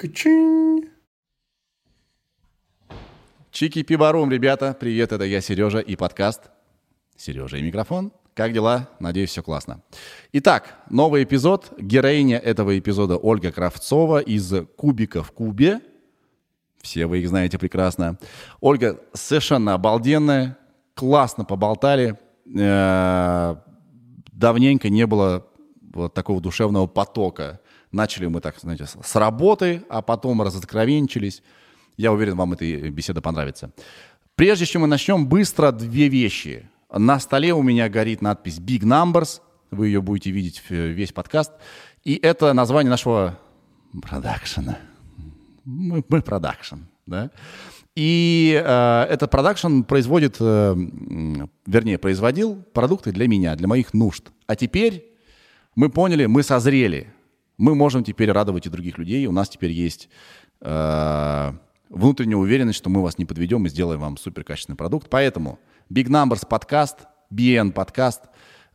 Качинь. Чики пиварум, ребята. Привет, это я, Сережа, и подкаст «Сережа и микрофон». Как дела? Надеюсь, все классно. Итак, новый эпизод. Героиня этого эпизода Ольга Кравцова из «Кубика в кубе». Все вы их знаете прекрасно. Ольга совершенно обалденная. Классно поболтали. Э, Давненько не было вот такого душевного потока. Начали мы так, знаете, с с работы, а потом разоткровенчились. Я уверен, вам эта беседа понравится. Прежде чем мы начнем, быстро две вещи. На столе у меня горит надпись Big Numbers. Вы ее будете видеть э, весь подкаст. И это название нашего продакшена мы, мы продакшн, да. И э, этот продакшн производит, э, м, вернее, производил продукты для меня, для моих нужд. А теперь мы поняли, мы созрели. Мы можем теперь радовать и других людей. У нас теперь есть э, внутренняя уверенность, что мы вас не подведем и сделаем вам суперкачественный продукт. Поэтому Big Numbers подкаст, BN подкаст,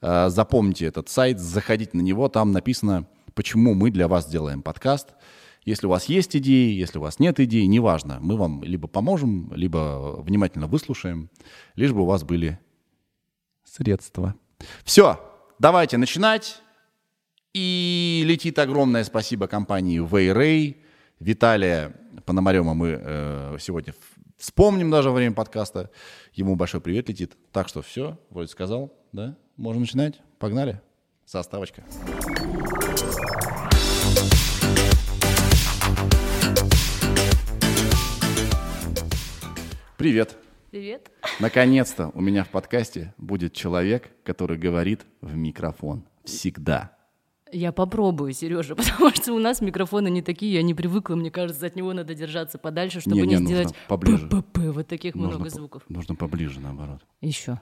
э, запомните этот сайт, заходите на него, там написано, почему мы для вас делаем подкаст. Если у вас есть идеи, если у вас нет идей, неважно, мы вам либо поможем, либо внимательно выслушаем, лишь бы у вас были средства. Все, давайте начинать. И летит огромное спасибо компании Вейрей. Виталия Пономарема мы э, сегодня в- вспомним даже во время подкаста. Ему большой привет летит. Так что все, вроде сказал, да? Можно начинать? Погнали. Составочка. Привет. Привет. Наконец-то у меня в подкасте будет человек, который говорит в микрофон. Всегда. Я попробую, Сережа, потому что у нас микрофоны не такие, я не привыкла, мне кажется, от него надо держаться подальше, чтобы Не, не, не, нужно сделать поближе. ППП, вот таких много по- звуков. нужно поближе, наоборот. Еще.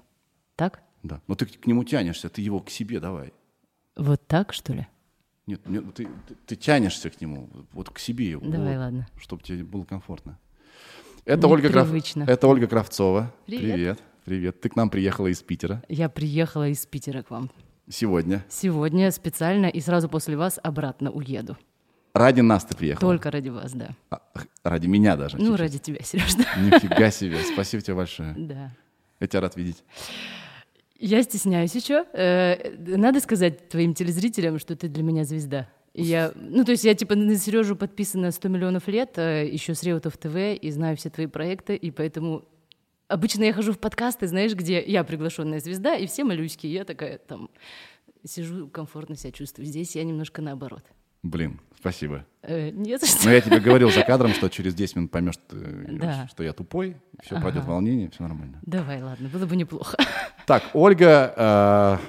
Так? Да. Но ты к к нему тянешься, ты его к себе давай. Вот так, что ли? Нет, нет, ты, ты- ты тянешься к нему, вот к себе его. Давай, ладно. Чтобы тебе было комфортно. Это Ольга, Крав... Непривычно. это Ольга Кравцова. Привет. Привет. Привет. Ты к нам приехала из Питера Я приехала из Питера к вам сегодня. сегодня специально и сразу после вас обратно уеду. Ради нас ты приехала. Только ради вас, да. А, х- ради меня даже. Ну, чуть-чуть. ради тебя, Сережа. Нифига себе. Спасибо тебе большое. Да. Я тебя рад видеть. Я стесняюсь еще. Э, Надо сказать твоим телезрителям, что ты для меня звезда. И Я, ну, то есть я типа на Сережу подписана 100 миллионов лет, еще с Реутов ТВ, и знаю все твои проекты, и поэтому обычно я хожу в подкасты, знаешь, где я приглашенная звезда, и все малюськи, и я такая там сижу, комфортно себя чувствую. Здесь я немножко наоборот. Блин, спасибо. Э, не за Но что. я тебе говорил за кадром, что через 10 минут поймешь, э, Да. что я тупой, все Ага. пройдет волнение, все нормально. Давай, ладно, было бы неплохо. Так, Ольга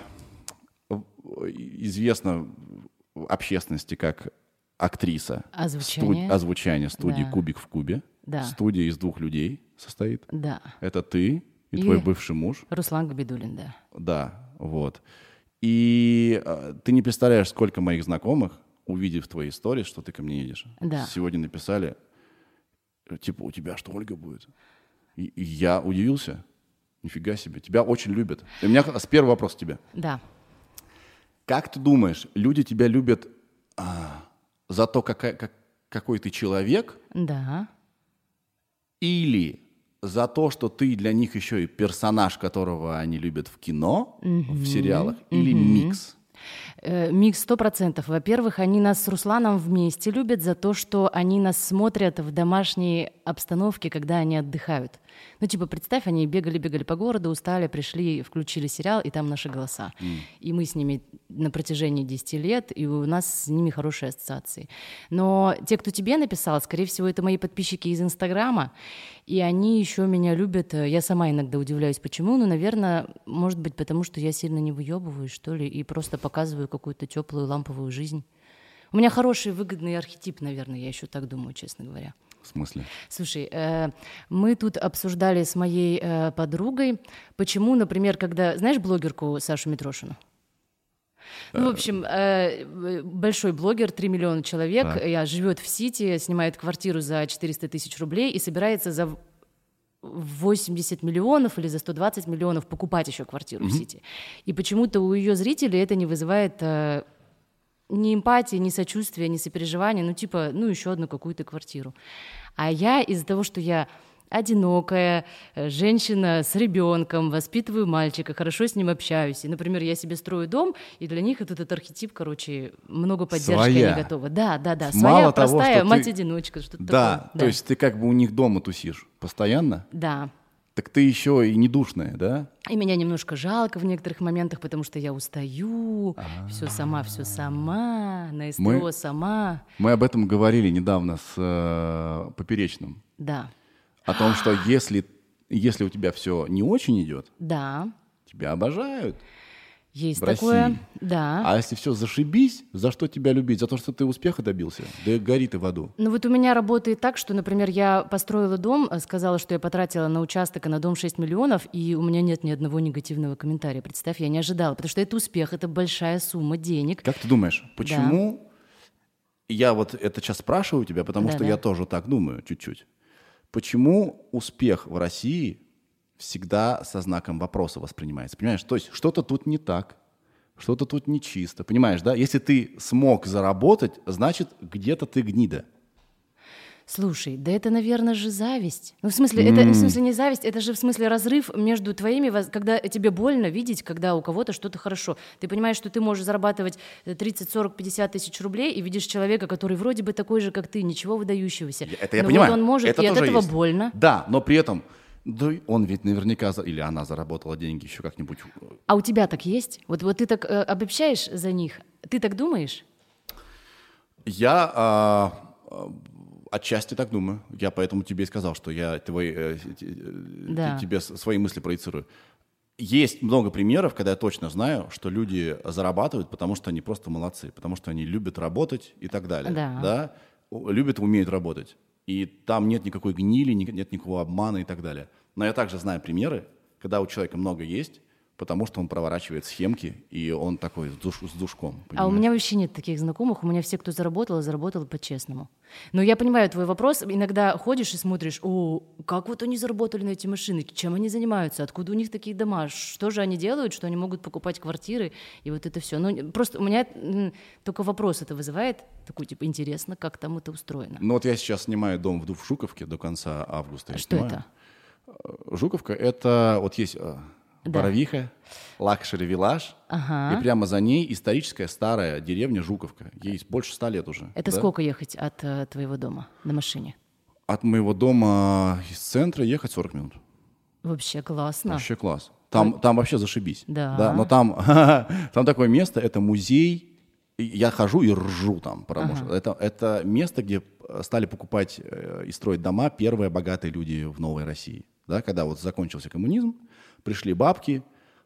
э, известна в общественности как актриса. Озвучение. Студ- озвучание студии Да. «Кубик в кубе». Да. Студия из двух людей состоит. Да. Это ты и, И- твой бывший муж. Руслан Габидулин, да. Да, вот. И э, ты не представляешь, сколько моих знакомых, увидев твои истории, что ты ко мне едешь, Да. сегодня написали, э, типа, у тебя что, Ольга будет? И, и я удивился. Нифига себе, тебя очень любят. И у меня с- первый вопрос к тебе. Да. Как ты думаешь, люди тебя любят а, за то, какая- как- какой ты человек, Да. или за то, что ты для них еще и персонаж, которого они любят в кино, в сериалах, или микс? Э, Микс сто процентов. Во-первых, они нас с Русланом вместе любят за то, что они нас смотрят в домашней обстановке, когда они отдыхают. Ну, типа, представь, они бегали-бегали по городу, устали, пришли, включили сериал, и там наши голоса. И мы с ними на протяжении 10 лет, и у нас с ними хорошие ассоциации. Но те, кто тебе написал, скорее всего, это мои подписчики из Инстаграма, и они еще меня любят. Э, Я сама иногда удивляюсь, почему, но, наверное, может быть, потому что я сильно не выебываюсь, что ли, и просто показываю какую-то теплую ламповую жизнь. У меня хороший выгодный архетип, наверное, я еще так думаю, честно говоря. В смысле? Слушай, э, мы тут обсуждали с моей э, подругой, почему, например, когда... Знаешь блогерку Сашу Митрошину? Ну, в общем, э, э, большой блогер, 3 миллиона человек, Так. э, живет в Сити, снимает квартиру за 400 тысяч рублей и собирается за 80 миллионов или за 120 миллионов покупать еще квартиру в Сити. И почему-то у ее зрителей это не вызывает э, ни эмпатии, ни сочувствия, ни сопереживания, ну типа, ну еще одну какую-то квартиру. А я из-за того, что я одинокая э, женщина с ребенком, воспитываю мальчика, хорошо с ним общаюсь. И, например, я себе строю дом, и для них вот этот архетип, короче, много поддержки Своя. не готова. Да, да, да. Своя Мало того, простая что ты- мать-одиночка, что-то Да, такое. то есть ты как бы у них дома тусишь постоянно, Да. так ты еще и недушная, да? И меня немножко жалко в некоторых моментах, потому что я устаю, все сама, все сама, на А. СТО Мы- сама. Мы об этом говорили недавно с э, Поперечным, Да, о том, что если, если у тебя все не очень идет, да, тебя обожают. есть В такое. России. Да. А если все зашибись, за что тебя любить? За то, что ты успеха добился? Да гори ты в аду. Ну вот у меня работает так, что, например, я построила дом, э, сказала, что я потратила на участок и на дом 6 миллионов, и у меня нет ни одного негативного комментария. Представь, я не ожидала, потому что это успех, это большая сумма денег. Как ты думаешь, почему я вот это сейчас спрашиваю тебя, потому что Да-да. я тоже так думаю чуть-чуть. Почему успех в России всегда со знаком вопроса воспринимается? Понимаешь, то есть что-то тут не так, что-то тут нечисто, понимаешь, да? Если ты смог заработать, значит, где-то ты гнида. Слушай, да это, наверное, же зависть. Ну, в смысле, это в смысле не зависть, это же в смысле разрыв между твоими, воз- когда тебе больно видеть, когда у кого-то что-то хорошо. Ты понимаешь, что ты можешь зарабатывать э, 30, 40, 50 тысяч рублей и видишь человека, который вроде бы такой же, как ты, ничего выдающегося. Я- Это я Но Ну вот понимаю. он может, это и от тоже этого есть. больно. Да, но при этом да, и он ведь наверняка за- или она заработала деньги еще как-нибудь. А у тебя так есть? Вот, вот ты так э, обобщаешь за них? Ты так думаешь? Я а, а, отчасти так думаю. Я поэтому тебе и сказал, что я твои, э, те- э, Да. тебе с- свои мысли проецирую. Есть много примеров, когда я точно знаю, что люди зарабатывают, потому что они просто молодцы, потому что они любят работать и так далее. Да. У- Любят и умеют работать. И там нет никакой гнили, ни- нет никакого обмана и так далее. Но я также знаю примеры, когда у человека много есть, потому что он проворачивает схемки, и он такой с, душ- с душком. А у понимаешь? меня вообще нет таких знакомых. У меня все, кто заработал, заработал по-честному. Но я понимаю твой вопрос. Иногда ходишь и смотришь, о, как вот они заработали на эти машины, чем они занимаются, откуда у них такие дома, что же они делают, что они могут покупать квартиры и вот это все. Ну, просто у меня м, только вопрос это вызывает. Такой, типа, интересно, как там это устроено. Ну вот я сейчас снимаю дом в Ду- в Жуковке до конца августа. я А Что снимаю. это? Жуковка — это вот есть э, Да. Боровиха, лакшери-вилаж, Ага. и прямо за ней историческая старая деревня Жуковка. Ей больше ста лет уже. Это да? сколько ехать от э, твоего дома на машине? От моего дома из центра ехать 40 минут. Вообще классно. Вообще класс. Там, там вообще зашибись. Да. но там, там такое место, это музей. И Я хожу и ржу там, потому что это, это место, где э, стали покупать э, и строить дома первые богатые люди в Новой России. Да, когда вот закончился коммунизм, пришли бабки,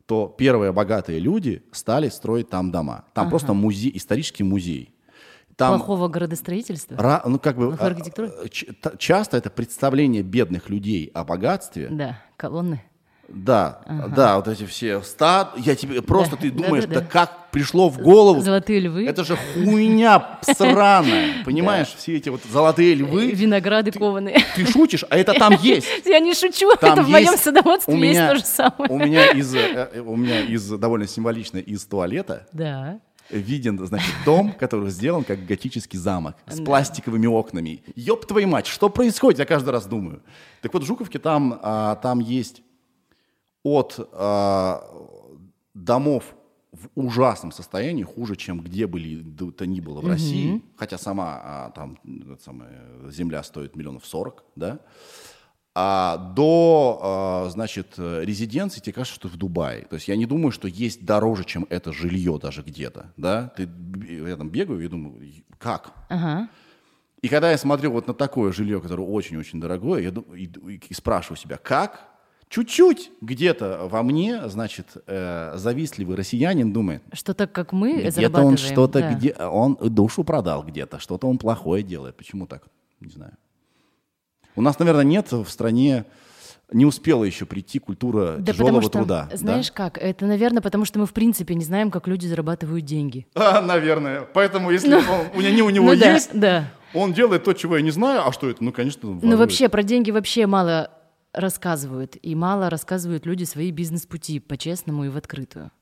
то первые богатые люди стали строить там дома. Там просто музей, исторический музей. Там Плохого городостроительства? ра- ну, как бы, Плохой архитектуры? а, а, ч- та- часто это представление бедных людей о богатстве, Да, колонны. да, да, вот эти все ста... Я тебе просто Да, ты думаешь, да-да-да. да как пришло в голову? Золотые львы. Это же хуйня сраная, понимаешь? Все эти вот золотые львы. Винограды кованые. Ты шутишь, а это там есть. Я не шучу, Там Э, это в моем есть- садоводстве у меня- есть то же самое. У меня из, э, э, у меня из довольно символично из туалета Да. виден, значит, дом, который сделан как готический замок с пластиковыми окнами. Ёб твою мать, что происходит? Я каждый раз думаю. Так вот, в Жуковке там, а, там есть от а, домов в ужасном состоянии, хуже, чем где были д- то ни было в России, хотя сама а, там м, это самое, земля стоит миллионов сорок, да, а, до, а, значит, э, резиденции, тебе кажется, что ты в Дубае. То есть я не думаю, что есть дороже, чем это жилье даже где-то, да. Ты, б- я там бегаю и думаю, «И- как? Ага. И когда я смотрю вот на такое жилье, которое очень-очень дорогое, я ду- и, ду- и- и спрашиваю себя, как? Чуть-чуть где-то во мне, значит, э, завистливый россиянин думает, Что так, как мы где-то зарабатываем. он что-то, да. где он душу продал где-то, что-то он плохое делает. Почему так? Не знаю. У нас, наверное, нет в стране, не успела еще прийти культура Да тяжелого потому что, труда. да? знаешь как, это, наверное, потому что мы в принципе не знаем, как люди зарабатывают деньги. А, наверное. Поэтому, если он- у меня не у него ну да, есть, да. он делает то, чего я не знаю. А что это? Ну, конечно, Ну ворует. вообще про деньги вообще мало рассказывают. И мало рассказывают люди свои бизнес-пути по-честному и в открытую.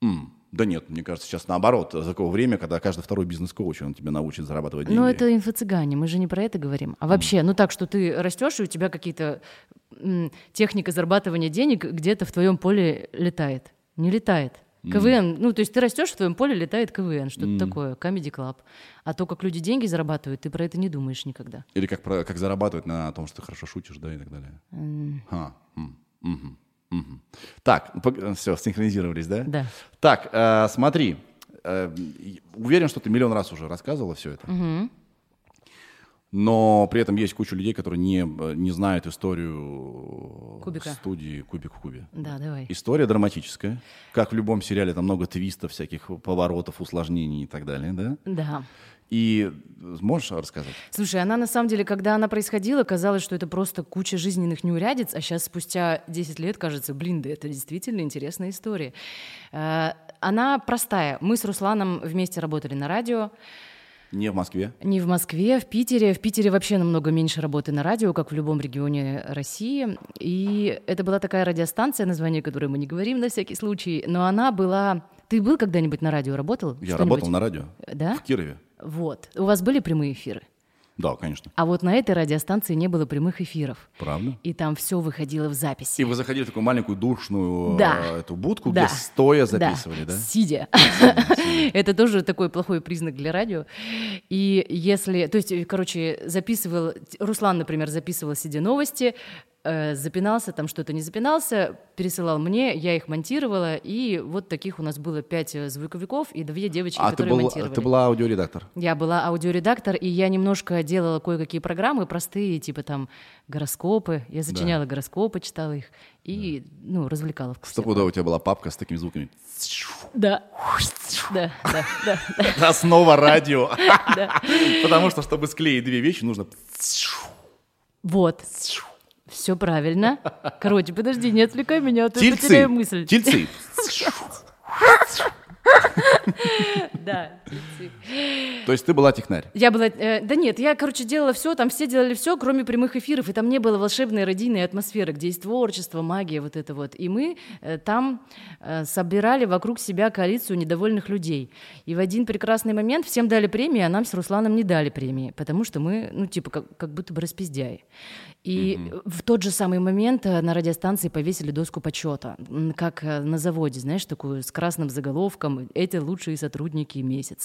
М. Да нет, мне кажется, сейчас наоборот. За такое время, когда каждый второй бизнес-коуч, он тебя научит зарабатывать деньги. Ну, это инфо-цыгане, мы же не про это говорим. А вообще, ну так, что ты растешь, и у тебя какие-то м, техника зарабатывания денег где-то в твоем поле летает. Не летает. КВН, ну, то есть ты растешь, в твоем поле летает КВН, что-то такое, Comedy Club. А то, как люди деньги зарабатывают, ты про это не думаешь никогда. Или как, про- как зарабатывать на том, что ты хорошо шутишь, да, и так далее. Ха, м, мгм, мгм. Так, все, синхронизировались, да? Да. Так, э, смотри, э, и- уверен, что ты миллион раз уже рассказывала все это. Но при этом есть куча людей, которые не, э, не знают историю Кубика. студии «Кубик в кубе». Да, давай. История драматическая. Как в любом сериале, там много твистов, всяких поворотов, усложнений и так далее, да? Да. И э, можешь рассказать? Слушай, она на самом деле, когда она происходила, казалось, что это просто куча жизненных неурядиц, а сейчас спустя 10 лет кажется, блин, да это действительно интересная история. Э, Она простая. Мы с Русланом вместе работали на радио. Не в Москве? Не в Москве, а в Питере. В Питере вообще намного меньше работы на радио, как в любом регионе России. И это была такая радиостанция, название которой мы не говорим на всякий случай, но она была... Ты был когда-нибудь на радио, работал? Я Что-нибудь? работал на радио. Да? В Кирове. Вот. У вас были прямые эфиры? Да, конечно. А вот на этой радиостанции не было прямых эфиров. Правда? И там все выходило в записи. И вы заходили в такую маленькую душную э, Да. эту будку, Да. где стоя записывали, да? Сидя. Это тоже такой плохой признак для радио. И если, то есть, короче, записывал, Руслан, например, записывал сидя новости, э, запинался, там что-то не запинался, пересылал мне, я их монтировала, и вот таких у нас было пять э, звуковиков и две девочки, А ты, которые был, монтировали. ты была аудиоредактор. Я была аудиоредактор, и я немножко делала кое-какие программы простые, типа там гороскопы. Я сочиняла гороскопы, читала их и, ну, развлекала. всех. Стопудово у тебя была папка с такими звуками. Да. Да, да, да. Основа радио. Потому что, чтобы склеить две вещи, нужно... Вот. Все правильно. Короче, подожди, не отвлекай меня, а то я Тельцы. потеряю мысль. Тельцы. Да, тельцы. То есть ты была технарь. Я была... э, да нет, я, короче, делала все, там все делали все, кроме прямых эфиров, и там не было волшебной родийной атмосферы, где есть творчество, магия, вот это вот. И мы э, там э, собирали вокруг себя коалицию недовольных людей. И в один прекрасный момент всем дали премии, а нам с Русланом не дали премии, потому что мы, ну, типа, как, как будто бы распиздяи. И в тот же самый момент э, на радиостанции повесили доску почета, м, как э, на заводе, знаешь, такую с красным заголовком «Эти лучшие сотрудники месяца».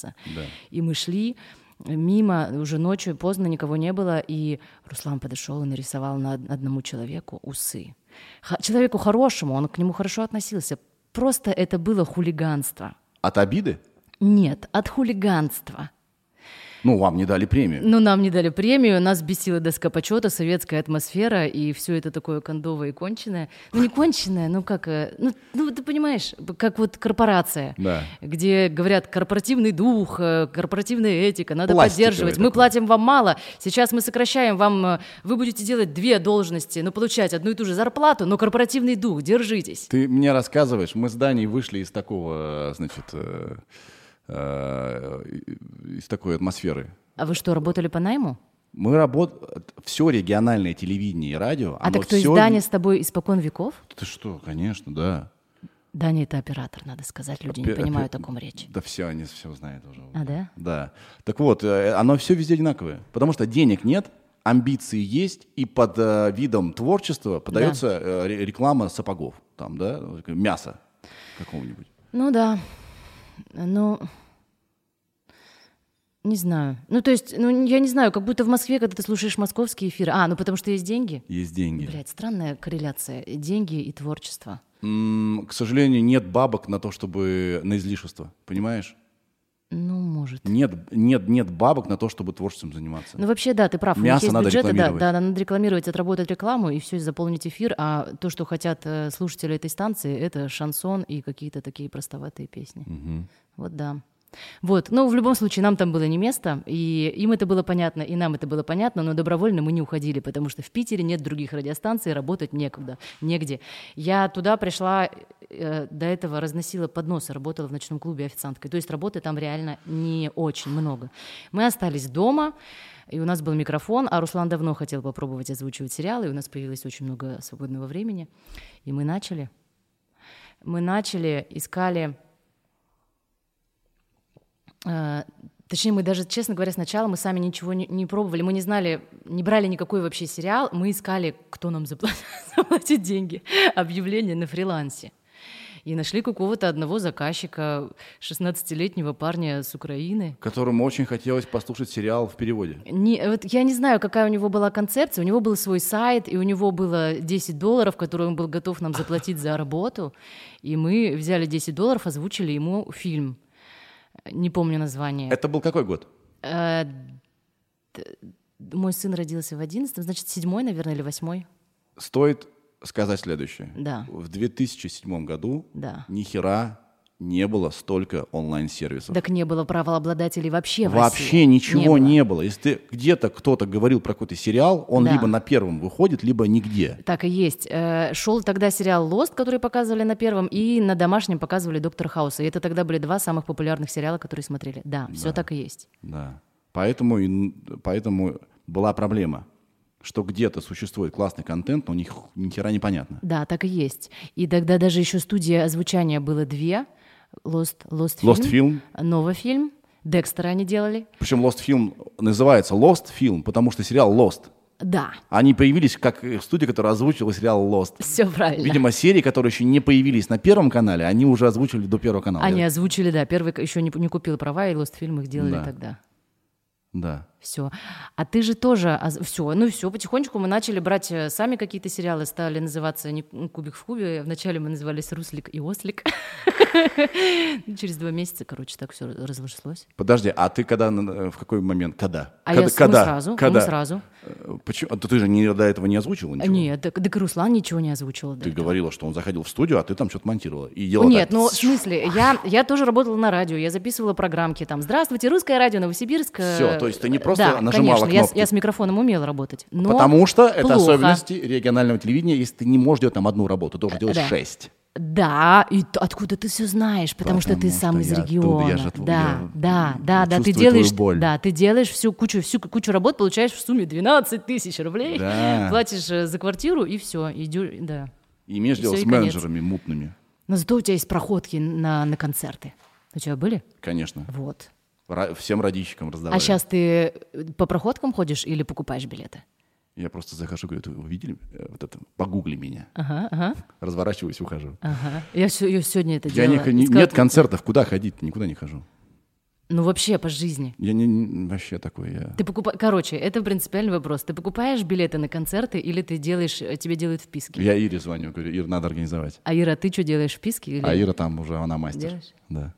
И мы шли мимо, уже ночью, поздно, никого не было, и Руслан подошел и нарисовал на од- одному человеку усы. Х- человеку хорошему, он к нему хорошо относился. Просто это было хулиганство. От обиды? Нет, от хулиганства. Ну, вам не дали премию. Ну, нам не дали премию, нас бесила доска почета, советская атмосфера, и все это такое кондовое и конченое. Ну, не конченое, ну как, э, ну, ну, ты понимаешь, как вот корпорация, Да. где говорят корпоративный дух, э, корпоративная этика, надо Пластиковое поддерживать. Мы такое. платим вам мало, сейчас мы сокращаем вам, э, вы будете делать две должности, но получать одну и ту же зарплату, но корпоративный дух, держитесь. Ты мне рассказываешь, мы с Даней вышли из такого, значит, э, э, из такой атмосферы. А вы что, работали по найму? Мы работаем... Все региональное телевидение и радио... А оно так то есть всё- Даня с тобой испокон веков? Ты что, конечно, да. Даня это оператор, надо сказать, люди не Опе- опе- понимают, о ком речь. Да все, они все знают уже. А, да? Да. Так вот, э, оно все везде одинаковое. Потому что денег нет, амбиции есть, и под э, видом творчества подается э, ре- реклама сапогов, там, да, мяса какого-нибудь. Ну да. Ну, не знаю. Ну, то есть, ну, я не знаю, как будто в Москве, когда ты слушаешь московские эфиры. А, ну потому что есть деньги. Есть деньги. Блядь, странная корреляция. Деньги и творчество. М, к сожалению, нет бабок на то, чтобы на излишество, понимаешь? Ну, может. Нет, нет, нет бабок на то, чтобы творчеством заниматься. Ну, вообще, да, ты прав. У них Мясо есть надо бюджеты, да, рекламировать. да, надо рекламировать, отработать рекламу и все, заполнить эфир. А то, что хотят э, слушатели этой станции, это шансон и какие-то такие простоватые песни. Вот да. Вот, ну, в любом случае, нам там было не место, и им это было понятно, и нам это было понятно, но добровольно мы не уходили, потому что в Питере нет других радиостанций, работать некогда, негде. Я туда пришла, э, до этого разносила подносы, работала в ночном клубе официанткой, то есть работы там реально не очень много. Мы остались дома, и у нас был микрофон, а Руслан давно хотел попробовать озвучивать сериалы, и у нас появилось очень много свободного времени, и мы начали. Мы начали, искали э, Точнее, мы даже, честно говоря, сначала мы сами ничего не, не пробовали, мы не знали, не брали никакой вообще сериал, мы искали, кто нам запла- заплатит деньги, объявление на фрилансе. И нашли какого-то одного заказчика, 16-летнего парня с Украины. Которому очень хотелось послушать сериал в переводе. Не- вот я не знаю, какая у него была концепция. У него был свой сайт, и у него было 10 долларов, которые он был готов нам заплатить за работу. И мы взяли 10 долларов, озвучили ему фильм. Не помню название. Это был какой год? Э, д- Мой сын родился в 11 значит, седьмой, наверное, или восьмой. Стоит сказать следующее. Да. В 2007 году Да. ни хера не было столько онлайн-сервисов. Так не было правообладателей вообще в Вообще России. ничего было. не было. Если ты где-то кто-то говорил про какой-то сериал, он Да. либо на первом выходит, либо нигде. Так и есть. Э, Шел тогда сериал «Лост», который показывали на первом, и на домашнем показывали «Доктор Хауса». И это тогда были два самых популярных сериала, которые смотрели. Да, все так и есть. Да. Поэтому, и н- поэтому была проблема, что где-то существует классный контент, но ни, х- ни хера непонятно. Да, так и есть. И тогда даже еще студии озвучания было две. «Лост», «Лост», Lost фильм, Film. «Новый фильм», «Декстера» они делали. Причем Lost Film называется Lost Film, потому что сериал Lost. Да, Они появились как э, студия, которая озвучила сериал Lost. все правильно. Видимо, серии, которые еще не появились на Первом канале, они уже озвучили до Первого канала. Они Я- А, озвучили, да, первый к- еще не, не купил права, и Lost Film их делали Да. тогда. Да. Все. А ты же тоже... все, ну все, потихонечку мы начали брать э, сами какие-то сериалы, стали называться не м, «Кубик в кубе», вначале мы назывались «Руслик и ослик». Ну, Через два месяца, короче, так все разошлось. Подожди, а ты когда, на- э, в какой момент, когда? А когда, я с- мы когда? сразу, мы Когда? сразу. Э, Почему? а Ты же не, до этого не озвучила А, ничего? Нет, так, так и Руслан ничего не озвучил. Ты говорила, что он заходил в студию, а ты там что-то монтировала. И делала Нет, так. ну в смысле, я, я тоже работала на радио, я записывала программки там. Здравствуйте, русское радио, Новосибирск. э, Всё, то есть ты не просто да, нажимала конечно, я с- кнопки. Я, с микрофоном умела работать. но Потому что это плохо. особенности регионального телевидения. Если ты не можешь делать там одну работу, ты должен делать да. шесть. Да, и т- откуда ты все знаешь, потому, что ты Потому сам что из я региона. оттуда, я же отв- да, я да, да, да, ты чувствую твою делаешь, боль. да, ты делаешь всю кучу, всю кучу работ, получаешь в сумме 12 тысяч рублей, Да. платишь э, за квартиру и все, идю, да. И имеешь И дело всё, с и конец. менеджерами мутными. Но зато у тебя есть проходки на, на концерты. У тебя были? Конечно. Вот. Ра- всем родичкам раздавали. А сейчас ты э, по проходкам ходишь или покупаешь билеты? Я просто захожу, говорю, вы видели э, вот это? Погугли меня. Ага, ага, Разворачиваюсь, ухожу. ага. Я, сё- я сегодня это Я делала. не, х- не- Сказала, нет концертов, куда ходить? Никуда не хожу. Ну вообще по жизни. Я не- не вообще такой. Я... Ты покупа... Короче, это принципиальный вопрос. Ты покупаешь билеты на концерты или ты делаешь, э, тебе делают вписки? я Ире звоню, говорю, Ир, надо организовать. А Ира, ты что делаешь вписки? Или... А Ира там уже, она мастер. Делаешь? Да.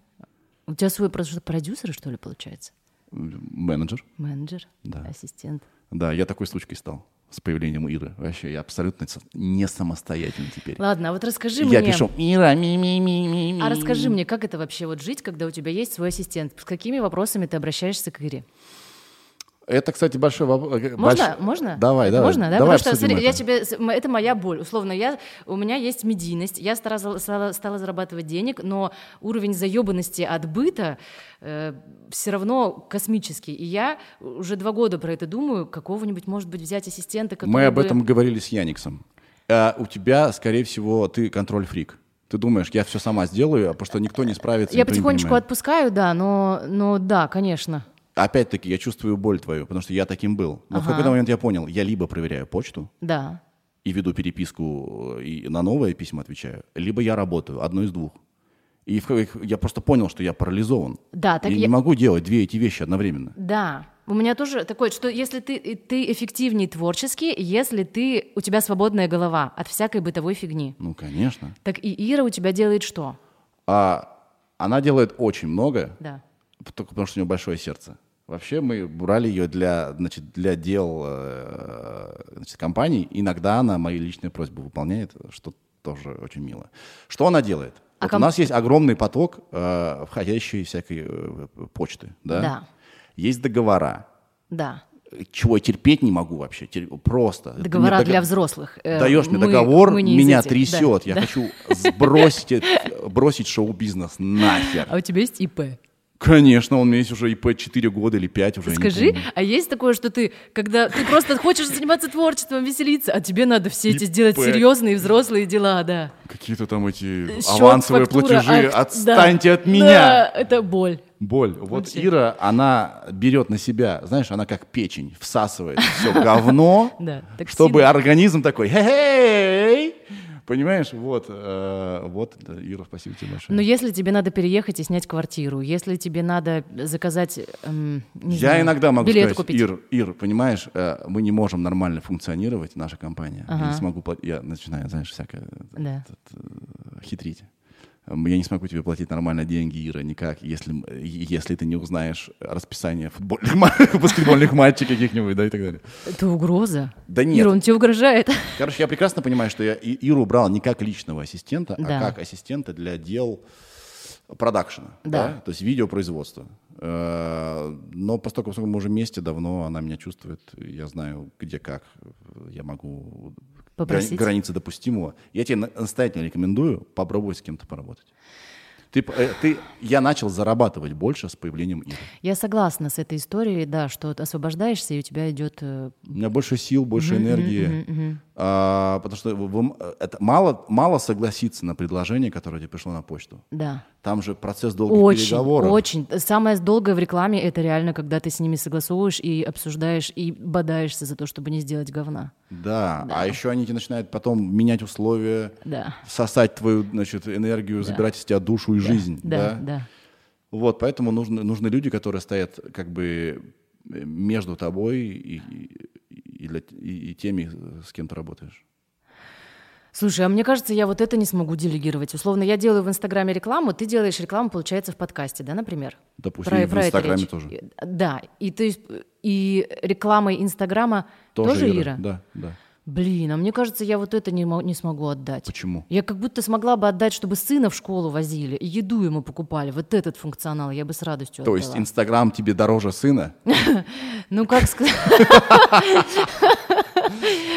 У тебя свой просто продюсер, что ли, получается? М, Менеджер. Менеджер, Да. ассистент. Да, я такой сучкой стал с появлением Иры. Вообще, я абсолютно со- не самостоятельный теперь. Ладно, а вот расскажи я мне. пишу Ира, ми ми ми ми ми». А расскажи мне, как это вообще вот жить, когда у тебя есть свой ассистент? С какими вопросами ты обращаешься к Ире? Это, кстати, большой вопрос. Можно? Можно? Давай, давай. Можно, да? Давай Потому что обсудим смотри, я это. тебе, с- м- это моя боль. Условно, я, у меня есть медийность, я стара- стала, стала зарабатывать денег, но уровень заебанности от быта все равно космический. И я уже два года про это думаю, какого-нибудь, может быть, взять ассистента, который Мы об бы- этом говорили с Яниксом. А у тебя, скорее всего, ты контроль-фрик. Ты думаешь, я все сама сделаю, а просто никто не справится. Я никто не потихонечку понимает. отпускаю, да, но, но да, конечно. Опять-таки, я чувствую боль твою, потому что я таким был. Но в Ага. какой-то момент я понял, я либо проверяю почту Да. и веду переписку, э, и на новые письма отвечаю, либо я работаю, одно из двух. И в- я просто понял, что я парализован. Да, так я, не я- могу делать две эти вещи одновременно. Да. У меня тоже такое, что если ты, и ты эффективнее творчески, если ты, у тебя свободная голова от всякой бытовой фигни. Ну, конечно. Так и Ира у тебя делает что? А она делает очень много, Да. только потому что у нее большое сердце. Вообще мы брали ее для, значит, для дел э, значит, компаний. Иногда она мои личные просьбы выполняет, что тоже очень мило. Что она делает? А Вот ком- У нас есть огромный поток э, входящей всякой э, почты. Да? Да. Есть договора, Да. чего я терпеть не могу вообще. тер- Просто. Договора Мне дог- для взрослых. Э, Даешь мне мы- договор, мы не из меня этих. Да, трясет. Я да. хочу сбросить, это- бросить шоу-бизнес нахер. А у тебя есть ИП? Конечно, он у меня есть уже ИП 4 года или 5 уже. я не Скажи, помню. а есть такое, что ты, когда ты просто хочешь заниматься творчеством, веселиться, а тебе надо все эти сделать ИП. серьезные взрослые дела, да. Какие-то там эти э, Счёт, авансовые фактура, платежи. акт, да. Отстаньте от Да, меня. это боль. Боль. Вот Вообще. Ира, она берет на себя, знаешь, она как печень всасывает все говно, Да, токсины. чтобы организм такой, «Хе-хей!» Понимаешь, вот, э, вот, да, Ира, спасибо тебе большое. Но если тебе надо переехать и снять квартиру, если тебе надо заказать, эм, не Я знаю, иногда могу билет сказать, купить. Ир, Ир, понимаешь, э, мы не можем нормально функционировать, наша компания. Я Ага. не смогу, пла- я начинаю, знаешь, всякое э, Да. э, хитрить. Эм, Я не смогу тебе платить нормально деньги, Ира, никак, если, м- э, если ты не узнаешь расписание футбольных, ма- баскетбольных матчей каких-нибудь, да, и так далее. Это угроза. Да нет. Ира, он тебе угрожает. Короче, я прекрасно понимаю, что я И- Иру брал не как личного ассистента, а Да. как ассистента для дел продакшена, Да. то есть видеопроизводства. Э, Но поскольку, поскольку мы уже вместе давно, она меня чувствует, я знаю, где как э, я могу грани- Попросить? границы допустимого. Я тебе на- настоятельно рекомендую попробовать с кем-то поработать. Ты, п- э, ты, я начал зарабатывать больше с появлением Иры. Я согласна с этой историей, да, что ты освобождаешься, и у тебя идет... э, У меня больше сил, больше энергии. А, потому что вы- вы- это мало, мало согласиться на предложение, которое тебе пришло на почту. Да. Там же процесс долгих Очень, переговоров. очень. Самое долгое в рекламе — это реально, когда ты с ними согласовываешь и обсуждаешь, и бодаешься за то, чтобы не сделать говна. Да. А еще они тебе начинают потом менять условия, Да. сосать твою значит, энергию, забирать из тебя душу и жизнь. Да, да? да. Вот, поэтому нужны, нужны люди, которые стоят как бы э, между тобой и, и- и для- и- и теми, с кем ты работаешь. Слушай, а мне кажется, я вот это не смогу делегировать. Условно, я делаю в Инстаграме рекламу, ты делаешь рекламу, получается, в подкасте, да, например? Допустим, и в это Инстаграме речь. тоже. И- Да, и, то есть, э, и рекламой Инстаграма тоже, Ира? Да, да. Блин, а мне кажется, я вот это не, мо- не смогу отдать. Почему? Я как будто смогла бы отдать, чтобы сына в школу возили, и еду ему покупали. Вот этот функционал я бы с радостью То есть отдала. Инстаграм тебе дороже сына? Ну, как сказать...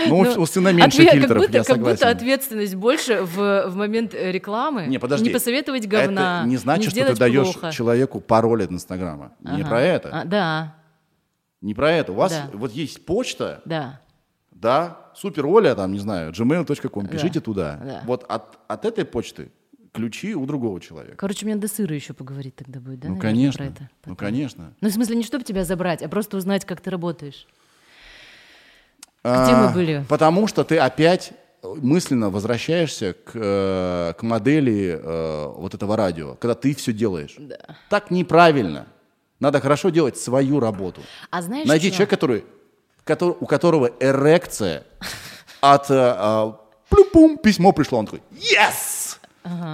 Ну, у- у сына меньше ответ- фильтров, как будто, я как будто согласен. ответственность больше в, в момент э, рекламы. Не, подожди. Не посоветовать говна. Это не значит, что ты сделать даешь плохо. человеку пароль от Инстаграма. Не Ага. про это. А, да, Не про это. У вас Да. вот есть почта, да. да, супер Оля, там, не знаю, gmail.com, пишите туда. да. Вот от, от этой почты ключи у другого человека. Короче, мне надо сыра еще поговорить тогда будет, да? ну, наверное, конечно. Про это. Ну, конечно. Ну, в смысле, не чтобы тебя забрать, а просто узнать, как ты работаешь. А, мы были? Потому что ты опять мысленно возвращаешься к, э, к модели э, вот этого радио, когда ты все делаешь. Так неправильно. Надо хорошо делать свою работу. А знаешь Найди что? человека, который, котор- у которого эрекция от э, э, плюпум, письмо пришло, он такой, yes!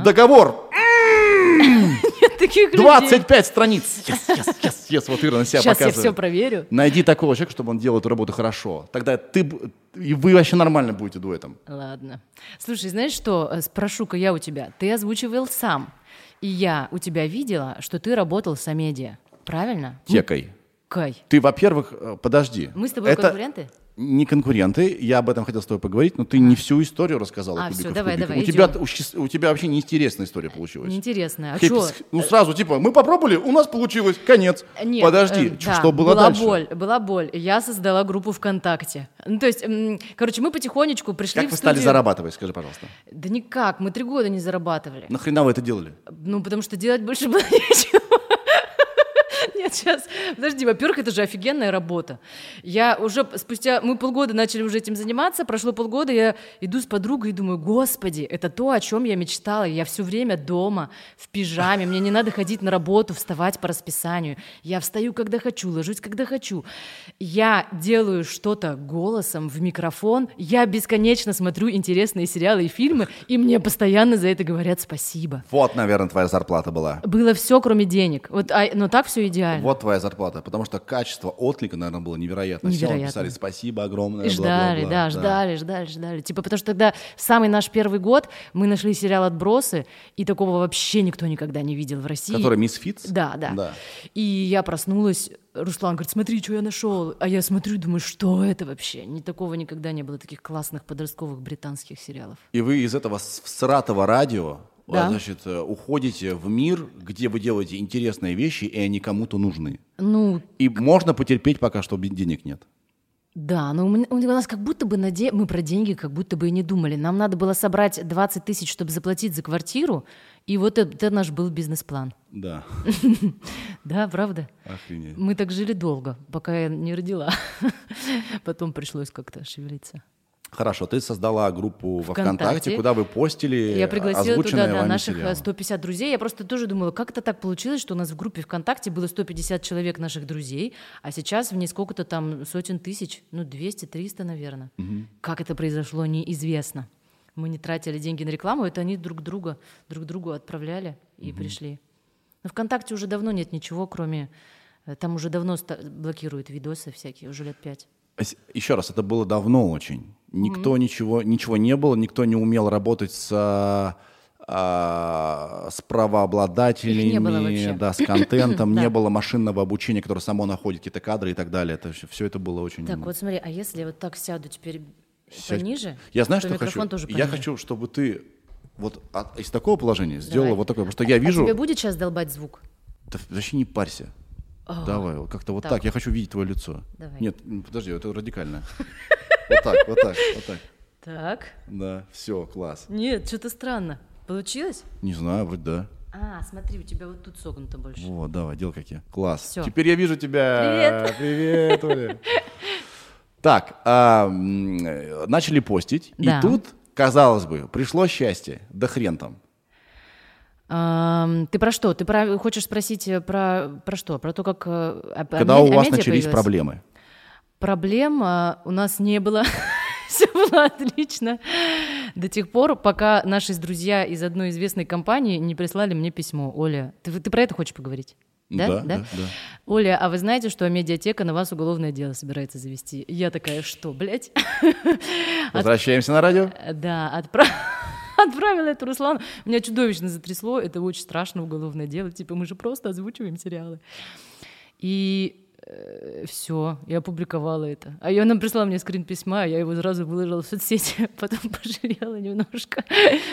Договор, Таких людей. 25 страниц, yes, yes, yes, yes, вот Ира на себя Сейчас я показывает. все проверю. Найди такого человека, чтобы он делал эту работу хорошо. Тогда ты, б- и вы вообще нормально будете дуэтом. Ладно. Слушай, знаешь что, э, спрошу-ка я у тебя. Ты озвучивал сам. И я у тебя видела, что ты работал с Амедиа. Правильно? Текой. Кай. Ты, во-первых, э, подожди. Мы с тобой Это конкуренты? Не конкуренты, я об этом хотел с тобой поговорить, но ты не всю историю рассказала. А, всё, «Кубиков давай, Кубик». давай, у, тебя, идём. у, щас- у тебя вообще неинтересная история получилась. Неинтересно. А Хе- что? пс- Ну сразу типа мы попробовали, у нас получилось, конец. Нет, Подожди, эм, чё- да, что было была дальше? боль, была боль. Я создала группу ВКонтакте. Ну, то есть, м, короче, мы потихонечку пришли Как в вы стали студию. зарабатывать, скажи, пожалуйста? Да никак, мы три года не зарабатывали. Нахрена вы это делали? Ну, потому что делать больше было нечего. Нет, сейчас. Подожди, во-первых, это же офигенная работа. Я уже п- спустя... Мы полгода начали уже этим заниматься. Прошло полгода, я иду с подругой и думаю, господи, это то, о чем я мечтала. Я все время дома, в пижаме. Мне не надо ходить на работу, вставать по расписанию. Я встаю, когда хочу, ложусь, когда хочу. Я делаю что-то голосом в микрофон. Я бесконечно смотрю интересные сериалы и фильмы, и мне постоянно за это говорят спасибо. Вот, наверное, твоя зарплата была. Было все, кроме денег. Вот, а- но так все идеально. Вот твоя зарплата, потому что качество отклика, наверное, было невероятно. Все Невероятно. написали спасибо огромное. И ждали, бла-бла-бла». да, ждали, ждали, ждали. Типа, потому что тогда в самый наш первый год мы нашли сериал «Отбросы», и такого вообще никто никогда не видел в России. Который мисс Фитц? Да, да, Да. И я проснулась, Руслан говорит, смотри, что я нашел. А я смотрю, думаю, что это вообще? Ни такого никогда не было, таких классных подростковых британских сериалов. И вы из этого с- всратого радио а, Да. значит, э, уходите в мир, где вы делаете интересные вещи, и они кому-то нужны. Ну, И можно потерпеть пока, что денег нет. Да, но у м- у нас как будто бы на де- мы про деньги как будто бы и не думали. Нам надо было собрать 20 тысяч, чтобы заплатить за квартиру, и вот это, это наш был бизнес-план. Да, Да, правда? охренеть. Мы так жили долго, пока я не родила. Потом пришлось как-то шевелиться. Хорошо, ты создала группу во ВКонтакте. ВКонтакте, куда вы постили Я пригласила туда озвученные да, Э, вами наших сериалы. э, 150 друзей. Я просто тоже думала, как это так получилось, что у нас в группе ВКонтакте было 150 человек наших друзей, а сейчас в ней сколько-то там сотен тысяч, ну 200-300, наверное. Как это произошло, неизвестно. Мы не тратили деньги на рекламу, это они друг друга друг другу отправляли и пришли. Но ВКонтакте уже давно нет ничего, кроме э, там уже давно ста- блокируют видосы всякие, уже лет пять. С- Еще раз, это было давно очень. Никто ничего, ничего не было, никто не умел работать с, а, а, с правообладателями, Их не было вообще. да, с контентом, Да. не было машинного обучения, которое само находит какие-то кадры и так далее. Это все, это было очень. Так, вот смотри, а если я вот так сяду теперь Сядь. пониже, Я знаю, то что микрофон хочу. тоже пониже. я хочу, чтобы ты вот от- из такого положения сделала Давай. вот такое, потому что я А вижу. тебе будет сейчас долбать звук? Да вообще не парься. Давай, вот как-то вот так. А. так. Я хочу видеть твое лицо. Давай. Нет, м, подожди, это радикально. Вот так, вот так, вот так. Так. Да, все, класс. Нет, что-то странно. Получилось? Не знаю, вроде да. А, смотри, у тебя вот тут согнуто больше. Вот, давай, дел какие. Класс. Всё. Теперь я вижу тебя. Привет. Привет, Оля. Так, а, м, э, начали постить. Да. И тут, казалось бы, пришло счастье. Да хрен там. ты про что? Ты про- хочешь спросить э, про, про что? Про то, как... э, а- а Когда ме- у а вас медиа начались появилась? проблемы. Проблем а, у нас не было. Все было отлично. До тех пор, пока наши друзья из одной известной компании не прислали мне письмо. Оля, ты, ты про это хочешь поговорить? Да, да, да. Оля, а вы знаете, что медиатека на вас уголовное дело собирается завести? Я такая, что, блядь? А Возвращаемся на Э, радио. Да, отправ- отправила это Руслану. Меня чудовищно затрясло. Это очень страшно уголовное дело. Типа мы же просто озвучиваем сериалы. И все, я опубликовала это. А я- она прислала мне скрин письма, я его сразу выложила в соцсети, потом пожалела немножко.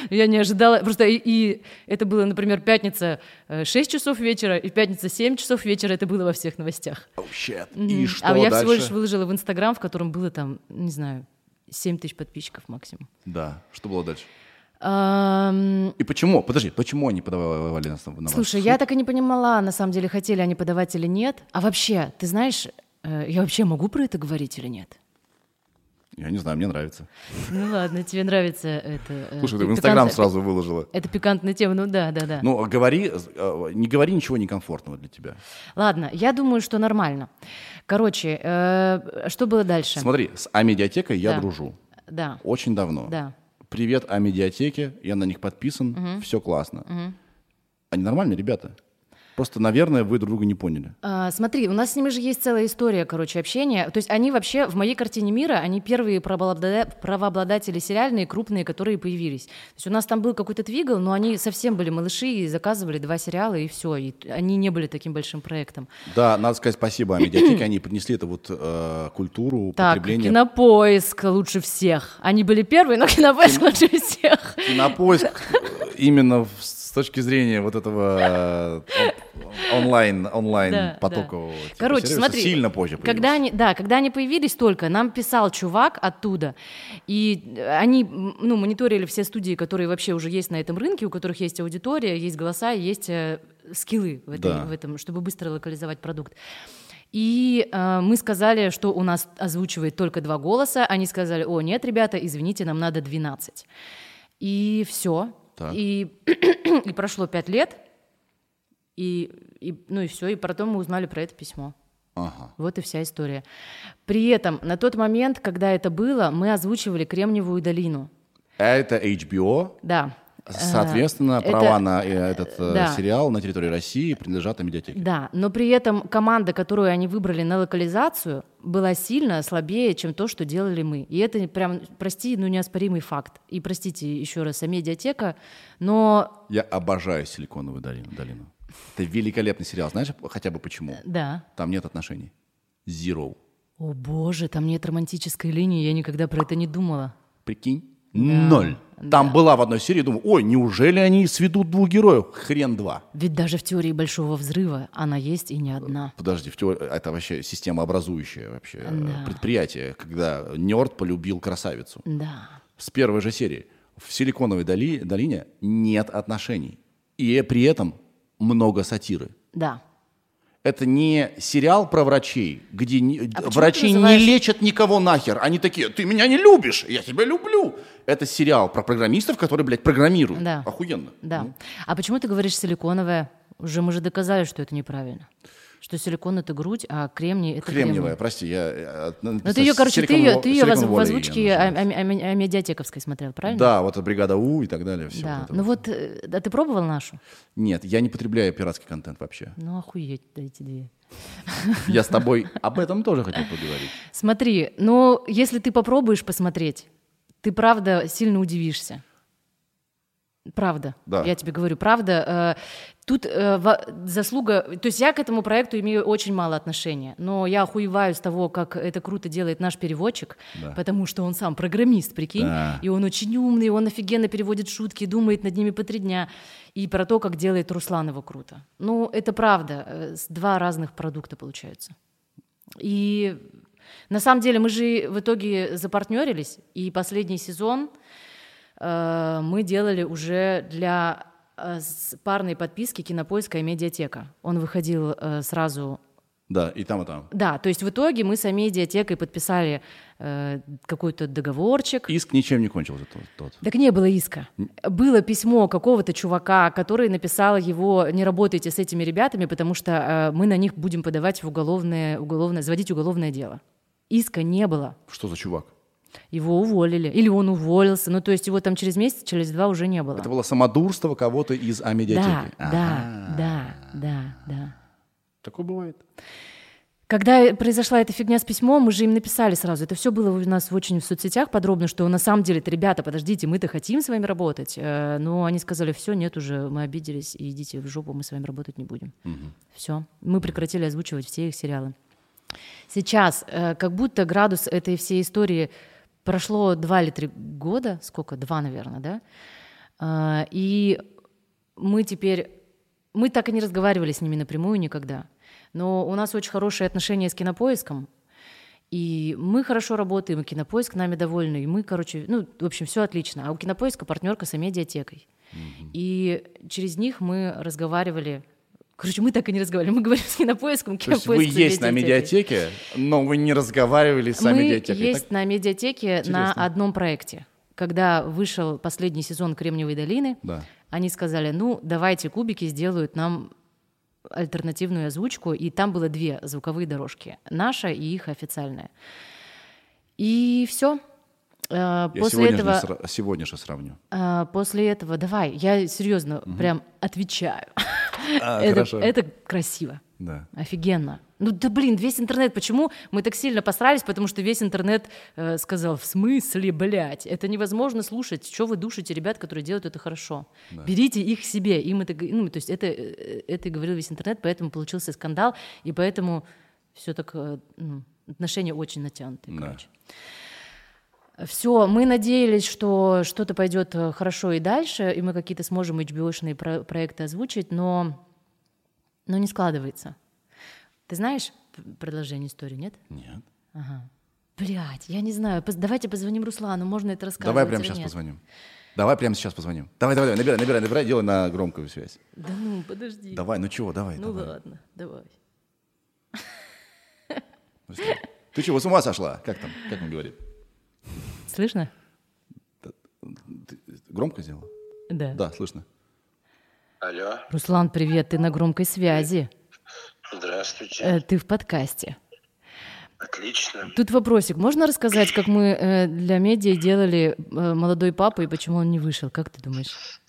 Я не ожидала, просто и, и это было, например, пятница э, 6 часов вечера, и пятница 7 часов вечера, это было во всех новостях. Oh, shit. Мгм. И что а я дальше? всего лишь выложила в Инстаграм, в котором было там, не знаю, 7 тысяч подписчиков максимум. Да, что было дальше? Ам, И почему? Подожди, почему они подавали нас на на вас? Слушай, я так и не понимала, на самом деле, хотели они подавать или нет. А вообще, ты знаешь, э, я вообще могу про это говорить или нет? Я не знаю, мне нравится. Ну ладно, тебе нравится это. э, Слушай, ты в пикант- Инстаграм сразу выложила. Это пикантная тема, ну да, да, да. Ну, говори, э, не говори ничего некомфортного для тебя. Ладно, я думаю, что нормально. Короче, э, что было дальше? Смотри, с Амедиатекой я Да. дружу. Да, Очень давно. да. Привет Амедиатеке, я на них подписан, все классно. Они нормальные ребята. Просто, наверное, вы друг друга не поняли. А, Смотри, у нас с ними же есть целая история, короче, общения. То есть они вообще, в моей картине мира, они первые правообладе- правообладатели сериальные, крупные, которые появились. То есть у нас там был какой-то двигал, но они совсем были малыши и заказывали два сериала, и все. И т- они не были таким большим проектом. Да, надо сказать спасибо Амедиатеке, они принесли эту вот э, культуру Так, потребления. кинопоиск лучше всех. Они были первые, но кинопоиск лучше всех. Кинопоиск э, именно в- с точки зрения вот этого э, он- онлайн, онлайн Да, да. потокового. типа Короче, сервиса смотри, Сильно позже появился. когда они, да, когда они появились только, нам писал чувак оттуда, и э, они, м, ну, мониторили все студии, которые вообще уже есть на этом рынке, у которых есть аудитория, есть голоса, и есть э, скиллы в, этой- Да. в этом, чтобы быстро локализовать продукт. И э, мы сказали, что у нас озвучивает только два голоса. Они сказали, о, нет, ребята, извините, нам надо 12. И все. Так. И, и прошло пять лет, и, и, ну и все. И потом мы узнали про это письмо. Ага. Вот и вся история. При этом на тот момент, когда это было, мы озвучивали Кремниевую долину. А Это HBO, Да. соответственно, Э, это- права на э, этот э, да. сериал на территории России принадлежат медиатеке. Да, но при этом команда, которую они выбрали на локализацию, была сильно слабее, чем то, что делали мы. И это прям, прости, но неоспоримый факт. И простите еще раз, а медиатека, но Я обожаю «Силиконовую долину». долину. Это великолепный сериал. Знаешь хотя бы почему? да. Там нет отношений. Zero. О боже, там нет романтической линии, я никогда про это не думала. Прикинь? Ноль. Там была в одной серии, думаю, ой, неужели они сведут двух героев? Хрен два. Ведь даже в теории большого взрыва она есть и не одна. Подожди, в теор- это вообще система образующая вообще э, Да. предприятие, когда нерд полюбил красавицу. Да. С первой же серии в Силиконовой доли- долине нет отношений. И при этом много сатиры. Да. Это не сериал про врачей, где ни- д- А почему ты врачи называешь- не лечат никого нахер. Они такие, ты меня не любишь, я тебя люблю. Это сериал про программистов, которые, блядь, программируют. Да. Охуенно. Да. А почему ты говоришь силиконовая? Уже мы же доказали, что это неправильно. Что силикон это грудь, а кремний это Кремниевая, кремний. прости, я... э, Ну ты ее, короче, ты ее, ты ее воз- в озвучке а- а- а- а- медиатековской смотрел, правильно? Да, вот «Бригада У» и так далее. Все Да. ну вот, э, а ты пробовал нашу? Нет, я не потребляю пиратский контент вообще. Ну охуеть, да, эти две. Я с тобой об этом тоже хотел поговорить. Смотри, ну если ты попробуешь посмотреть, ты правда сильно удивишься. Правда. Да. Я тебе говорю, правда. Э, Тут э, во- заслуга... То есть я к этому проекту имею очень мало отношения, но я охуеваю с того, как это круто делает наш переводчик, потому что он сам программист, прикинь, Да. и он очень умный, он офигенно переводит шутки, думает над ними по три дня, и про то, как делает Руслан его круто. Ну, это правда. э, с- Два разных продукта получаются. И на самом деле мы же в итоге запартнерились, и последний сезон э, мы делали уже для э, с- парной подписки Кинопоиска и Медиатека. Он выходил э, сразу. Да, и там, и там. Да, то есть в итоге мы с Медиатекой подписали э, какой-то договорчик. Иск ничем не кончился тот. тот. Так не было иска. Было письмо какого-то чувака, который написал его «Не работайте с этими ребятами, потому что э, мы на них будем подавать в уголовное, уголовное, заводить уголовное дело». Иска не было. Что за чувак? Его уволили. Или он уволился. Ну, то есть его там через месяц, через два уже не было. Это было самодурство кого-то из да, амедиатеки. да, да, да, да. Такое бывает. Когда произошла эта фигня с письмом, мы же им написали сразу. Это все было у нас в очень в соцсетях подробно, что на самом деле, это, ребята, подождите, мы-то хотим с вами работать. Э, Но они сказали, все, нет уже, мы обиделись, и идите в жопу, мы с вами работать не будем. Все. Мы прекратили озвучивать все их сериалы. Сейчас э, как будто градус этой всей истории прошло два или три года, сколько? Два, наверное, да? А, И мы теперь... Мы так и не разговаривали с ними напрямую никогда. Но у нас очень хорошие отношения с кинопоиском. И мы хорошо работаем, и кинопоиск нами довольны. И мы, короче, ну, в общем, все отлично. А у кинопоиска партнерка с медиатекой. И через них мы разговаривали. Короче, мы так и не разговаривали. Мы говорим с кинопоиском, То есть кинопоиск вы с есть на «Медиатекой». медиатеке, но вы не разговаривали с Мы медиатекой. есть на медиатеке на Интересно. одном проекте. Когда вышел последний сезон «Кремниевой долины», Да. они сказали, ну, давайте кубики сделают нам альтернативную озвучку, и там было две звуковые дорожки, наша и их официальная. И все. Я После сегодня, этого, же, сра- сегодня же сравню. а, после этого, давай, я серьезно прям отвечаю. А, это, хорошо. это красиво. Да. Офигенно. Ну да блин, весь интернет, почему мы так сильно посрались? Потому что весь интернет э, сказал, в смысле, блядь, это невозможно слушать, что вы душите ребят, которые делают это хорошо. Берите их себе, им это, г- ну, то есть это, э, это и говорил весь интернет, поэтому получился скандал, и поэтому все так, э, ну, отношения очень натянутые, Да. короче. Все, мы надеялись, что что-то пойдет э, хорошо и дальше, и мы какие-то сможем HBO-шные про- проекты озвучить, но, но не складывается. Ты знаешь п- продолжение истории, нет? Нет. Ага. Блять, я не знаю. Поз- давайте позвоним Руслану, можно это рассказывать Давай прямо или сейчас нет? позвоним. Давай прямо сейчас позвоним. Давай, давай, давай, набирай, набирай, набирай, делай на громкую связь. Да ну, подожди. Давай, ну чего, давай, ну давай. ладно, давай. Быстрее. Ну Ты чего, с ума сошла? Как там? Как он говорит? Слышно? Ты громко сделала? Да. Да, слышно. Алло, Руслан, привет, ты на громкой связи. здравствуйте. Э, ты в подкасте. Отлично. Тут вопросик. Можно рассказать, как мы э, для медиа делали э, «Молодой папа» и почему он не вышел? Как ты думаешь?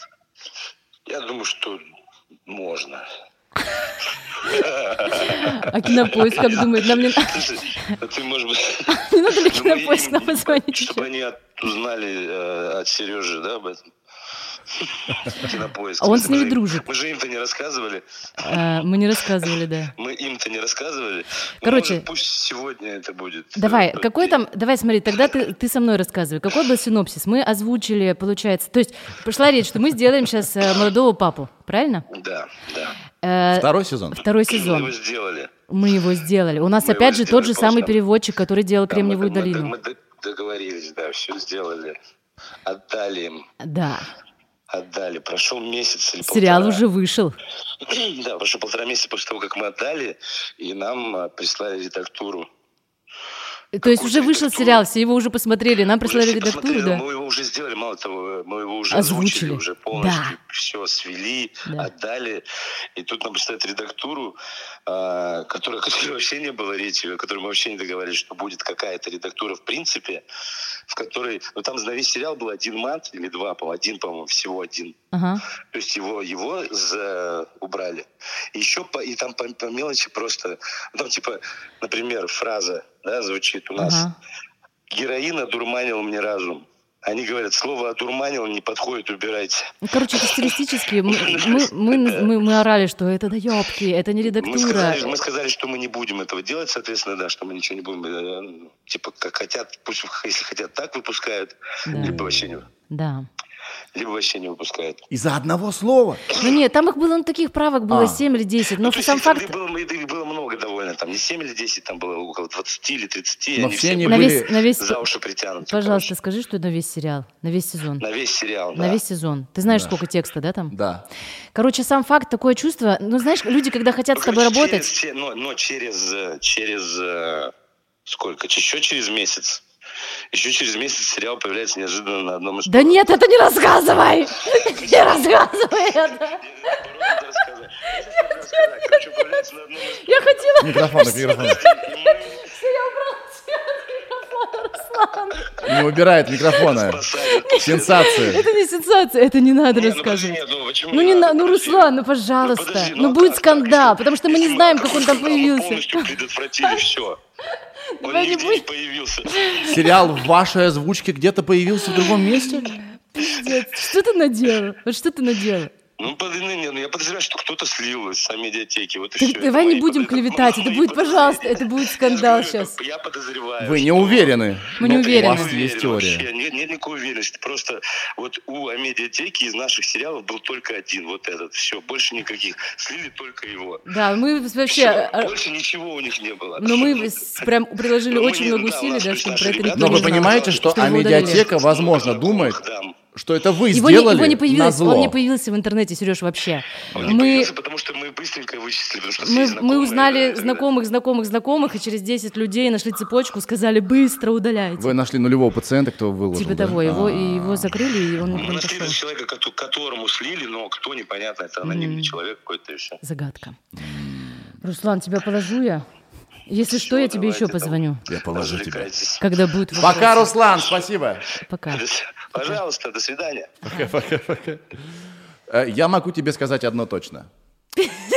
Я думаю, что можно. А кинопоиск как думает? Нам не, на- Слушай, а ты, может быть... не надо ли чтобы кинопоиск им- нам позвонить? Чтобы они от- узнали э, от Сережи, да, об этом? Кинопоиск. А он с Мы ними же им- дружит. Мы же им-то не рассказывали. А, Мы не рассказывали, да. Мы им-то не рассказывали. Ну, Короче. может, пусть сегодня это будет. Давай, Э, какой там, давай смотри, тогда ты, ты со мной рассказывай, какой был синопсис, мы озвучили, получается, то есть пошла речь, что мы сделаем сейчас молодого папу, правильно? Да, да. Э, Второй сезон? Второй Мы его сезон, сделали. мы его сделали, у нас Мы его опять же тот же сделали, потому самый что- переводчик, который делал Да, мы- Кремниевую мы- долину. Мы д- договорились, да, все сделали. Отдали им. Да, Отдали. Прошел месяц или сериал полтора. уже вышел. Да, прошло полтора месяца после того, как мы отдали, и нам а, прислали редактуру. То есть уже Какую-то вышел редактуру. сериал, все его уже посмотрели, нам Уже прислали все редактуру, посмотрели, да? Мы его уже сделали, мало того, мы его уже Озвучили. озвучили, уже полностью, все свели, Да. отдали. И тут нам присылают редактуру, а, которая, которой вообще не было речи, о которой мы вообще не договорились, что будет какая-то редактура в принципе, в которой... Ну там за весь сериал был один мат или два, по один, по-моему, всего один. Ага. То есть его, его за... убрали. И еще по, и там по, по мелочи просто... ну, Там типа, например, фраза да, звучит у нас. Ага. Героин одурманил мне разум. Они говорят, слово «одурманил» не подходит, убирайте. Ну, Короче, это стилистически. Мы, мы, мы, мы, мы орали, что это да ёбки, это не Мы редактура. сказали, Ну, мы сказали, что мы не будем этого делать, соответственно, да, что мы ничего не будем. э, ну, Типа, как хотят, пусть, если хотят, так выпускают, Да. либо, вообще не, да. либо вообще не выпускают. Из-за одного слова. Ну нет, там их было, ну таких правок было А. 7 или 10. Ну, Но то есть сам их факт, было, их было много довольно, там не 7 или 10, там было около 20 или 30, Но они все все они были на весь, были на весь... за уши притянуты. Пожалуйста, скажи, что на весь сериал, на весь сезон. короче. На весь сериал, На да. весь сезон. Ты знаешь, Да. сколько текста, да, там? Да. Короче, сам факт, такое чувство. Ну, знаешь, люди, когда хотят Ну, с тобой короче, работать, через- че- но, но через, э, через э, сколько? Ч- Еще через месяц. Еще через месяц сериал появляется неожиданно на одном из... да нет, это не рассказывай! Не рассказывай это! Я хотела... Микрофон, микрофон. Руслан, Не убирает микрофона. Сенсация. Это не сенсация, это не надо рассказывать. Ну не на, ну Руслан, ну пожалуйста, а ну, будет скандал, потому что мы не знаем, как он там появился. полностью предотвратили все. Он Давай не нигде не будем. появился. Сериал в вашей озвучке где-то появился в другом месте? Пиздец, Что ты наделал? Вот что ты наделала? Ну, под- ну, не, ну, я подозреваю, что кто-то слил из самой медиатеки. Вот и Так всё. Это давай не мои будем подозр- клеветать, мои это будет, подозрения. пожалуйста, это будет Я же скандал говорю, сейчас. Я подозреваю. Вы не что- уверены? Э, Мы не Ну, Я уверены. У вас уверен есть теория. вообще. Нет, нет никакой уверенности. Просто вот у Амедиатеки из наших сериалов был только один, вот этот. Все, больше никаких. Слили только его. Да, мы вообще... Всё, а, больше ничего у них не было. Но мы с- прям приложили Ну, мы очень не- много да, у усилий, нас да, есть чтобы наши про это ребята, никто Но не вы знал, понимаете, что его удалили. Амедиатека, возможно, думает, Да. что это вы Его не, сделали его не появилось, назло. он не появился в интернете, Сереж, вообще. Он не Мы, появился, потому что мы быстренько вычислили, потому что все мы, мы знакомые, узнали да, знакомых, знакомых, знакомых, и через 10 людей нашли цепочку, сказали быстро удаляйте. Вы нашли нулевого пациента, кто выложил. Типа да? того, его, и А. его закрыли, и он Мы не нашли пошел. этого человека, кото- которому слили, но кто непонятно, это анонимный человек какой-то и все. Загадка. Руслан, тебя положу я? Если что, я тебе еще позвоню, Я положу тебя. когда будет вопрос. Пока, Руслан, спасибо. Пока. Пожалуйста, до свидания. Э, Я могу тебе сказать одно точно.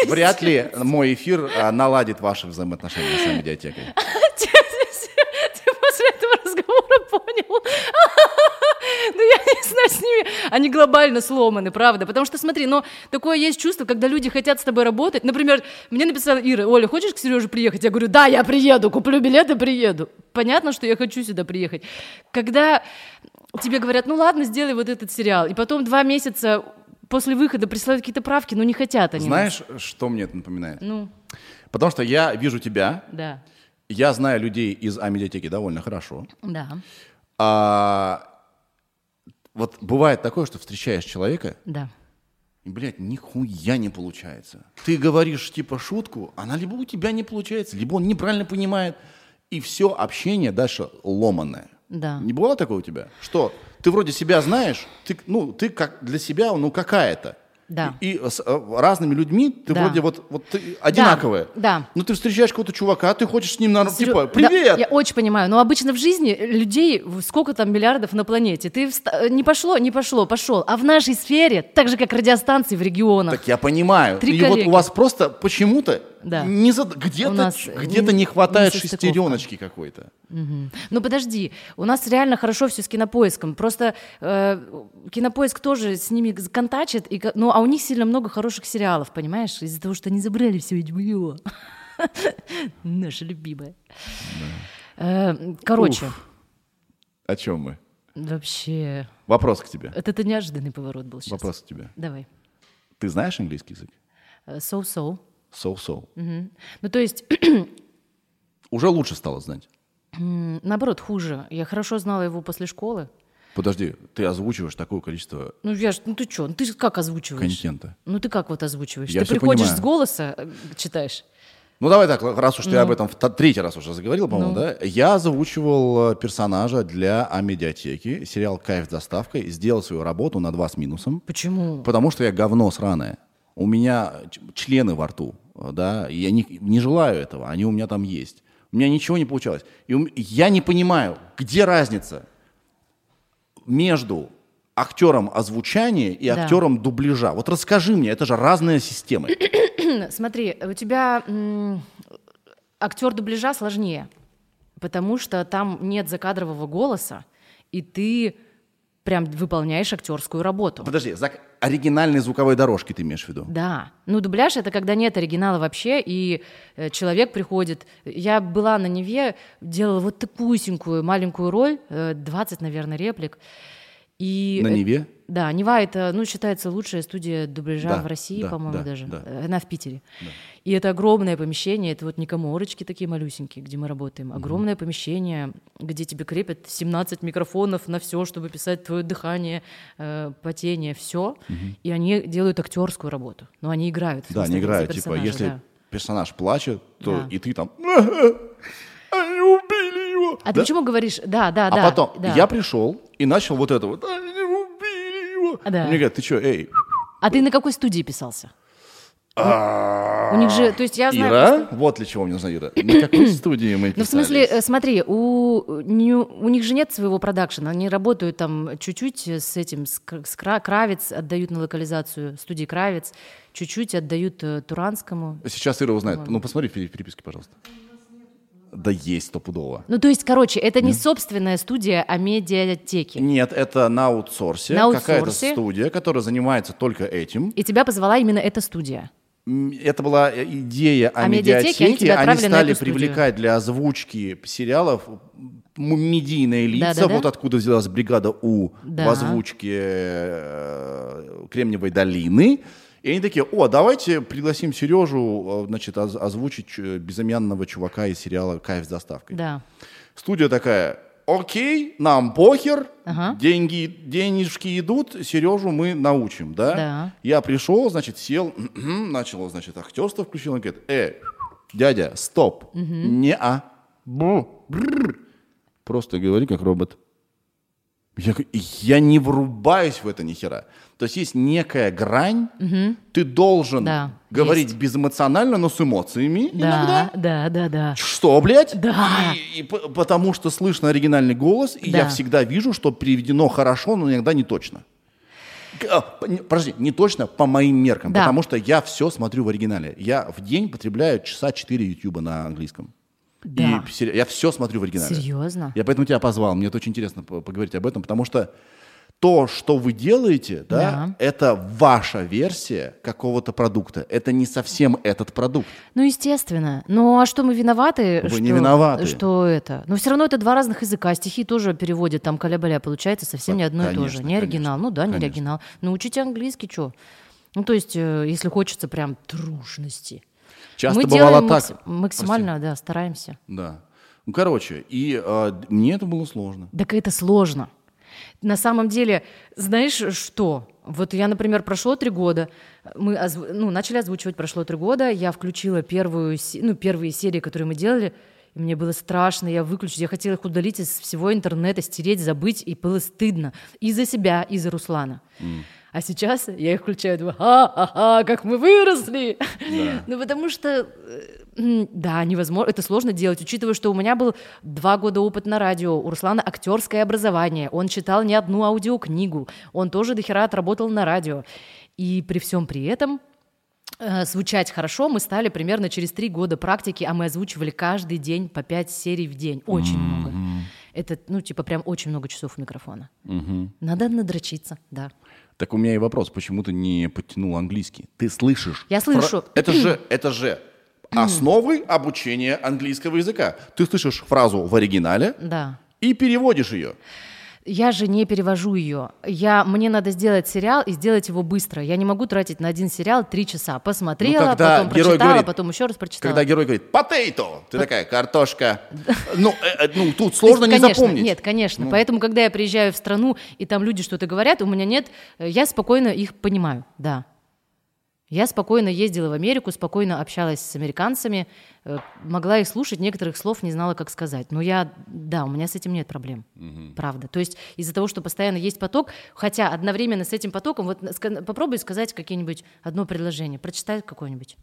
Вряд ли мой эфир э, наладит ваши взаимоотношения с медиатекой. Ты после этого разговора понял. Ну, я не знаю, с ними они глобально сломаны, правда. Потому что, смотри, но такое есть чувство, когда люди хотят с тобой работать. Например, мне написала Ира, Оля, хочешь к Сереже приехать? Я говорю, да, я приеду, куплю билеты, приеду. Понятно, что я хочу сюда приехать. Когда тебе говорят, ну ладно, сделай вот этот сериал. И потом два месяца после выхода присылают какие-то правки, но не хотят они. Знаешь, что мне это напоминает? Ну, Потому что я вижу тебя, да, я знаю людей из Амедиатеки довольно хорошо. да, А, вот бывает такое, что встречаешь человека, да. и, блядь, нихуя не получается. Ты говоришь, типа, шутку, она либо у тебя не получается, либо он неправильно понимает, и все общение дальше ломаное. Да. Не бывало такого у тебя? Что ты вроде себя знаешь, ты, ну, ты как для себя, ну, какая-то. Да. И, и с э, разными людьми ты Да. вроде вот, вот ты одинаковая. да. Но ты встречаешь какого-то чувака, ты хочешь с ним, на- Серё- типа, Да, привет! я очень понимаю, но обычно в жизни людей в- сколько там миллиардов на планете. Ты вста- э, не пошло, не пошло, пошел. А в нашей сфере, так же как радиостанции в регионах. Так я понимаю. Три и вот коллеги. у вас просто почему-то Да. не зад- где-то, У нас ч- не- где-то не не хватает состыковка. шестереночки какой-то. Мгм. Ну подожди, у нас реально хорошо все с кинопоиском. Просто э, кинопоиск тоже с ними з- контачит, и, ко- ну а у них сильно много хороших сериалов, понимаешь? Из-за того, что они забрали все HBO. Наша любимая. Э, Короче, О чем мы? вообще, Вопрос к тебе. это это неожиданный поворот был сейчас. Вопрос к тебе. Давай. Ты знаешь английский язык? Э, So-so. So-so. Мгм. Ну то есть Уже лучше стало знать. М, Наоборот, хуже. Я хорошо знала его после школы. Подожди, ты озвучиваешь такое количество Ну, я ж, ну ты что, ну ты ж как озвучиваешь? контента. Ну ты как вот озвучиваешь? Я ты всё приходишь понимаю. с голоса, э, читаешь. Ну давай так, раз уж ты об этом в та- третий раз уже заговорил, по-моему, Ну. да? Я озвучивал э, персонажа для Амедиатеки, сериал «Кайф с доставкой», сделал свою работу на два с минусом, Почему? потому что я говно сраное. У меня ч- члены во рту, э, да, и я не, не желаю этого, они у меня там есть. У меня ничего не получалось. И у м- я не понимаю, где разница между актером озвучания и Да. актером дубляжа. Вот расскажи мне, это же разные системы. Смотри, у тебя м, актер дубляжа сложнее, потому что там нет закадрового голоса, и ты прям выполняешь актерскую работу. Подожди, зак- оригинальной звуковой дорожки ты имеешь в виду? Да. Ну, дубляж это когда нет оригинала вообще, и э, человек приходит. Я была на Неве, делала вот такую маленькую роль, э, 20, наверное, реплик. И На э, Неве? Да, Нева это, ну, считается лучшая студия дубляжа Да, в России, да, по-моему, да, даже. да. Э, Она в Питере. И это огромное помещение, это вот не коморочки такие малюсенькие, где мы работаем. Огромное помещение, где тебе крепят 17 микрофонов на все, чтобы писать твое дыхание, э, потение, все. И они делают актерскую работу. Но они играют. в Да, смысле, они за играют, типа, персонажа, если да. персонаж плачет, то Да. и ты там... Они убили его! А ты Да? почему говоришь? Да, да, А да. потом да. я пришел и начал вот это вот. Они убили его! А Да. Мне говорят, ты что, эй, А ты на какой студии писался? а, У них же, то есть я знаю, Ира? Вот для чего мне нужна Ира. На какой студии мы Ну, в смысле, писались? э, смотри, у, не- у них же нет своего продакшена, они работают там чуть-чуть с этим, с, Кра- с Кра- Кравец отдают на локализацию студии Кравец, чуть-чуть отдают э, Туранскому. Сейчас Ира узнает. Ну, посмотри в пере- переписке, пожалуйста. Да есть стопудово. Ну, то есть, короче, это не собственная студия, а медиатеки. Нет, это на аутсорсе. На Какая-то аутсорсе. студия, которая занимается только этим. И тебя позвала именно эта студия. М, Это была э, идея о, О медиатеке. медиатеке, А они Они, тебя отправили на стали эту студию. привлекать для озвучки сериалов м, медийные лица. Да-да-да. Вот откуда взялась бригада У в Да. озвучке э, Кремниевой долины. И они такие, о, давайте пригласим Сережу, э, значит, оз- озвучить э, безымянного чувака из сериала «Кайф с доставкой». Да. Студия такая, окей, нам похер, Ага. деньги, денежки идут, Сережу мы научим, да? Да. Я пришел, значит, сел, начал, значит, актерство включил, он говорит, э, дядя, стоп, не-а, Бру. Бррр. просто говори как робот. Я, г- я не врубаюсь в это ни хера. То есть есть некая грань, ты должен Да, говорить безэмоционально, но с эмоциями иногда. Да, да, да, да. Что, блядь? Да. И, и п- потому что слышно оригинальный голос, и Да. я всегда вижу, что приведено хорошо, но иногда не точно. К- а, п- не- Подожди, не точно по моим меркам, Да. потому что я все смотрю в оригинале. Я в день потребляю часа 4 ютуба на английском. Да. И сери- я все смотрю в оригинале. Серьезно? Я поэтому тебя позвал. Мне это очень интересно по- поговорить об этом, потому что то, что вы делаете, да, это ваша версия какого-то продукта. Это не совсем этот продукт. Ну, естественно. Ну, а что мы виноваты? Вы что, не виноваты. Что это? Но все равно это два разных языка. Стихи тоже переводят, там каля получается совсем Да, не одно и то конечно, же. Не оригинал. конечно, ну да, не конечно. оригинал. Научите английский, что? Ну, то есть, э, если хочется прям трушности. Часто мы бывало делаем так. макс- максимально, да, стараемся. Да. Ну, короче, и э, д- мне это было сложно. Так это сложно. На самом деле, знаешь что? Вот я, например, прошло три года, мы озв- ну, начали озвучивать прошло три года, я включила первую, се- ну, первые серии, которые мы делали, и мне было страшно, я выключила, я хотела их удалить из всего интернета, стереть, забыть, и было стыдно и за себя, и за Руслана. А сейчас я их включаю, думаю, ха-ха-ха, как мы выросли. Ну, потому что, э, м, да, невозможно, это сложно делать, учитывая, что у меня был два года опыт на радио, у Руслана актерское образование, он читал не одну аудиокнигу, он тоже дохера отработал на радио. И при всем при этом э, звучать хорошо мы стали примерно через три года практики, а мы озвучивали каждый день по пять серий в день. Очень много. Это, ну, типа, прям очень много часов у микрофона. Надо надрочиться, да. Так у меня и вопрос, почему ты не подтянул английский? Ты слышишь? Я слышу. Это же, это же основы обучения английского языка. Ты слышишь фразу в оригинале Да. и переводишь ее. Я же не перевожу ее. Я, мне надо сделать сериал и сделать его быстро. Я не могу тратить на один сериал три часа. Посмотрела, Ну, когда потом герой прочитала, говорит, потом еще раз прочитала. Когда герой говорит «potato», ты такая «картошка». Ну, э, э, ну, тут сложно не Конечно, запомнить. Ну. Нет, конечно. Поэтому, когда я приезжаю в страну, и там люди что-то говорят, у меня нет... э, Я спокойно их понимаю, да. Я спокойно ездила в Америку, спокойно общалась с американцами, э, могла их слушать, некоторых слов не знала, как сказать. Но я, да, у меня с этим нет проблем, правда. То есть из-за того, что постоянно есть поток, хотя одновременно с этим потоком, вот ска- попробуй сказать какие-нибудь одно предложение, прочитай какое-нибудь.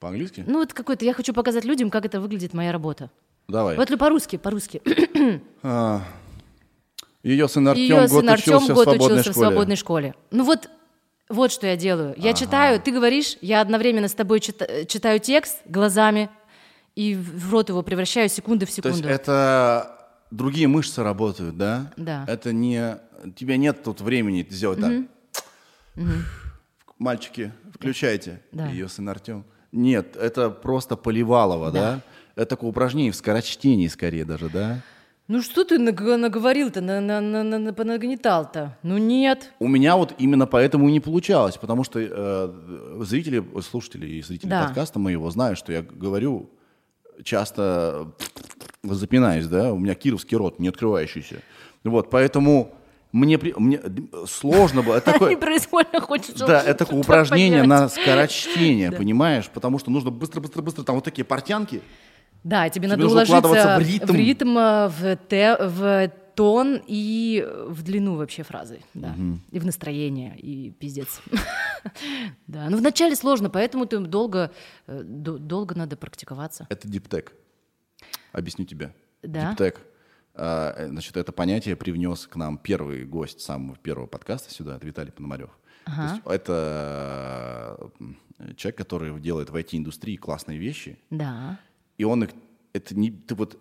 По-английски? Ну вот какое-то, я хочу показать людям, как это выглядит моя работа. Давай. Вот лю- по-русски, по-русски. Ее сын Артем Ее год сын Артем учился, год в, свободной учился в школе. свободной школе. Ну вот, вот что я делаю. Я читаю, ты говоришь, я одновременно с тобой чит- э, читаю текст глазами и в в рот его превращаю секунды в То есть секунду. это другие мышцы работают, да? Да. Это не... У тебя нет тут времени сделать так. Мальчики, включайте. Да. Ее сын Артем. Нет, это просто Поливалова, да? Это такое упражнение в скорочтении скорее даже, да? Ну что ты наг- наговорил-то, на- на- на- на- на- понагнетал-то? Ну нет. У меня вот именно поэтому и не получалось, потому что э, зрители, слушатели и зрители Да. подкаста моего знают, что я говорю часто э, запинаюсь, да, у меня кировский рот не открывающийся. Вот, поэтому мне, при- мне э, сложно было. Это Они такое, произвольно хочешь да, это такое упражнение на скорочтение, Да. понимаешь? Потому что нужно быстро-быстро-быстро, там вот такие портянки. Да, и тебе, надо нужно уложиться укладываться в ритм. э, в, те- в тон и в длину вообще фразы. Да. И в настроение, и пиздец. да, ну вначале сложно, поэтому ты долго, э, до- долго надо практиковаться. Это диптек. Объясню тебе. Да. Диптек. А, э, Значит, это понятие привнес к нам первый гость самого первого подкаста сюда, это Виталий Пономарев. То есть это э, человек, который делает в IT-индустрии классные вещи, Да. и он их, это не, ты вот,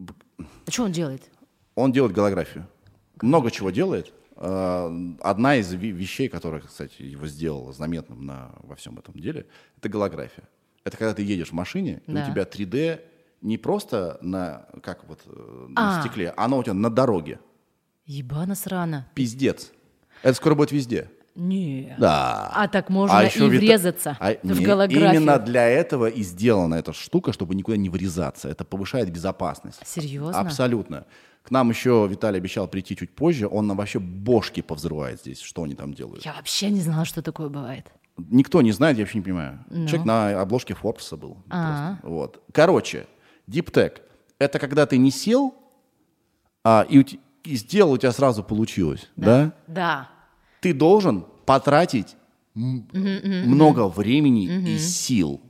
А что он делает? он делает голографию. Много чего делает. А, Одна из ви- вещей, которая, кстати, его сделала заметным на, во всем этом деле, это голография. Это когда ты едешь в машине, и Да. у тебя 3D не просто на, как вот, э, на А. стекле, оно у тебя на дороге. Ебана срана. Пиздец. Это скоро будет везде. Не. Да. А так можно ещё и Вита- врезаться А, в не, голографию. Именно для этого и сделана эта штука, чтобы никуда не врезаться. Это повышает безопасность. Серьезно? Абсолютно. К нам еще Виталий обещал прийти чуть позже. Он нам вообще бошки повзрывает здесь, что они там делают. Я вообще не знала, что такое бывает. Никто не знает, я вообще не понимаю. Человек на обложке Форбса был. Ну. А. просто. Вот. Короче, диптек — это когда ты не сел, а, и, у те- и сделал, у тебя сразу получилось. да? Да. ты должен потратить м- много времени и сил.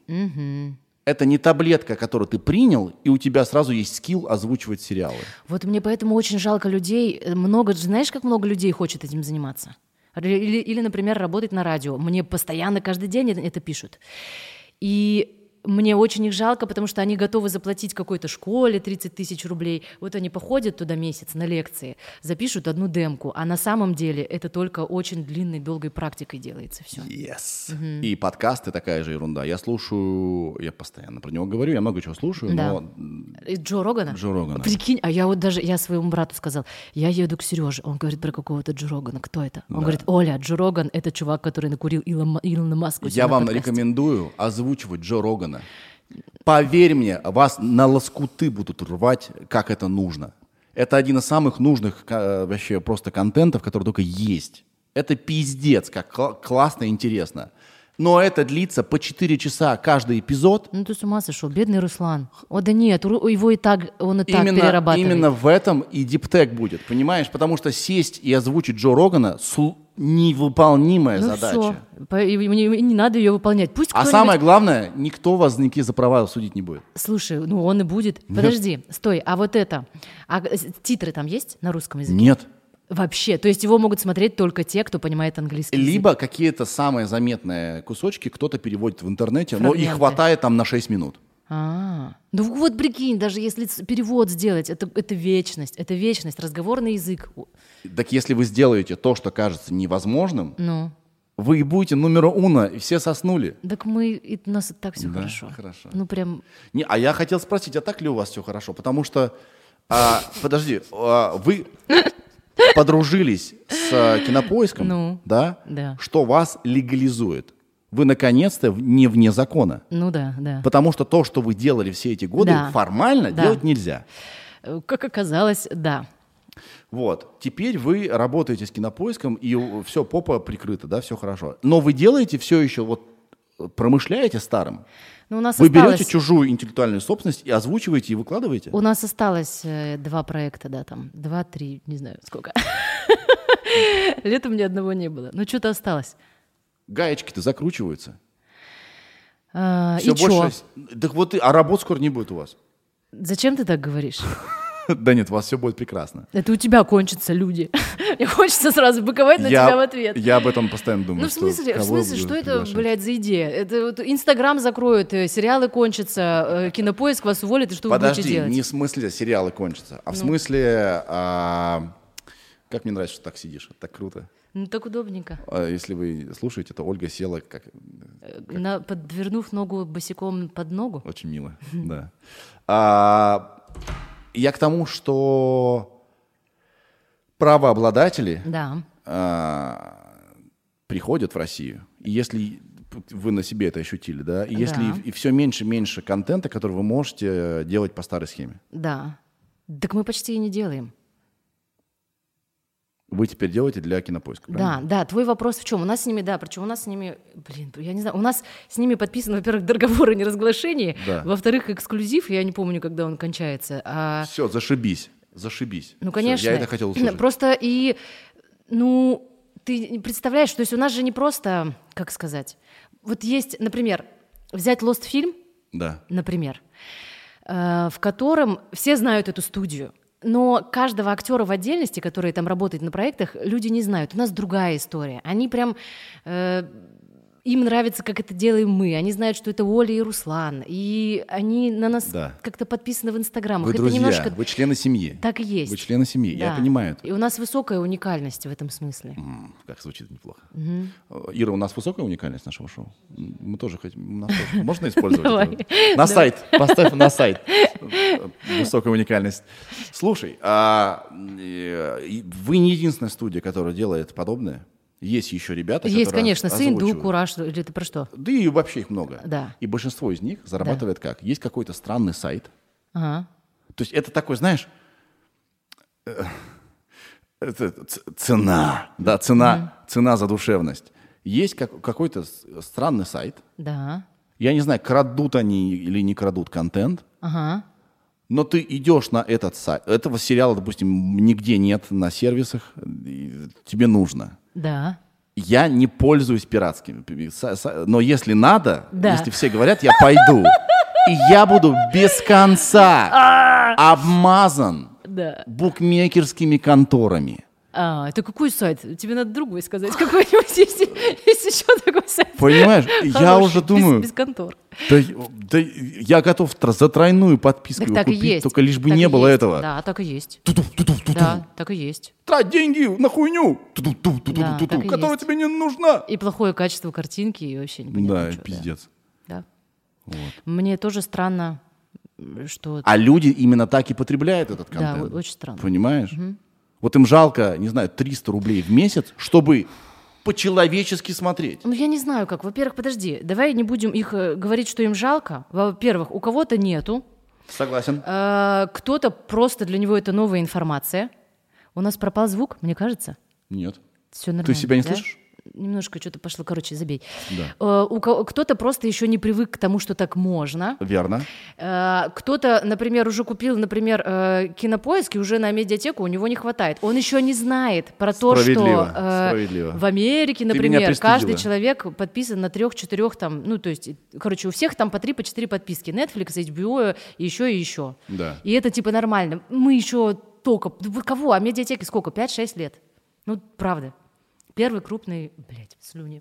Это не таблетка, которую ты принял, и у тебя сразу есть скилл озвучивать сериалы. Вот мне поэтому очень жалко людей. Э, Много, знаешь, как много людей хочет этим заниматься? Ре- Или, или, например, работать на радио. Мне постоянно каждый день это, это пишут. И мне очень их жалко, потому что они готовы заплатить какой-то школе 30 тысяч рублей. Вот они походят туда месяц на лекции, запишут одну демку, а на самом деле это только очень длинной, долгой практикой делается все. Yes. И подкасты такая же ерунда. Я слушаю, я постоянно про него говорю, я много чего слушаю, Да. Э, но И Джо Рогана? Джо Рогана. Прикинь, а я вот даже, я своему брату сказал, я еду к Сереже. Он говорит про какого-то Джо Рогана. Кто это? Он говорит, Оля, Джо Роган — это чувак, который накурил Илон- Илона Маска. у себя я на вам подкасте». рекомендую озвучивать Джо Рогана. Поверь мне, вас на лоскуты будут рвать, как это нужно. Это один из самых нужных э, вообще просто контентов, который только есть. Это пиздец, как кла- классно и интересно. Но это длится по 4 часа каждый эпизод. Ну ты с ума сошел, бедный Руслан. О, да нет, Ру- его и так, он и так Именно, перерабатывает. именно в этом и диптек будет, понимаешь? Потому что сесть и озвучить Джо Рогана сл- невыполнимая ну задача. всё. По- и мне- и не надо ее выполнять. Пусть А кто-нибудь- самое главное, никто вас за за права судить не будет. Слушай, ну он и будет. Подожди, стой, а вот это, а э, с- титры там есть на русском языке? Нет. Вообще, то есть его могут смотреть только те, кто понимает английский. язык. Либо какие-то самые заметные кусочки кто-то переводит в интернете, но их Фрагменты. хватает там на 6 минут. А, ну вот прикинь, даже если с- перевод сделать, это, это вечность, это вечность, разговорный язык. О, Так если вы сделаете то, что кажется невозможным, Ну, вы и будете номер уно, и все соснули. так мы, и у нас и так все Да, хорошо. хорошо. Ну прям, Не, а я хотел спросить, а так ли у вас все хорошо? Потому что, а, подожди, а, вы подружились с а, кинопоиском, Ну, да? да. Что вас легализует? Вы наконец-то в- не вне закона. ну да, да. Потому что то, что вы делали все эти годы, Да. формально Да. делать нельзя. Э, Как оказалось, да. Вот. Теперь вы работаете с кинопоиском, и все, попа прикрыта, да, все хорошо. Но вы делаете все еще, вот э, промышляете старым. Ну, у нас Вы осталось, берете чужую интеллектуальную собственность и озвучиваете, и выкладываете? у нас осталось э, два проекта, да, там, два-три, не знаю сколько. Хм. Летом ни одного не было, но что-то осталось. Гаечки-то закручиваются. А, Всё и чё? с- Так вот, и- а работ скоро не будет у вас. Зачем ты так говоришь? Да нет, у вас все будет прекрасно. Это у тебя кончатся люди. Мне хочется сразу быковать на тебя в ответ. Я об этом постоянно думаю. Ну, в что смысле, в кого смысле, буду что это, приглашать. блядь, за идея? Это вот Инстаграм закроют, э, сериалы кончатся, э, кинопоиск вас уволит, и что вы будете Подожди, делать? Ну. не в смысле сериалы кончатся, а в смысле... а, Как мне нравится, что так сидишь, так круто. Ну, так удобненько. А Если вы слушаете, то Ольга села как... Э, На, подвернув ногу босиком под ногу. Очень мило, да. А, Я к тому, что правообладатели Да. а, приходят в Россию. И если вы на себе это ощутили, да, и если Да. и все меньше и меньше контента, который вы можете э, делать по старой схеме. Да. Так мы почти и не делаем. Вы теперь делаете для кинопоиска. Да, да, твой вопрос в чем? У нас с ними, да, причем у нас с ними, блин, я не знаю, у нас с ними подписан, во-первых, договор о неразглашении, Да. во-вторых, эксклюзив, я не помню, когда он кончается. А... Все, зашибись. Зашибись. Ну, Всё, конечно. я это хотел услышать. Просто и, ну, ты не представляешь, то есть у нас же не просто, как сказать, вот есть, например, взять Lost фильм, Да. например, э, в котором все знают эту студию, но каждого актера в отдельности, который там работает на проектах, люди не знают. У нас другая история. Они прям э, им нравится, как это делаем мы. Они знают, что это Оля и Руслан, и они на нас Да. как-то подписаны в Инстаграмах. Вы это друзья, немножко вы члены семьи. так и есть. Вы члены семьи, я Да. понимаю это. И у нас высокая уникальность в этом смысле. М, Как звучит неплохо. Э, Ира, у нас высокая уникальность нашего шоу? М, Мы тоже хотим... у нас тоже- Можно использовать? Давай. это? На сайт. Поставь на сайт. Э, Высокая уникальность. Слушай, а, э, и вы не единственная студия, которая делает подобное. Есть еще ребята, Есть, которые конечно, оз- сын, озвучивают. Ду, Кураж, или ты про что? Да и вообще их много. Да. И большинство из них зарабатывает как? Есть какой-то странный сайт. Ага. То есть это такой, знаешь, э, это ц- цена, да, цена, цена за душевность. Есть как- какой-то с- странный сайт. Да. Я не знаю, крадут они или не крадут контент, Ага. но ты идешь на этот сайт. Этого сериала, допустим, нигде нет на сервисах, и тебе нужно. Да. Я не пользуюсь пиратскими, пи- са- са- но если надо, Да. если все говорят, я пойду. И я буду без конца обмазан Да. букмекерскими конторами. А, это какой сайт? Тебе надо другой сказать. Какой-нибудь есть, есть еще такой сайт. Понимаешь, я Хороший, уже без- думаю, Без, контор. да, да я готов тр- за тройную подписку Так его так и купить, есть. только лишь бы Так не и было есть. этого. Да, так и есть. Ту-ду, ту-ду, ту-ду. Да, так и есть. Трать деньги на хуйню, ту-ду, ту-ду, ту-ду, Да, ту-ду, так и которая есть. тебе не нужна. И плохое качество картинки, и вообще непонятно Да, чё, пиздец. Да. Мне тоже странно, м, что... А люди именно так и потребляют этот да, контент. о- очень странно. Понимаешь? Вот им жалко, не знаю, 300 рублей в месяц, чтобы по-человечески смотреть. Ну, я не знаю как. Во-первых, подожди, давай не будем их э, говорить, что им жалко. Во-первых, у кого-то нету, Согласен. Э, кто-то просто для него это новая информация. У нас пропал звук, мне кажется. Нет. Все нормально. себя не да? слышишь? Немножко что-то пошло, короче, забей. Да. Э, у ко- кто-то просто еще не привык к тому, что так можно. Верно. Э, Кто-то, например, уже купил, например, э, кинопоиск, и уже на медиатеку у него не хватает. Он еще не знает про то, что Справедливо, э, справедливо. в Америке, меня например, пристыдила. каждый человек подписан на трех-четырех там, ну, то есть, короче, у всех там по три, по четыре подписки. Netflix, HBO, еще и еще. Да. И это типа нормально. Мы еще столько... Да вы Кого? А медиатеки сколько? 5-6 лет. Ну, правда. Первый крупный... Блядь, слюни.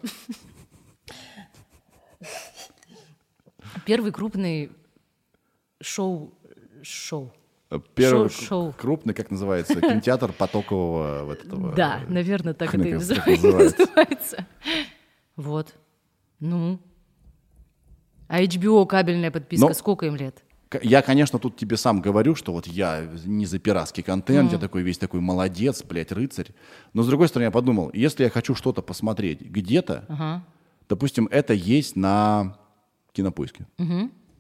Первый крупный шоу... Шоу. Первый Шоу- шоу. крупный, как называется, кинотеатр потокового вот этого. Да, э, наверное, так это и хрена, как называ- и называется. называется. Вот. Ну. А HBO кабельная подписка, Ну. сколько им лет? К- Я, конечно, тут тебе сам говорю, что вот я не за пиратский контент, я такой весь такой молодец, блядь, рыцарь. Но, с другой стороны, я подумал, если я хочу что-то посмотреть где-то, Ага. допустим, это есть на кинопоиске.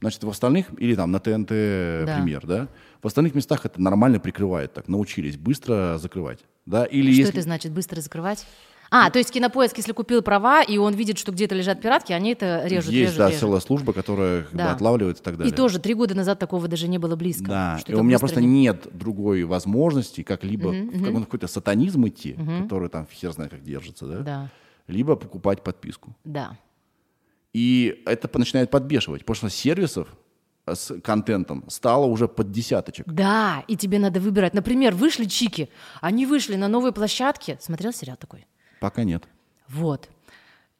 Значит, в остальных, или там на ТНТ, Да. премьер, да? В остальных местах это нормально прикрывает так, научились быстро закрывать, да? Или Что если... это значит, быстро закрывать? А, то есть кинопоиск, если купил права, и он видит, что где-то лежат пиратки, они это режут, есть, режут, да, режут. целая служба, которая как бы, Да. отлавливает и так И далее. тоже три года назад такого даже не было близко. Да, что и так у меня быстро просто не- нет другой возможности как-либо в каком- какой-то сатанизм идти, который там хер знает как держится, да? Да, Либо покупать подписку. да. И это по- начинает подбешивать, потому что сервисов э, с контентом стало уже под десяточек. Да, и тебе надо выбирать. Например, вышли чики, они вышли на новые площадки. Смотрел сериал такой? Пока нет. Вот.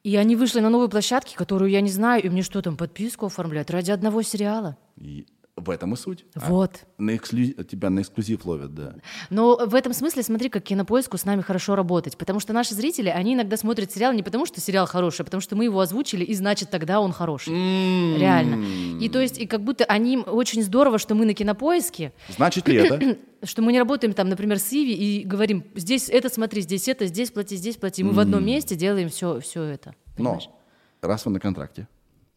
И они вышли на новые площадки, которую я не знаю, и мне что там, подписку оформлять ради одного сериала? И в этом и суть. А Вот. на эксклю- Тебя на эксклюзив ловят, да. Но в этом смысле смотри, как кинопоиску с нами хорошо работать. Потому что наши зрители, они иногда смотрят сериал не потому, что сериал хороший, а потому что мы его озвучили, и значит, тогда он хороший. Реально. И то есть, и как будто они им очень здорово, что мы на кинопоиске, Значит ли это? что мы не работаем там, например, с Иви и говорим, здесь это смотри, здесь это, здесь плати, здесь плати. Мы в одном месте делаем все, все это. Но Понимаешь? раз вы на контракте,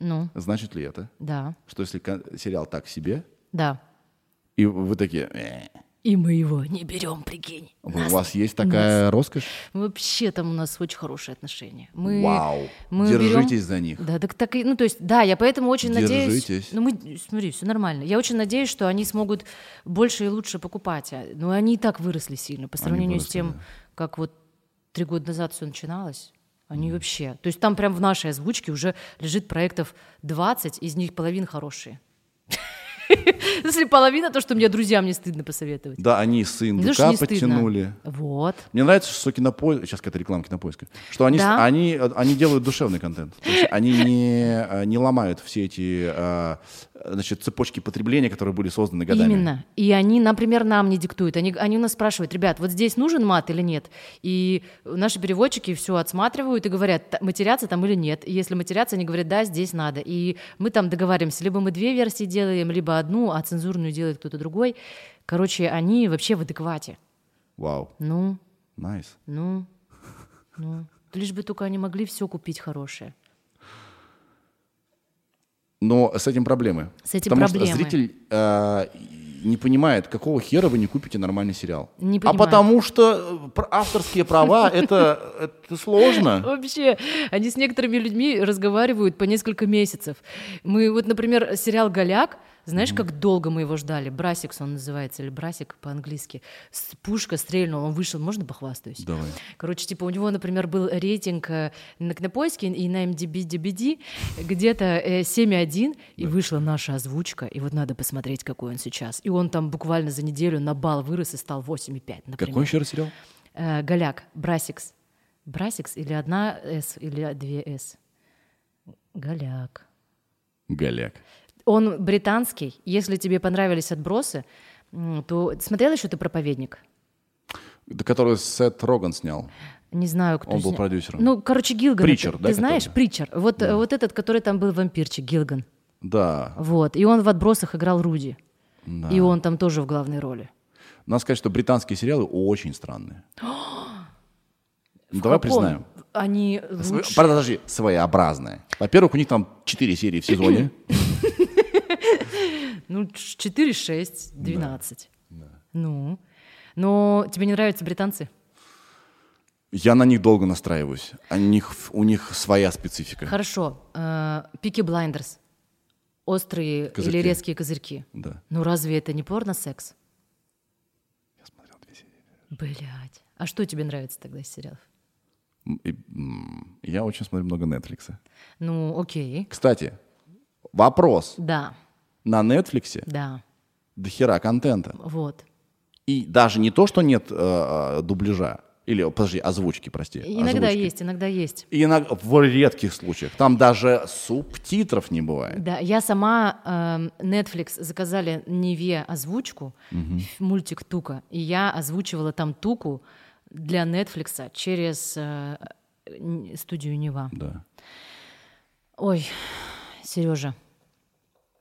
Ну, значит ли это, да, что если кон- сериал так себе, да. и вы такие, «Э, И мы его не берем, прикинь. у Нас- вас есть такая роскошь? Вообще там у нас очень хорошие отношения. Мы, Вау. мы Держитесь берем- за них. Да, так, так и, ну то есть, да, я поэтому очень Держитесь. надеюсь. Ну мы, смотри, все нормально. Я очень надеюсь, что они смогут больше и лучше покупать. А, Ну они и так выросли сильно по сравнению с выросли, тем, да. как вот три года назад все начиналось. Они вообще. То есть там прям в нашей озвучке уже лежит проектов 20, из них половина хорошие. Если половина, то, что мне друзьям не стыдно посоветовать. Да, они с Не то, что индюка не стыдно. подтянули. Вот. Мне нравится, что кинопоиск, сейчас какая-то реклама кинопоиска, что они, с- Да. они, они делают душевный контент. То есть они не, э, не ломают все эти э, значит, цепочки потребления, которые были созданы годами. Именно. И они, например, нам не диктуют. Они, они у нас спрашивают, ребят, вот здесь нужен мат или нет? И наши переводчики все отсматривают и говорят, «Та- матерятся там или нет. И если матерятся, они говорят, да, здесь надо. И мы там договариваемся, либо мы две версии делаем, либо одну, а цензурную делает кто-то другой. Короче, они вообще в адеквате. Вау, Ну, найс. ну, ну. Лишь бы только они могли все купить хорошее. Но с этим проблемы. С этим Потому проблемы. что зритель э, не понимает, какого хера вы не купите нормальный сериал. Не а понимает. потому что э, пр- авторские права, это это сложно. Вообще, они с некоторыми людьми разговаривают по несколько месяцев. Мы вот, например, сериал «Голяк», знаешь, как долго мы его ждали? «Брасикс» он называется, или «Брасик» по-английски. С- Пушка стрельнула, он вышел, можно похвастаюсь? Давай. Короче, типа у него, например, был рейтинг э, на Кинопоиске и на MDB, DBD где-то э, 7,1, и вышла наша озвучка, и вот надо посмотреть, какой он сейчас. И он там буквально за неделю на балл вырос и стал 8,5, например. Какой еще раз сериал? Э, Голяк, Брасикс. Брасикс или одна С, или две С. Голяк. Голяк. Он британский. Если тебе понравились отбросы, м, то смотрел еще ты проповедник? Да, Который Сет Роган снял. Не знаю, кто Он был сня- продюсером. Ну, короче, Гилган. Притчер, ты, да, Ты знаешь, который? Притчер. Вот, э, вот этот, который там был вампирчик, Гилган. Да. Вот. И он в отбросах играл Руди. да. И он там тоже в главной роли. Надо сказать, что британские сериалы очень странные. В Давай каком признаем. Они Сво- лучше. Подожди, своеобразные. Во-первых, у них там 4 серии в сезоне. Ну, 4, 6, 12. Ну. Но тебе не нравятся британцы? Я на них долго настраиваюсь. О них, у них своя специфика. Хорошо. Пики Блайндерс. Острые Козырьки. или резкие козырьки. Да. Ну разве это не порно-секс? Я смотрел две серии. Блять. А что тебе нравится тогда из сериалов? М, и, м, Я очень смотрю много Netflix. Ну, окей. Кстати, вопрос. Да, На Netflix да, до хера контента. вот. И даже не то, что нет э, дубляжа, или, подожди, озвучки, прости. Иногда озвучки. есть, иногда есть. И на- в редких случаях. Там даже субтитров не бывает. Да, я сама эм, Netflix заказали Неве озвучку, ф- мультик Тука, и я озвучивала там Туку для Netflix через э, н- студию Нева. Да. Ой, Сережа,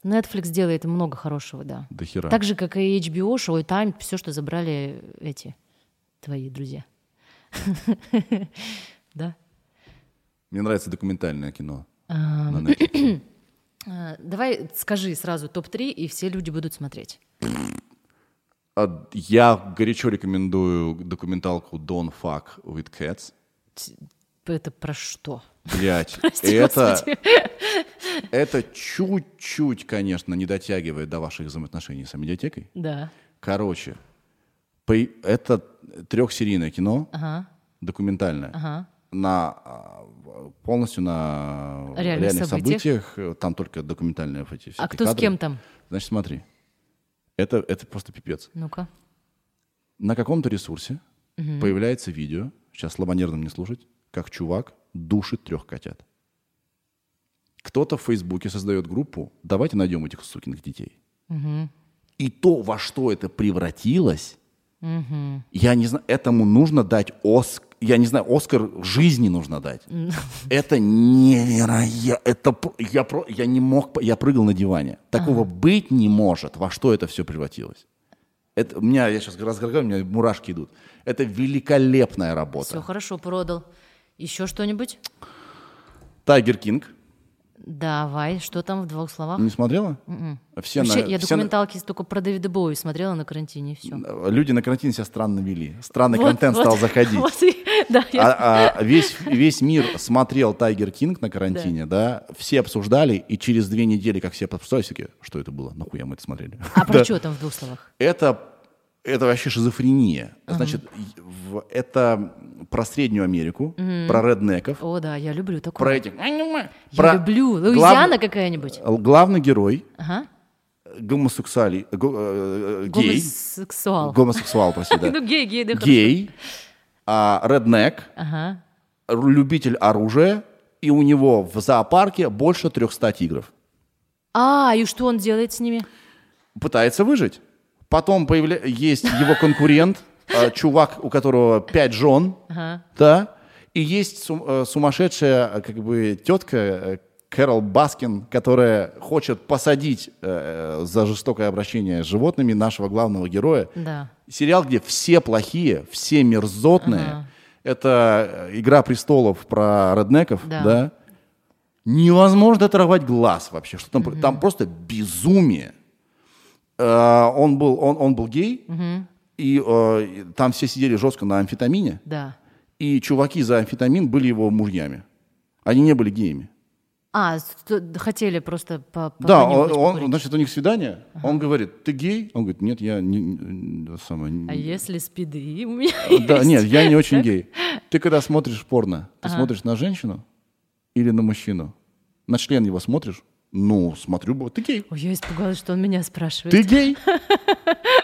Netflix делает много хорошего, да. До хера. Так же, как и HBO, Showtime, все, что забрали эти твои друзья. Да? Мне нравится документальное кино. А, на Netflix. э, Давай скажи сразу топ-3, и все люди будут смотреть. А, Я горячо рекомендую документалку Don't Fuck with Cats. Т- Это про что? Блять, Прости, это, господи. это чуть-чуть, конечно, не дотягивает до ваших взаимоотношений с медиатекой. Да. Короче, по- это трехсерийное кино, Ага, документальное, ага. на а, полностью на Реальных реальных, событиях. событиях. э, Там только документальные эти всякие А кто с Типа кадры. кем там? Значит, смотри, это, это просто пипец. Ну-ка. На каком-то ресурсе появляется видео, сейчас слабонервным не слушать, как чувак душит трех котят. Кто-то в Фейсбуке создает группу «Давайте найдем этих сукиных детей». И то, во что это превратилось, я не знаю, этому нужно дать Оскар, я не знаю, Оскар жизни нужно дать. Это невероятно, это пр- я про, я не мог, по- я прыгал на диване. Такого быть не может, во что это все превратилось. Это, у меня, я сейчас разговариваю, у меня мурашки идут. Это великолепная Все работа. хорошо, продал. Еще что-нибудь? Тайгер Кинг. Давай, что там в двух словах? Не смотрела? Все на- М-м. Вообще, я все на- документалки только про Дэвида Боуи смотрела на карантине, и все. люди на карантине себя странно вели. Странный контент стал заходить. да, я- А- а весь, весь мир смотрел Тайгер Кинг на карантине, да. все обсуждали, и через две недели, как все обсуждали, все такие, что это было, нахуя мы это смотрели. А про Да. что там в двух словах? Это, это вообще шизофрения. Значит, и- в- это про Среднюю Америку, про реднеков, О, да, я люблю такое. про этих... Я про- люблю. глав- Луизиана какая-нибудь? Главный герой, Ага. гомосексуали, го- э, э, гей, Гомосексуал. гомосексуал, прости, да, Ну, гей, гей, да гей, а, реднек, хорошо. Ага. ру- любитель оружия, и у него в зоопарке больше 300 тигров. А, и что он делает с ними? Пытается выжить. Потом появля... есть его конкурент, э, чувак, у которого 5 жен, Ага. да, и есть сум- э, сумасшедшая э, как бы тетка э, Кэрол Баскин, которая хочет посадить э, за жестокое обращение с животными нашего главного героя, Да. Сериал, где все плохие, все мерзотные. Это э, «Игра престолов» про реднеков, Да. да. Невозможно оторвать глаз вообще. Что там, про- там просто безумие. Э, он, был, он, он был гей, и э, и там все сидели жестко на амфетамине, Да. и чуваки за амфетамин были его мужьями. Они не были геями. А, с- хотели просто по, по да, кому-нибудь он, он- покурить. значит, у них свидание. Он говорит, ты гей? Он говорит, нет, я не... не- самое, не- А если спиды у меня Да, есть? нет, я не очень гей. Ты когда смотришь порно, ты смотришь на женщину или на мужчину? На член его смотришь? Ну, смотрю, бо- ты гей. Ой, я испугалась, что он меня спрашивает. Ты гей?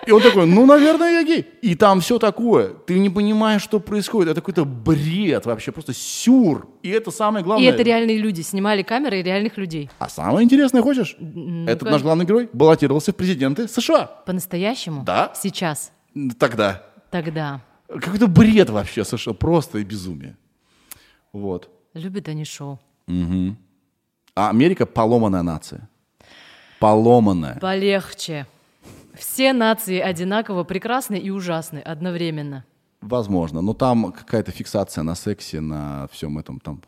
И он такой, ну, наверное, я гей. И там все такое. Ты не понимаешь, что происходит. Это какой-то бред вообще, просто сюр. И это самое И главное. это реальные люди. Снимали камеры и реальных людей. А самое интересное, хочешь? Этот ну-ка. наш главный герой баллотировался в президенты США. По-настоящему? Да. Сейчас. Тогда. Тогда. Какой-то бред вообще, США. Просто и безумие. Вот. Любят они шоу. А Америка поломанная нация. Поломанная. Полегче. Все нации одинаково прекрасны и ужасны одновременно. Возможно. Но там какая-то фиксация на сексе, на всем этом. Там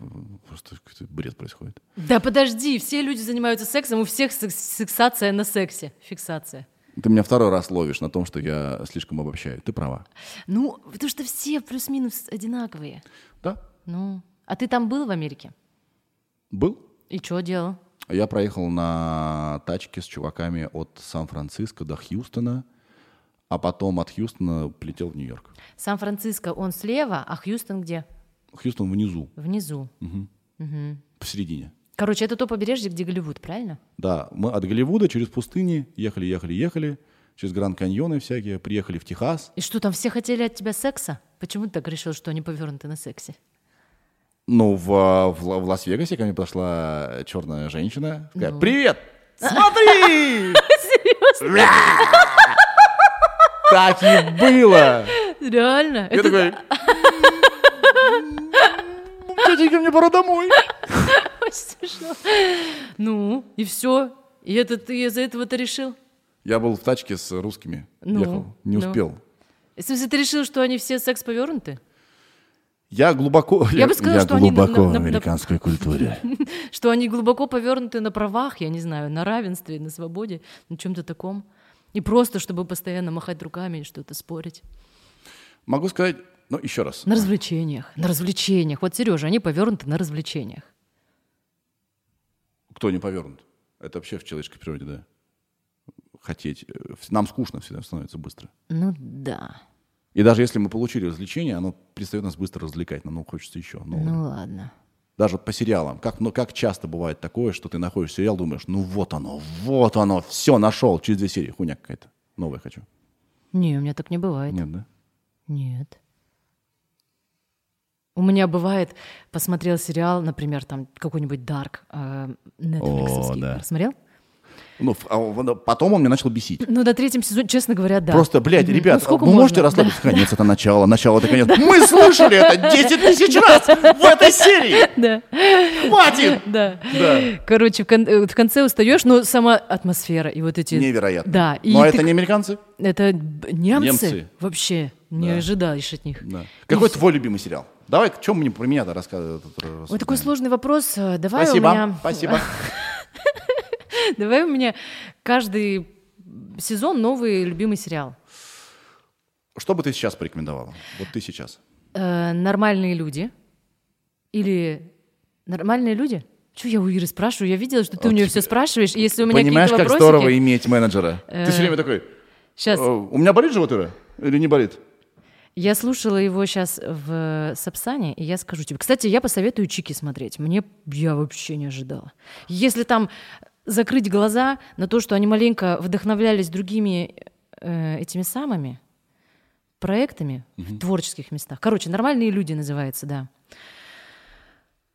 просто какой-то бред происходит. Да подожди, все люди занимаются сексом, у всех секс- фиксация на сексе. Фиксация. Ты меня второй раз ловишь на том, что я слишком обобщаю. Ты права. Ну, потому что все плюс-минус одинаковые. Да? Ну, а ты там был в Америке? Был? И что делал? Я проехал на тачке с чуваками от Сан-Франциско до Хьюстона, а потом от Хьюстона полетел в Нью-Йорк. Сан-Франциско, он слева, а Хьюстон где? Хьюстон внизу, Внизу. посередине. Короче, это то побережье, где Голливуд, правильно? Да, мы от Голливуда через пустыни ехали, ехали, ехали. через Гранд-каньоны всякие, приехали в Техас. И что, там все хотели от тебя секса? Почему ты так решил, что они повернуты на сексе? Ну, в, э, в Ла- в Лас-Вегасе ко мне подошла черная женщина. Такая, Ну. Привет! Смотри! Серьезно? Так и было! Реально? Я Это- такой... «М, Тетенька, мне пора домой. Очень смешно. Ну, и все. И это ты из-за этого ты решил? Я был в тачке с русскими. Ну, Ехал. Не ну. успел. В смысле, ты решил, что они все секс повернуты? Я глубоко... Я бы сказала, что они на- глубоко на- в на- американской культуре. Что они глубоко повернуты на правах, я не знаю, на равенстве, на свободе, на чем-то таком. И просто, чтобы постоянно махать руками и что-то спорить. Могу сказать... Ну, еще раз. На развлечениях. На развлечениях. Вот, Сережа, они повернуты на развлечениях. Кто не повернут? Это вообще в человеческой природе, да. Хотеть. э, в- Нам скучно всегда становится быстро. Ну да. И даже если мы получили развлечение, оно перестает нас быстро развлекать. Нам ну, хочется еще. нового. Ну ладно. Даже вот по сериалам. Как, ну, как часто бывает такое, что ты находишь сериал, думаешь, ну вот оно, вот оно, все, нашел. Через две серии. Хуйня какая-то. Новая хочу. Не, у меня так не бывает. Нет, да? Нет. У меня бывает, посмотрел сериал, например, там какой-нибудь Дарк Netflix. да. Смотрел? Ну, ф- а он- потом он меня начал бесить. Ну, на третьем сезоне, честно говоря, да. Просто, блядь, Мгм. ребят, Ну, сколько вы можно? можете расслабиться? Конец это начало, начало это конец. Мы слышали это 10 тысяч раз в этой серии! Да, Хватит! да. Да. Короче, в, кон- э, в конце устаешь, но сама атмосфера и вот эти... Невероятно. Да. И Но ты- это не американцы? это б- немцы, Немцы. вообще не Да. ожидаешь от них. Да. И Какой всё. твой любимый сериал? Давай, что мне про меня-то рассказывать? Ой, такой сложный вопрос. Э, Давай у Спасибо, меня... спасибо. Давай у меня каждый сезон новый любимый сериал. Что бы ты сейчас порекомендовала? Вот ты сейчас. Э, нормальные люди. Или нормальные люди? Че я у Иры спрашиваю? Я видела, что ты у Вот нее типа- все спрашиваешь. и Если у меня Понимаешь, как какие-то здорово иметь менеджера. Ты все время такой, «Э, Сейчас у меня болит живот, Ира? Или не болит? я слушала его сейчас в Сапсане, и я скажу тебе. Кстати, я посоветую Чики смотреть. Мне я вообще не ожидала. Если там закрыть глаза на то, что они маленько вдохновлялись другими э, этими самыми проектами в творческих местах. Короче, нормальные люди называется, да.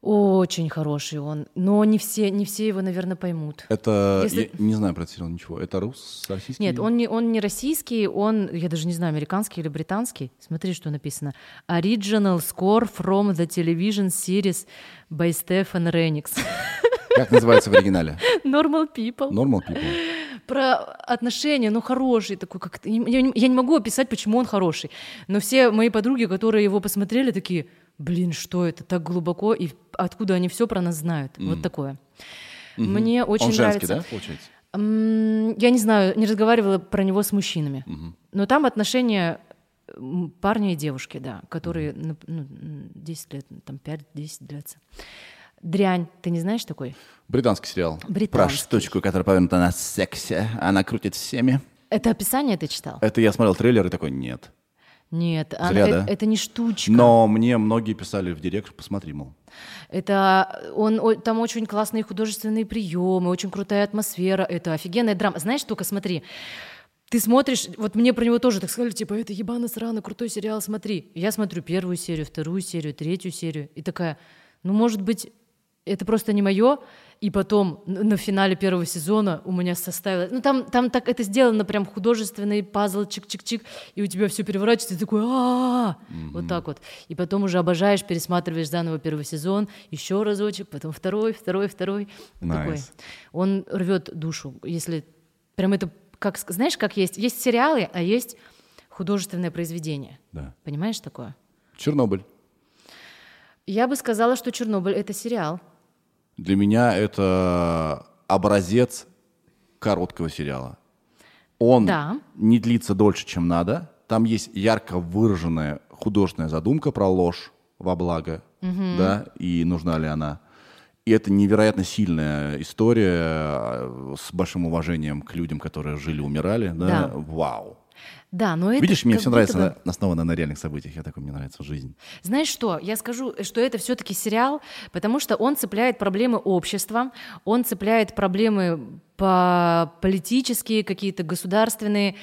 Очень хороший он, но не все, не все его, наверное, поймут. Это, Если- я не знаю про этот сериал ничего. Это рус, российский? Нет, он не, он не российский, он, я даже не знаю, американский или британский. Смотри, что написано. Original score from the television series by Stefan Renix. Как называется в оригинале? Normal people. Normal People. Про отношения, ну, хороший такой, как я, не- я не могу описать, почему он хороший. Но все мои подруги, которые его посмотрели, такие, блин, что это, так глубоко, и откуда они все про нас знают. Вот такое. Мне очень Он женский, нравится. да, получается? М, Я не знаю, не разговаривала про него с мужчинами. Но там отношения м, парня и девушки, да, которые нап- ну, м, 10 лет, ну, там 5-10 длятся. Дрянь, ты не знаешь такой? Британский сериал. Про Британский. штучку, которая повернута на сексе. Она крутит всеми. Это описание ты читал? Это я смотрел трейлер и такой, нет. Нет, она- Э, Зря, э- да? это, не штучка. Но мне многие писали в директ, посмотри, мол. Это он, о- там очень классные художественные приемы, очень крутая атмосфера, это офигенная драма. Знаешь, только смотри, ты смотришь, вот мне про него тоже так сказали, типа, это ебано срано, крутой сериал, смотри. Я смотрю первую серию, вторую серию, третью серию, и такая, ну, может быть, это просто не мое, и потом н- на финале первого сезона у меня составило... Ну, там, там так это сделано, прям художественный пазл, чик-чик-чик, и у тебя все переворачивается, и ты такой а Вот так вот. И потом уже обожаешь, пересматриваешь заново первый сезон, еще разочек, потом второй, второй, второй. Вот такой. Nice. Он рвет душу, если... Прям это, как, ск- знаешь, как есть? Есть сериалы, а есть художественное произведение. Да. Понимаешь такое? Чернобыль. Я бы сказала, что «Чернобыль» — это сериал. Для меня это образец короткого сериала. Он Да. не длится дольше, чем надо. Там есть ярко выраженная художественная задумка про ложь во благо, да, и нужна ли она. И это невероятно сильная история э, с большим уважением к людям, которые жили, умирали, да. Да. Вау. Да, но это Видишь, мне как все нравится, будто бы- на- основано на реальных событиях. Я такой, мне нравится жизнь. Знаешь что, я скажу, что это все-таки сериал, потому что он цепляет проблемы общества, он цепляет проблемы по- политические, какие-то государственные,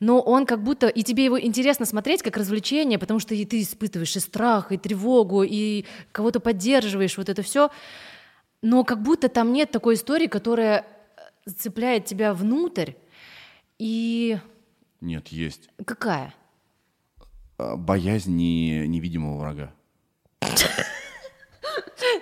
но он как будто, и тебе его интересно смотреть как развлечение, потому что и ты испытываешь и страх, и тревогу, и кого-то поддерживаешь, вот это все, но как будто там нет такой истории, которая э, цепляет тебя внутрь, и Нет, есть. какая? А, Боязнь не- невидимого врага.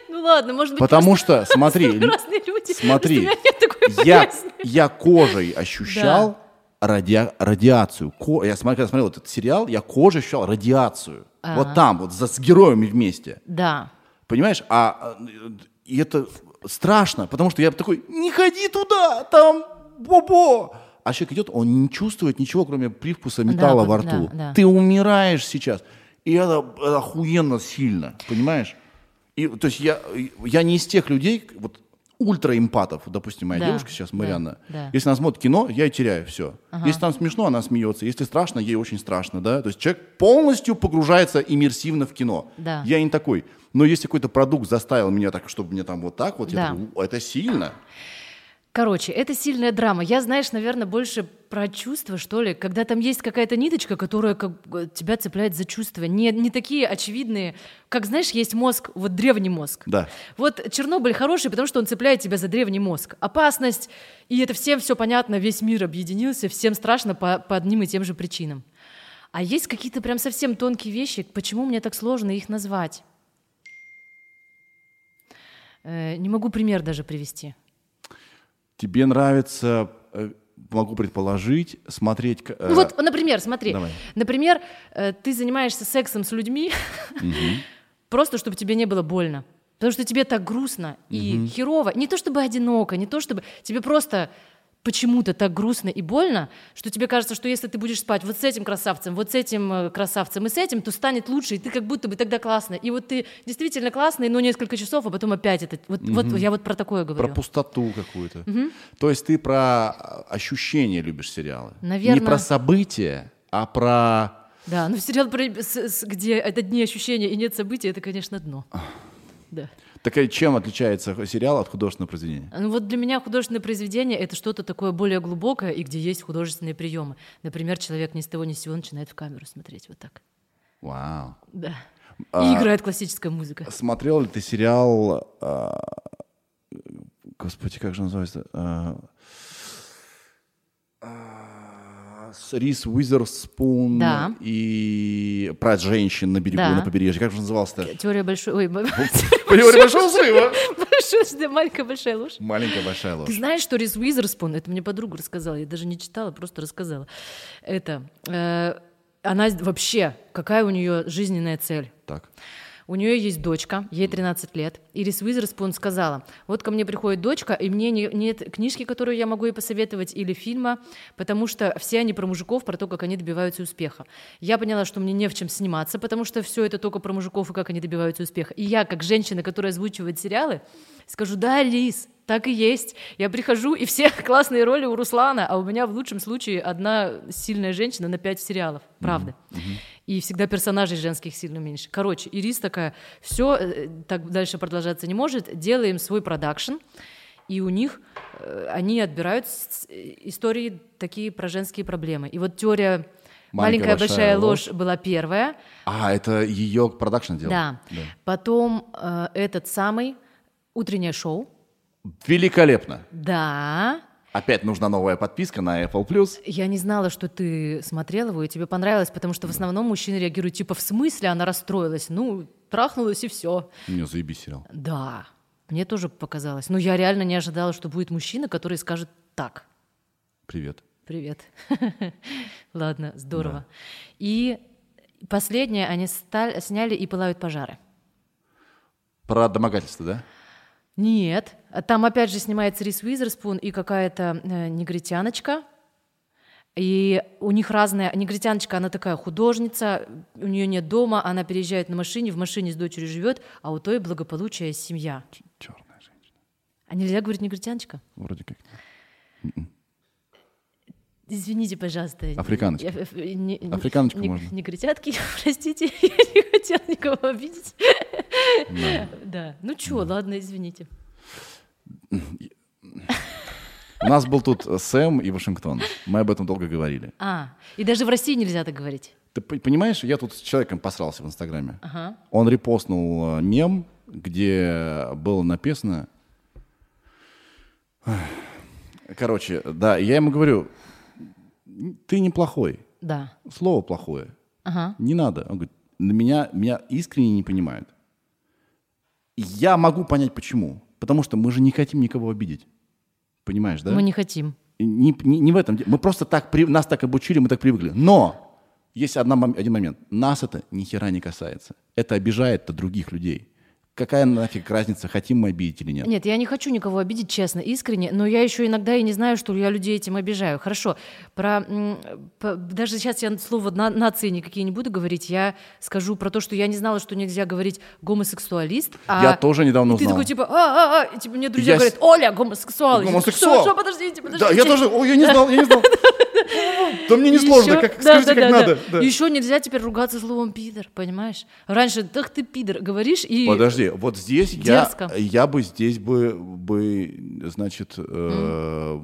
Ну ладно, может быть, Потому что, смотри, л- разные люди. смотри, У меня нет такой я, боязни. я кожей ощущал радиа- радиацию. Ко- я смотрел, когда смотрел вот этот сериал, я кожей ощущал радиацию. Вот там, вот за, с героями вместе. Да. Понимаешь? А э, и это страшно, потому что я такой, не ходи туда, там бобо. А человек идет, он не чувствует ничего, кроме привкуса металла вот, во рту. да, да. Ты умираешь сейчас. И это, это охуенно сильно, понимаешь? И, то есть я, я не из тех людей, вот ультраэмпатов, допустим, моя Да, девушка сейчас, да, Марианна. да. Если она смотрит кино, я ей теряю все. Если там смешно, она смеется. Если страшно, ей очень страшно, да? То есть человек полностью погружается иммерсивно в кино. Да. Я не такой. Но если какой-то продукт заставил меня так, чтобы мне там вот так вот, Да. я такой, «У, это сильно. Короче, это сильная драма. Я, знаешь, наверное, больше про чувства, что ли, когда там есть какая-то ниточка, которая как бы тебя цепляет за чувства. Не, не такие очевидные, как, знаешь, есть мозг, вот древний мозг. Да. Вот Чернобыль хороший, потому что он цепляет тебя за древний мозг. Опасность, и это всем все понятно, весь мир объединился, всем страшно по, по одним и тем же причинам. А есть какие-то прям совсем тонкие вещи, почему мне так сложно их назвать? Э, не могу пример даже привести. Тебе нравится, э, могу предположить, смотреть... к- э, Ну вот, например, смотри. давай. Например, э, ты занимаешься сексом с людьми, просто чтобы тебе не было больно. Потому что тебе так грустно и херово. Не то чтобы одиноко, не то чтобы... Тебе просто почему-то так грустно и больно, что тебе кажется, что если ты будешь спать вот с этим красавцем, вот с этим э, красавцем и с этим, то станет лучше, и ты как будто бы тогда классно. И вот ты действительно классный, но несколько часов, а потом опять это... Вот, вот я вот про такое говорю. Про пустоту какую-то. То есть ты про а, ощущения любишь сериалы. Не Наверно. про события, а про... Да, но сериал, про- с- с- где это дни ощущения и нет событий, это, конечно, дно. Да. Так и чем отличается хо- сериал от художественного произведения? Ну вот для меня художественное произведение — это что-то такое более глубокое и где есть художественные приемы. Например, человек ни с того ни с сего начинает в камеру смотреть вот так. Вау. Да. И А- играет классическая музыка. Смотрел ли ты сериал... а, Господи, как же называется? А, а, С Рис Уизерспун Да. и про женщин на берегу, Да. на побережье. Как же он назывался-то? Теория большой... Ой, б- Теория большого взрыва. большой- маленькая большая ложь. Маленькая большая Ты ложь. знаешь, что Рис Уизерспун, это мне подруга рассказала, я даже не читала, просто рассказала. Это, э, она вообще, какая у нее жизненная цель? Так. У нее есть дочка, ей 13 лет. И Рис Уизерспун сказала, вот ко мне приходит дочка, и мне не- нет книжки, которую я могу ей посоветовать, или фильма, потому что все они про мужиков, про то, как они добиваются успеха. Я поняла, что мне не в чем сниматься, потому что все это только про мужиков и как они добиваются успеха. И я, как женщина, которая озвучивает сериалы, скажу, да, Рис, так и есть. Я прихожу, и все классные роли у Руслана, а у меня в лучшем случае одна сильная женщина на пять сериалов. Правда. И всегда персонажей женских сильно меньше. Короче, Ирис такая, все, так дальше продолжаться не может, делаем свой продакшн, и у них э, они отбирают с- э, истории такие про женские проблемы. И вот теория «Маленькая, большая, ложь» была первая, А, это ее продакшн делал? да. Потом э, этот самый «Утреннее шоу», Великолепно. да, Опять нужна новая подписка на Apple+. Plus. Я не знала, что ты смотрел его, и тебе понравилось, потому что в основном мужчины реагируют типа «в смысле она расстроилась?» Ну, трахнулась и все. Не, заебись сериал. Да, мне тоже показалось. Но я реально не ожидала, что будет мужчина, который скажет «так». Привет. Привет. Ладно, здорово. И последнее, они ста- сняли «И пылают пожары». Про домогательство, да? Нет, а там опять же снимается Рис Уизерспун и какая-то э, негритяночка. И у них разная... Негритяночка, она такая художница, у нее нет дома, она переезжает на машине, в машине с дочерью живет, а у той благополучие семья. Черная женщина. А нельзя говорить негритяночка? Вроде как. Извините, пожалуйста. Африканочка. Я- э, э, не- не- Африканочку не- можно. Негритятки, простите, я не хотела никого обидеть. Да. Да, ну чё, ладно, извините. У нас был тут э, Сэм и Вашингтон. Мы об этом долго говорили. А, и даже в России нельзя так говорить. Ты пон- понимаешь, я тут с человеком посрался в Инстаграме. Ага. Он репостнул э, мем, где было написано... Короче, да, я ему говорю, ты неплохой, Да. слово плохое, Ага. не надо. Он говорит, на меня, меня искренне не понимают. Я могу понять, почему. Потому что мы же не хотим никого обидеть. Понимаешь, да? Мы не хотим. не, не- не в этом. де- Мы просто так, при- нас так обучили, мы так привыкли. Но есть одна, мом- один момент. Нас это ни хера не касается. Это обижает-то других людей. Какая нафиг разница, хотим мы обидеть или нет? Нет, я не хочу никого обидеть, честно, искренне, но я еще иногда и не знаю, что я людей этим обижаю. Хорошо, про м, по- даже сейчас я слово на- нации никакие не буду говорить, я скажу про то, что я не знала, что нельзя говорить гомосексуалист. а- Я тоже недавно и ты узнал. такой типа, а, а, а, и типа мне друзья Я с- Ну, говорят, Оля, гомосексуал. Я говорю, Гомосексуал. Что, что, подождите, подождите. Да, я тоже, ой, я не знал, я не знал. Да мне не сложно, Ещё- как, да, скажите, да, как да, надо. да. Да. Еще нельзя теперь ругаться словом пидор, понимаешь? Раньше, так ты пидор, говоришь и... Подожди, вот здесь я, Дерзко. я бы здесь бы, бы значит, э,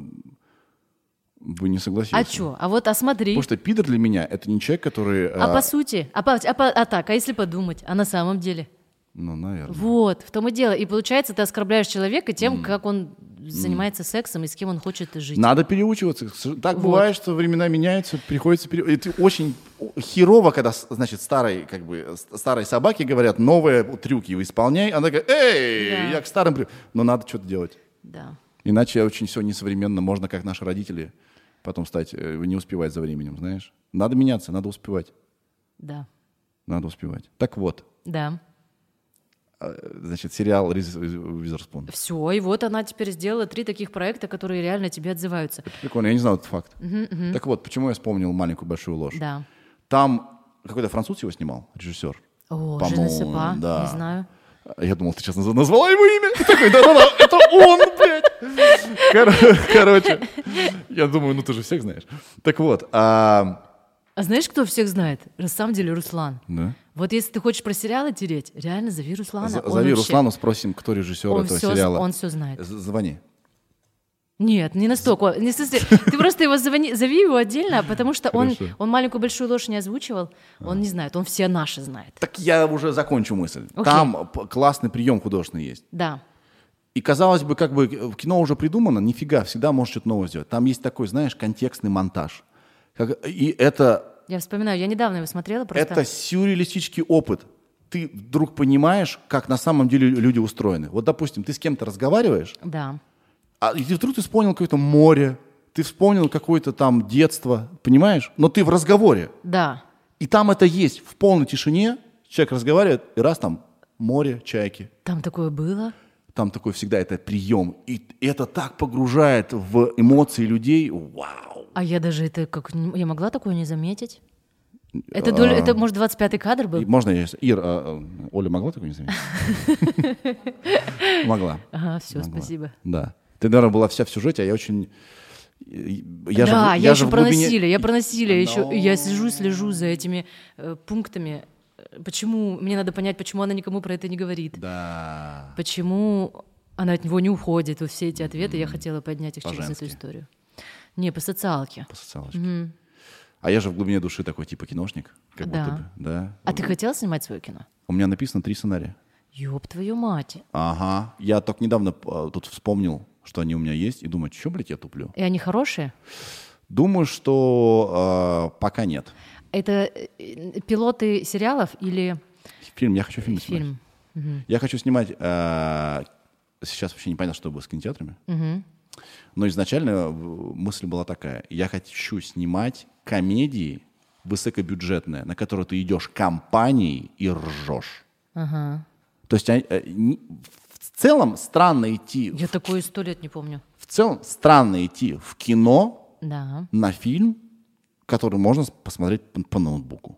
бы не согласился. А чё? А вот, а смотри. Потому что пидор для меня это не человек, который... А э, по сути, а, по- а по- а так, а если подумать, а на самом деле? Ну, наверное. Вот, в том и дело. И получается, ты оскорбляешь человека тем, как он занимается сексом и с кем он хочет жить. Надо переучиваться. К сож- Так Вот. бывает, что времена меняются, приходится пере... И ты очень о- херово, когда, с- значит, старой, как бы, с- старой собаке говорят, новые трюки исполняй. Она такая, эй, Да. я к старым... при-». Но надо что-то делать. Да. Иначе очень все несовременно. Можно, как наши родители, потом стать, э, не успевать за временем, знаешь. Надо меняться, надо успевать. Да. Надо успевать. Так вот, Да. э, значит, сериал Риз Уиз- Уизерспун. Все, и вот она теперь сделала три таких проекта, которые реально тебе отзываются. Прикольно, я не знал этот факт. Так вот, почему я вспомнил маленькую большую ложь. Да. Там какой-то француз его снимал, режиссер. О, По-моему, Жена Сепа, да. не знаю. Я думал, ты сейчас наз- назвала его имя. Ты такой, да-да-да, это он, блядь. Кор- Короче, я думаю, ну ты же всех знаешь. Так вот, а, А знаешь, кто всех знает? На самом деле Руслан. да. Вот если ты хочешь про сериалы тереть, реально зови Руслана. З- Он зови вообще- Руслану, спросим, кто режиссер он этого всё- сериала. Он все знает. З- Звони. Нет, не настолько. Не в смысле, ты просто его звони, зови его отдельно, потому что он, Хорошо. А. он маленькую большую ложь не озвучивал, он не знает, он все наши знает. Так я уже закончу мысль. Окей. Там п- классный прием художественный есть. Да. И казалось бы, как бы э, кино уже придумано, нифига, всегда можешь что-то новое сделать. Там есть такой, знаешь, контекстный монтаж. Как- и это Я вспоминаю, я недавно его смотрела просто. Это сюрреалистический опыт. Ты вдруг понимаешь, как на самом деле люди устроены. Вот, допустим, ты с кем-то разговариваешь, Да. а и ты вдруг ты вспомнил какое-то море, ты вспомнил какое-то там детство, понимаешь? Но ты в разговоре. Да. И там это есть в полной тишине. Человек разговаривает, и раз там море, чайки. Там такое было. Там такой всегда это прием. И это так погружает в эмоции людей. Вау! А я даже это как не- я могла такое не заметить. Это, доля- это может, 25-й кадр А. И был? можно я... с- Ир, а, а, Оля могла такое не заметить? Могла. Ага, все, Могла. спасибо. Да. Ты, наверное, была вся в сюжете, а я очень... Я да, же, в- я, еще в про глубине- насилие, я про насилие еще, Но- я сижу, слежу за этими э, пунктами. Э, Почему, мне надо понять, почему она никому про это не говорит. Да. Почему она от него не уходит? Вот все эти ответы я хотела поднять их через По-женски. эту историю. Не, по социалке. По социалочке. А я же в глубине души такой типа киношник, как Да. будто бы. Да. А ты хотел снимать свое кино? У меня написано три сценария. Ёб твою мать. Ага. Я только недавно а, тут вспомнил, что они у меня есть, и думаю, что, блядь, я туплю? И они хорошие? Думаю, что а, пока нет. Это э, э, пилоты сериалов или Фильм, я хочу фильм снимать. фильм? Я хочу снимать... а, сейчас вообще не понятно, что будет с кинотеатрами. Но изначально э, мысль была такая. Я хочу снимать комедии высокобюджетные, на которые ты идешь компанией и ржешь. Ага. То есть а, э, не- в целом странно идти... Я такое сто лет не помню. В целом странно идти в кино Да. на фильм, который можно с- посмотреть по, по ноутбуку.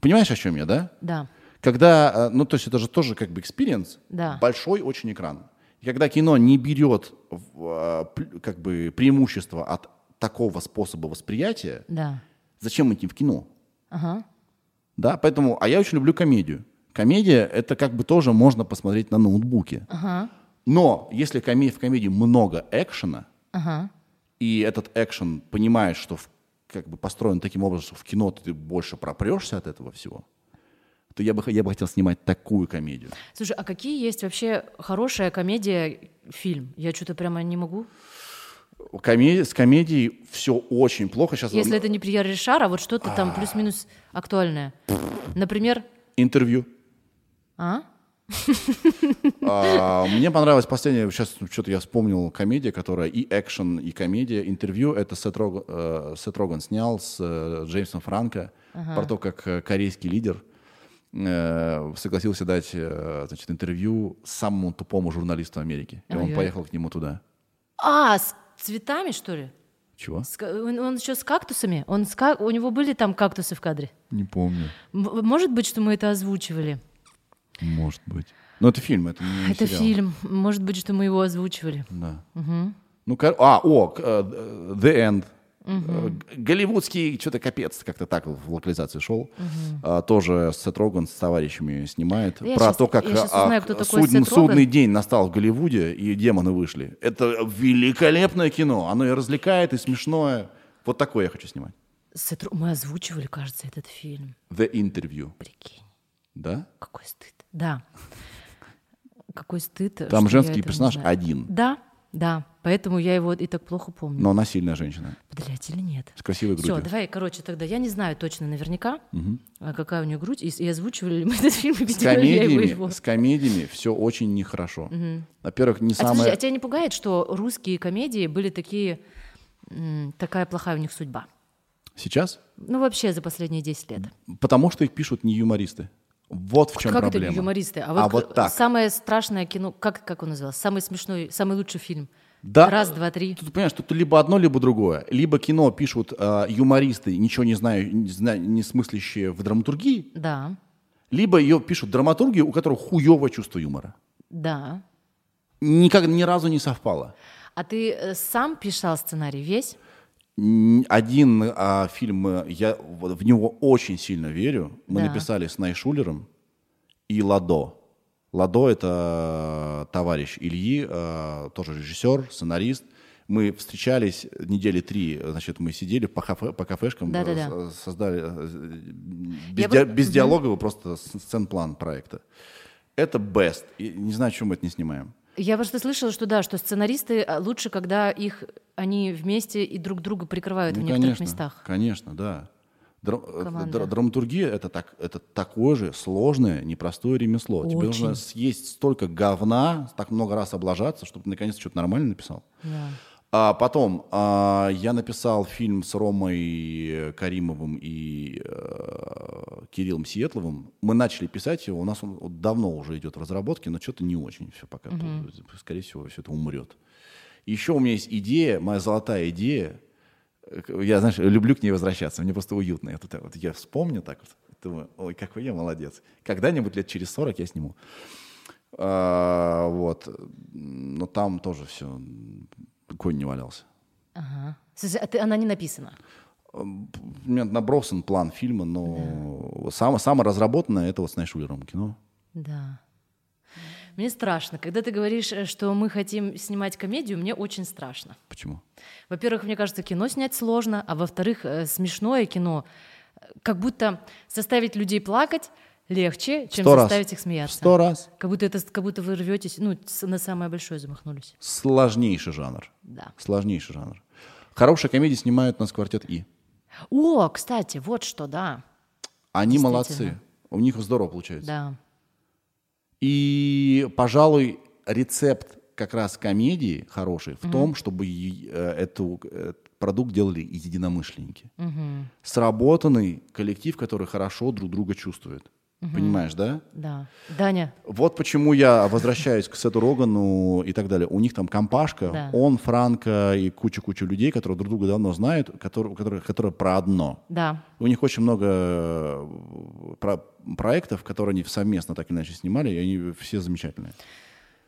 Понимаешь, о чем я, да? Да. Когда, э, ну, то есть это же тоже как бы экспириенс, Да. большой очень экран. И когда кино не берет в, э, пл- как бы преимущество от такого способа восприятия, Да. зачем идти в кино? Ага. Да, поэтому, а я очень люблю комедию. Комедия это как бы тоже можно посмотреть на ноутбуке. Ага. Но если коме- в комедии много экшена, Ага. и этот экшен понимаешь, что в- как бы построен таким образом, что в кино ты больше пропрешься от этого всего, то я бы, х- я бы хотел снимать такую комедию. Слушай, а какие есть вообще хорошая комедия фильм? Я что-то прямо не могу. Ну, Коме- с комедией все очень плохо. Сейчас Если это не Пьер Ришар, а вот что-то там плюс-минус актуальное. Например, интервью. а? А, Мне понравилось последнее, сейчас что-то я вспомнил, комедия, которая и экшен, и комедия, интервью, это Сет, Рог- э, Сет Роган снял с э, Джеймсом Франко про то, как э, корейский лидер э, согласился дать э, значит, интервью самому тупому журналисту Америки. И он Ой-ой. поехал к нему туда. А, с цветами, что ли? Чего? С ка- он, еще с кактусами? Он с ка- У него были там кактусы в кадре? Не помню. М- может быть, что мы это озвучивали? Может быть. Но это фильм, это не это сериал. фильм. Может быть, что мы его озвучивали. Да. Ну, кор- а, о, к- э, The End. Э, г- Голливудский что-то капец, как-то так в локализации шел. А, тоже Сет Роган с товарищами снимает. Да я Про щас- то, как я щас а, узнаю, к- кто такой судн- Сет Роган. судный день настал в Голливуде, и демоны вышли. Это великолепное кино. Оно и развлекает, и смешное. Вот такое я хочу снимать. Сет Ро- Мы озвучивали, кажется, этот фильм. The Interview. Прикинь, Да? какой стыд. Да. Какой Там стыд. что я женский этого не персонаж знаю. один, Да, да. Поэтому я его и так плохо помню. но она сильная женщина. Блять, или нет? С красивой грудью. Все, давай, короче, тогда я не знаю точно наверняка, а, какая у нее грудь, и, с- и озвучивали ли мы этот фильм, и С видела ли я его. А, комедиями, с комедиями все очень нехорошо. Во-первых, не А, слушай, самое... а тебя не пугает, что русские комедии были такие, м, такая плохая у них судьба? Сейчас? Ну, вообще, за последние 10 лет. Потому что их пишут не юмористы. Вот в чем А как проблема. это не юмористы? А А вот, вот, так. самое страшное кино, как, как он назывался? Самый смешной, самый лучший фильм. Да. Раз, два, три. Тут понимаешь, тут либо одно, либо другое. Либо кино пишут э, юмористы, ничего не знаю, не, зна- не смыслящие в драматургии, Да, либо ее пишут драматурги, у которых хуевое чувство юмора. да. Никак ни разу не совпало. А ты э, сам писал сценарий весь? М, Один а, фильм, э, я в в него очень сильно верю. Мы Да. написали с Найшулером и Ладо. Ладо это э, товарищ Ильи, э, тоже режиссер, сценарист. Мы встречались недели три, э, значит, мы сидели по, кафе- по кафешкам, э, Да-да-да. с- создали э, без, Я диа- бы- без диалогового просто с- сцен-план проекта. Это best. И не знаю, чем мы это не снимаем. Я просто слышала, что да, что сценаристы а, лучше, когда их они вместе и друг друга прикрывают в Ну, некоторых конечно, местах. Конечно, да. Дра- э, Команда. дра- драматургия это, так, это такое же сложное, непростое ремесло. Тебе нужно Очень. съесть столько говна, так много раз облажаться, чтобы ты наконец-то что-то нормально написал. Да. А потом а, я написал фильм с Ромой Каримовым и э, Кириллом Сиетловым. Мы начали писать его, у нас он вот давно уже идет в разработке, но что-то не очень все пока. Скорее всего, все это умрет. Еще у меня есть идея, моя золотая идея. Э, Я, знаешь, люблю к ней возвращаться, мне просто уютно. Я, тут, так вот, я вспомню так вот, думаю, ой, какой я молодец. Когда-нибудь лет через 40 я сниму. А, вот. Но там тоже все. Конь не валялся. Ага. Слушай, а ты, она не написана. Э, У меня набросан план фильма, но сам, самое разработанное это вот с Найшулером кино. Да. Мне страшно. Когда ты говоришь, э, что мы хотим снимать комедию, мне очень страшно. Почему? Во-первых, мне кажется, кино снять сложно, а во-вторых, э, смешное кино. э, Как будто составить людей плакать легче, чем Сто раз. заставить их смеяться. Сто раз. Как будто это, с- как будто вы рветесь, ну, с- на самое большое замахнулись. Сложнейший жанр. Да. Сложнейший жанр. Хорошие комедии снимают нас квартет И. О, кстати, вот что, да. Они Действительно. молодцы. У них здорово получается. Да. И, пожалуй, рецепт как раз комедии хороший в том, чтобы и- э, эту, э, продукт делали единомышленники. Сработанный коллектив, который хорошо друг друга чувствует. Понимаешь, да? Да. Даня, Вот почему я возвращаюсь к Сету Рогану и так далее. У них там компашка, Да. он, Франко и куча-куча людей, которые друг друга давно знают, которые, которые, которые про одно. да. У них очень много э, про- проектов, которые они совместно так или иначе снимали, и они все замечательные.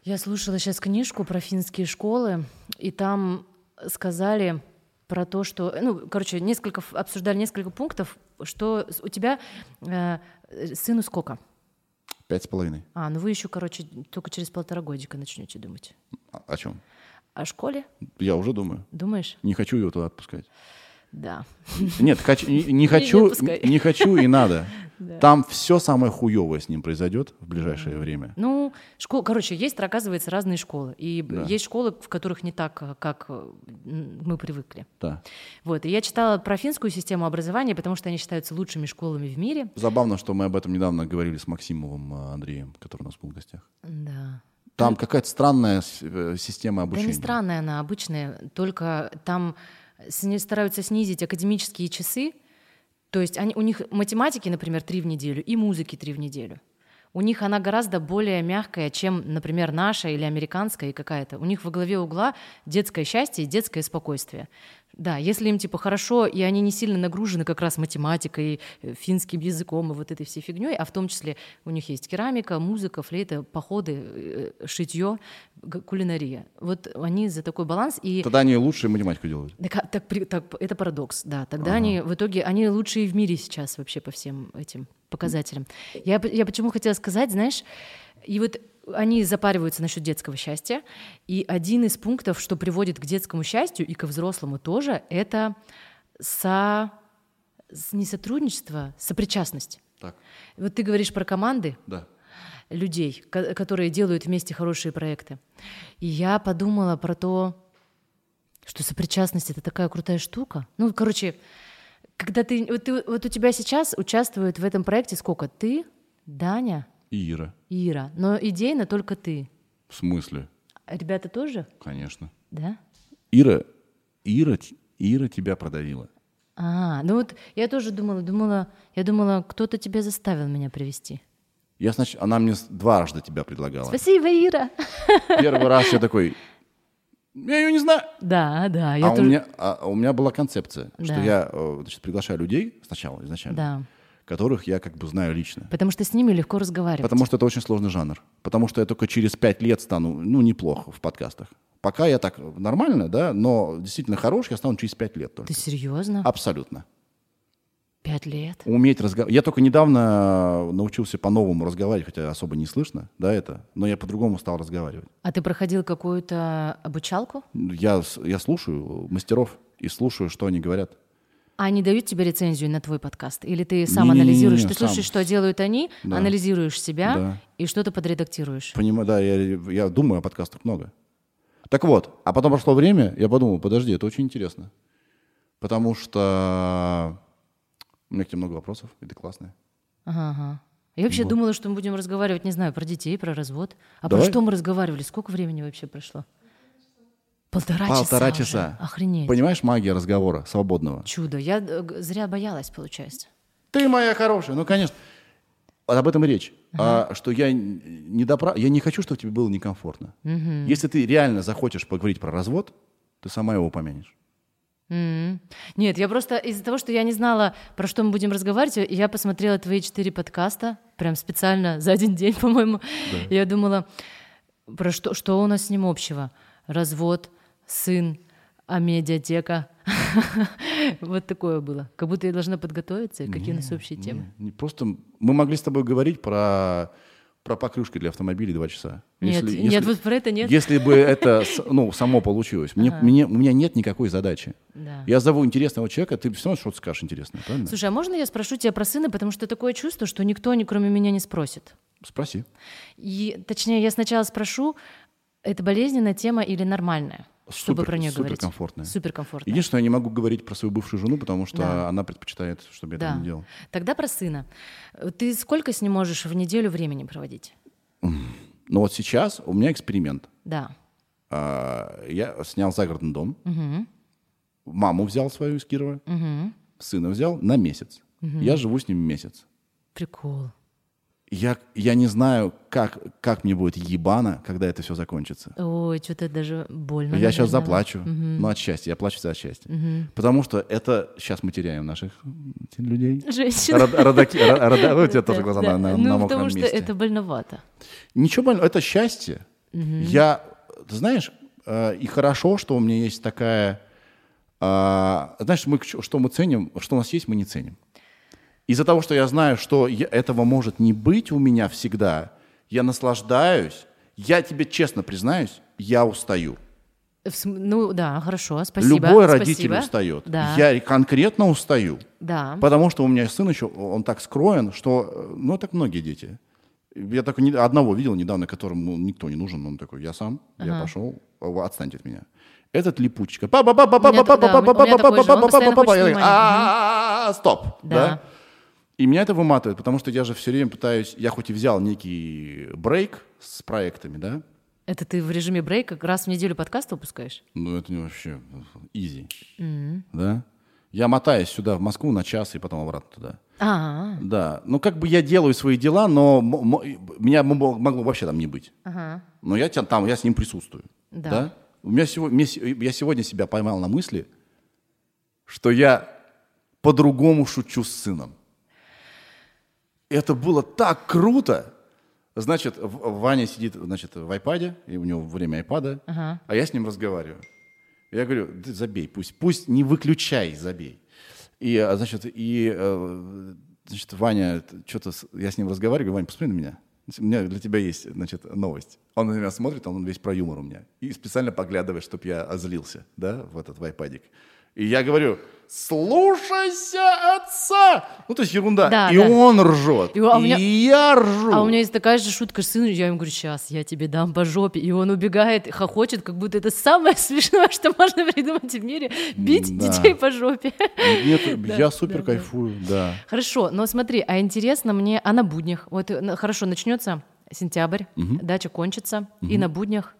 Я слушала сейчас книжку про финские школы, и там сказали про то, что, ну, короче, несколько ф- обсуждали несколько пунктов, что с- у тебя э, э, сыну сколько? Пять с половиной. А, ну вы еще, короче, только через полтора годика начнете думать. А- О чем? О школе? Я уже думаю. Думаешь? Не хочу его туда отпускать. Да. Нет, хоч- не, не хочу, отпускай. не хочу и надо. Да. Там все самое хуевое с ним произойдет в ближайшее время. Ну, школ... короче, есть, оказывается, разные школы. И б- Да. есть школы, в которых не так, э, как э, м, мы привыкли. Да. Вот. И я читала про финскую систему образования, потому что они считаются лучшими школами в мире. Забавно, что мы об этом недавно говорили с Максимовым э, Андреем, который у нас был в гостях. Да. Там какая-то странная с- э, система Да обучения. не странная она, обычная, только там сни- стараются снизить академические часы. То есть они, у них математики, например, три в неделю и музыки три в неделю. У них она гораздо более мягкая, чем, например, наша или американская и какая-то. У них во главе угла детское счастье и детское спокойствие. Да, если им типа хорошо, и они не сильно нагружены как раз математикой, э, финским языком и вот этой всей фигней, а в том числе у них есть керамика, музыка, флейта, походы, шитье, кулинария. Вот они за такой баланс. И Тогда они лучшую математику делают. так, а- так при- так п- это парадокс, да. Тогда они в итоге они лучшие в мире сейчас вообще по всем этим показателям. Я, п- я почему хотела сказать, знаешь, и вот они запариваются насчет детского счастья, и один из пунктов, что приводит к детскому счастью и ко взрослому тоже, это со с- не сотрудничество, а сопричастность. Так, Вот ты говоришь про команды, да. людей, ко- которые делают вместе хорошие проекты. И я подумала про то, что сопричастность это такая крутая штука. Ну, короче, когда ты вот, ты- вот у тебя сейчас участвует в этом проекте сколько? Ты, Даня, И Ира. и Ира. Но идейно только ты. В смысле? А Ребята тоже, Конечно. да? Ира, Ира, т- Ира тебя продавила. А, ну вот я тоже думала, думала, я думала, кто-то тебя заставил меня привести. Я, значит, она мне с- дважды тебя предлагала. Спасибо, Ира. Первый раз я такой, я ее не знаю. Да, да, я а, тоже. у меня, а- а у меня была концепция, что Да. я э, значит, приглашаю людей сначала, изначально, Да, которых я как бы знаю лично. потому что с ними легко разговаривать. Потому что это очень сложный жанр. Потому что я только через пять лет стану, ну, неплохо в подкастах. Пока я так э, нормально, да, но действительно хорош, я стану через пять лет только. Ты серьезно? Абсолютно. Пять лет? Уметь разговаривать. Я только недавно э, научился по-новому разговаривать, хотя особо не слышно, да, это. Но я по-другому стал разговаривать. А ты проходил какую-то обучалку? Я, с- я слушаю мастеров и слушаю, что они говорят. А они дают тебе рецензию на твой подкаст? Или ты сам Не-не-не-не, анализируешь? Ты сам. слушаешь, что делают они, Да. анализируешь себя Да. и что-то подредактируешь? Понимаю, да, я, я думаю о подкастах много. Так вот, а потом прошло время, я подумал, подожди, это очень интересно. Потому что у меня к тебе много вопросов, и ты классная. Ага, ага. Я вообще думала, что мы будем разговаривать, не знаю, про детей, про развод. А Давай. про что мы разговаривали? Сколько времени вообще прошло? Полтора, Полтора часа. уже. часа. Охренеть. Понимаешь, магия разговора свободного. Чудо. Я э, г- зря боялась, получается. Ты моя хорошая, ну конечно. Вот об этом и речь. А, что я н- не допра... я не хочу, чтобы тебе было некомфортно. Если ты реально захочешь поговорить про развод, ты сама его помянешь. М. Нет, я просто из-за того, что я не знала, про что мы будем разговаривать, я посмотрела твои четыре подкаста, прям специально за один день, по-моему. Я думала, про что, что у нас с ним общего? Развод, сын, а медиатека. Вот такое было. Как будто я должна подготовиться, и какие у нас общие темы. Не- не Просто мы могли с тобой говорить про, про покрышки для автомобилей два часа. Нет, Ну, Если- нет, если- вот про это нет. Если бы это с- ну, само получилось. Мне, мне- у меня нет никакой задачи. Да. Я зову интересного человека, ты все равно что-то скажешь интересное, правильно? Слушай, а можно я спрошу тебя про сына, потому что такое чувство, что никто, не- кроме меня, не спросит. Спроси. И, точнее, я сначала спрошу, это болезненная тема или нормальная? чтобы Супер- про нее говорить. суперкомфортная. Суперкомфортная. Единственное, я не могу говорить про свою бывшую жену, потому что Да. она предпочитает, чтобы я Да. это не делал. Тогда про сына. Э, Ты сколько с ним можешь в неделю времени проводить? Но вот сейчас у меня эксперимент. Да. А, Я снял загородный дом, маму взял свою из Кирова, сына взял на месяц. Я живу с ним месяц. Прикол. Я, я не знаю, как, как мне будет ебано, когда это все закончится. Ой, что-то даже больно. я сейчас наверное. заплачу. Ну, от счастья. Я плачу за счастье. Потому что это... Сейчас мы теряем наших м, людей. Женщина. Род- родаки- ро- рода- Ой, У тебя тоже глаза на- Да, на Ну, на мокром потому что месте. это больновато. Ничего больного, это счастье. Я, ты знаешь, э, и хорошо, что у меня есть такая э, а, знаешь, мы, к чё- что мы ценим, что у нас есть, мы не ценим. Из-за того, что я знаю, что я- этого может не быть у меня всегда, я наслаждаюсь, я тебе честно признаюсь, я устаю. В см- Ну да, хорошо, спасибо. Любой спасибо. родитель устает. Да, Я конкретно устаю. да. Потому что у меня сын еще, он так скроен, что, э, ну, так многие дети. Я так не- одного видел недавно, которому никто не нужен, он такой, я сам, я пошел, а вы отстаньте от меня. Этот липучка. папа папа У меня папа та- папа да, у папа меня папа такой папа же, папа он постоянно папа хочет Я такой, внимания. «А-а-а, Стоп. Да. И меня это выматывает, потому что я же все время пытаюсь, я хоть и взял некий брейк с проектами, да, Это ты в режиме брейка раз в неделю подкаст выпускаешь? ну, это не вообще изи. Да? Я мотаюсь сюда, в Москву, на час и потом обратно туда. А, Да. Ну, как бы я делаю свои дела, но м- м- меня могло, могло вообще там не быть. ага. Но я тя- там, я с ним присутствую. Да. У меня сегодня, я сегодня себя поймал на мысли, что я по-другому шучу с сыном. Это было так круто. Значит, В- Ваня сидит, значит, в айпаде, и у него время айпада, Ага. а я с ним разговариваю. Я говорю, «Да забей, пусть, пусть не выключай, забей. И, а, значит, и, э, значит, Ваня, что-то, я с ним разговариваю, говорю, Ваня, посмотри на меня. У меня для тебя есть, значит, новость. Он на меня смотрит, он весь про юмор у меня. И специально поглядывает, чтобы я озлился, да, в этот в айпадик. И я говорю, слушайся отца! Ну, то есть ерунда. Да, и да. он ржет. И у- а у и меня- я ржу. А у меня есть такая же шутка с сыном, я ему говорю, сейчас я тебе дам по жопе. И он убегает, хохочет, как будто это самое смешное, что можно придумать в мире. Бить Да. детей по жопе. Нет, Да, я супер да, да. кайфую, да. Хорошо, но смотри, а интересно мне, а на буднях? Вот э, на- хорошо, начнется сентябрь, дача кончится, и на буднях,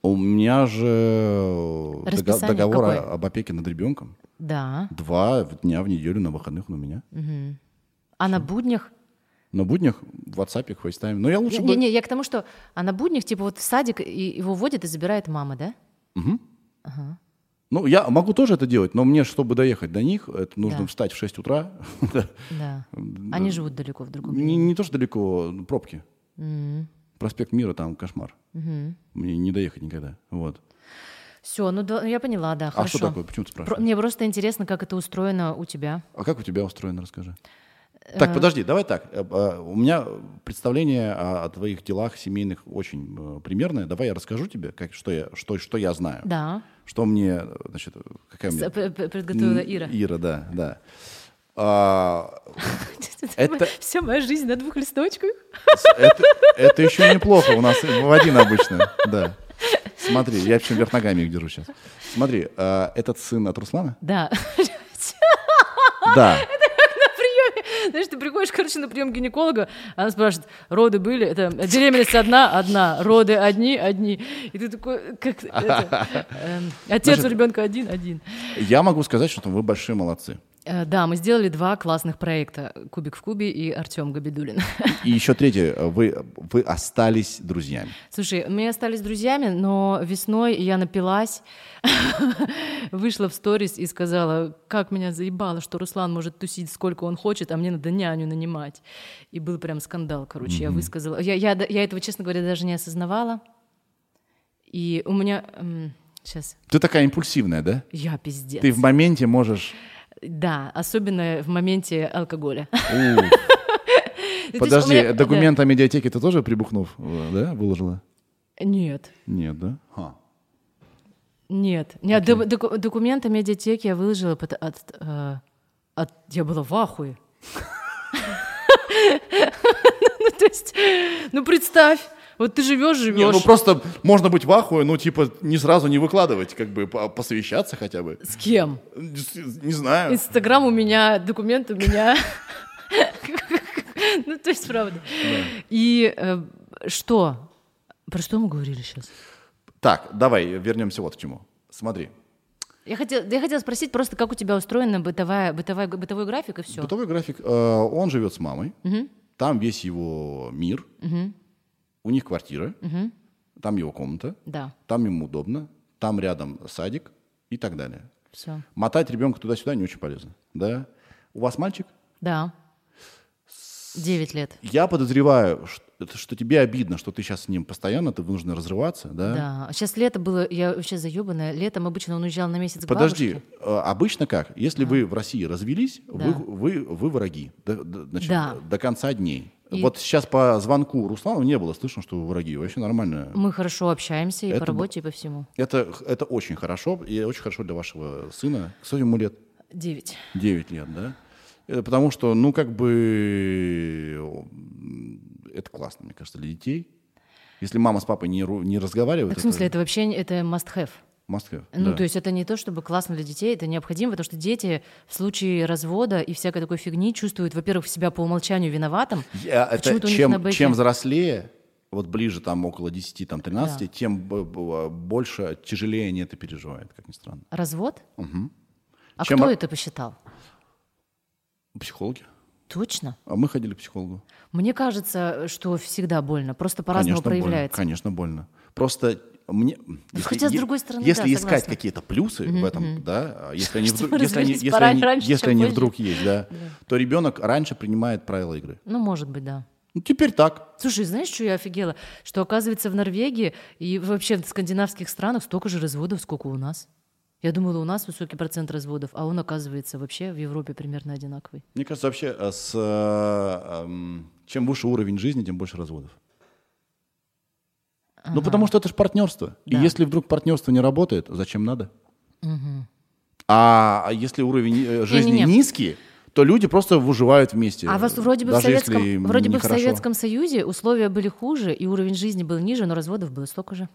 У меня же э, дога- Расписание договор о- какое? об опеке над ребенком. да. Два в- дня в неделю на выходных он у меня. А на буднях? На буднях в WhatsApp, в FaceTime. Но я лучше бы... Не-не, я к тому, что а на буднях, типа, вот в садик и его водит и забирает мама, да? Ну, я могу тоже это делать, но мне, чтобы доехать до них, это нужно Да. встать в 6 утра. Да. Да. Они живут далеко в другом. Не не то, что далеко, ну, пробки. Проспект Мира, там кошмар. Мне не доехать никогда. Вот. Все, ну да, я поняла, да, А хорошо. что такое? Почему ты Про- спрашиваешь? мне просто интересно, как это устроено у тебя. А как у тебя устроено, расскажи. Так, подожди, давай так. Э, э, У меня представление о, о твоих делах семейных очень э, примерное. Давай я расскажу тебе, как, что, я, что, что я знаю. Да. Что мне, э, значит, э, какая мне... С- п- п- Подготовила М, Ира. Ира, да, да. А, Это- Вся моя жизнь на двух листочках. с- это, это еще неплохо, у нас в один обычно, да. Смотри, я причем вверх ногами их держу сейчас. Смотри, э, этот сын от Руслана? Да. Да. приеме. Знаешь, ты приходишь, короче, на прием гинеколога, она спрашивает, роды были? Это беременность одна, одна, роды одни, одни. И ты такой, как это, эм, отец Значит, у ребенка один, один. Я могу сказать, что вы большие молодцы. Э, Да, мы сделали два классных проекта. Кубик в кубе и Артем Габидулин. И еще третье, э, вы, вы остались друзьями. Слушай, мы остались друзьями, но весной я напилась, вышла в сторис и сказала, как меня заебало, что Руслан может тусить сколько он хочет, а мне надо няню нанимать. И был прям скандал, короче, я высказала. Я, я, д- я этого, честно говоря, даже не осознавала. И у меня... сейчас. Ты такая импульсивная, да? Я пиздец. Ты в моменте можешь... Да, особенно в моменте алкоголя. Ух, Ты ж- у Подожди, меня- документ о медиатеке ты тоже прибухнув, э, да, выложила? Да. Нет. Нет, да? Ха. Нет. Нет, ду- доку- документы медиатеки я выложила, пот- от, э, от- я была в ахуе. Ну, то есть, ну, представь, вот ты живешь, Не, ну живешь. просто можно быть в ахуе, ну типа не сразу не выкладывать, как бы по- посовещаться хотя бы. С кем? С- Не знаю. Инстаграм у меня, документ у меня. Ну, то есть, правда. И э, что? Про что мы говорили сейчас? Так, давай вернемся вот к чему. Смотри, Я хотела, я хотела спросить просто, как у тебя устроена бытовая, бытовая, бытовой график и все. бытовой график. э, Он живет с мамой, там весь его мир, у них квартира, там его комната, Да, там ему удобно, там рядом садик и так далее. все. Мотать ребенка туда-сюда не очень полезно, да? У вас мальчик? Да. Девять лет. Я подозреваю, что, это- что тебе обидно, что ты сейчас с ним постоянно, ты нужно разрываться, да? Да. А Сейчас лето было, я вообще заебанная. Летом обычно он уезжал на месяц к Подожди, бабушке. э, обычно как? Если вы в России развелись, вы, Да. вы, вы враги до, до- значит, Да. до конца дней. И- Вот сейчас по звонку Руслану не было слышно, что вы враги. Вообще нормально. Мы хорошо общаемся и Это б- по работе, и по всему. Это, это очень хорошо, и очень хорошо для вашего сына. Кстати, ему лет Девять. 9 лет, да? Это потому что, ну, как бы, м, это классно, мне кажется, для детей. Если мама с папой не, ру- не разговаривают, Так, в смысле, это вообще не- это must have. must have, Ну, да. то есть это не то, чтобы классно для детей, это необходимо, потому что дети в случае развода и всякой такой фигни чувствуют, во-первых, себя по умолчанию виноватым. Я- это Почему-то у них на чем, бэке- чем взрослее, вот ближе там около 10, там 13, Да. тем б- б- больше, тяжелее они это переживают, как ни странно. Развод? А Чем кто ра- это посчитал? Психологи. Точно. А мы ходили к психологу. Мне кажется, что всегда больно, просто по-разному конечно, Больно, проявляется. Ну, конечно, больно. Просто мне... если- хотя с е- другой стороны, Если да, искать согласна. какие-то плюсы в этом, да, а если они Что вдруг- если они- развелись если пора они- раньше, если чем они позже. вдруг есть, да, то ребенок раньше принимает правила игры. Ну, может быть, да. Ну, теперь так. Слушай, знаешь, что я офигела? Что, оказывается, в Норвегии и вообще в скандинавских странах столько же разводов, сколько у нас. Я думала, у нас высокий процент разводов, а он, оказывается, вообще в Европе примерно одинаковый. Мне кажется, вообще, э, с, э, эм, чем выше уровень жизни, тем больше разводов. Ну, потому что это же партнерство. И Да. если вдруг партнерство не работает, зачем надо? А если уровень э, жизни Не-не-не. низкий, то люди просто выживают вместе. А вас вроде бы, в Э, даже если Советском, им вроде бы в нехорошо. Советском Союзе условия были хуже, и уровень жизни был ниже, но разводов было столько же,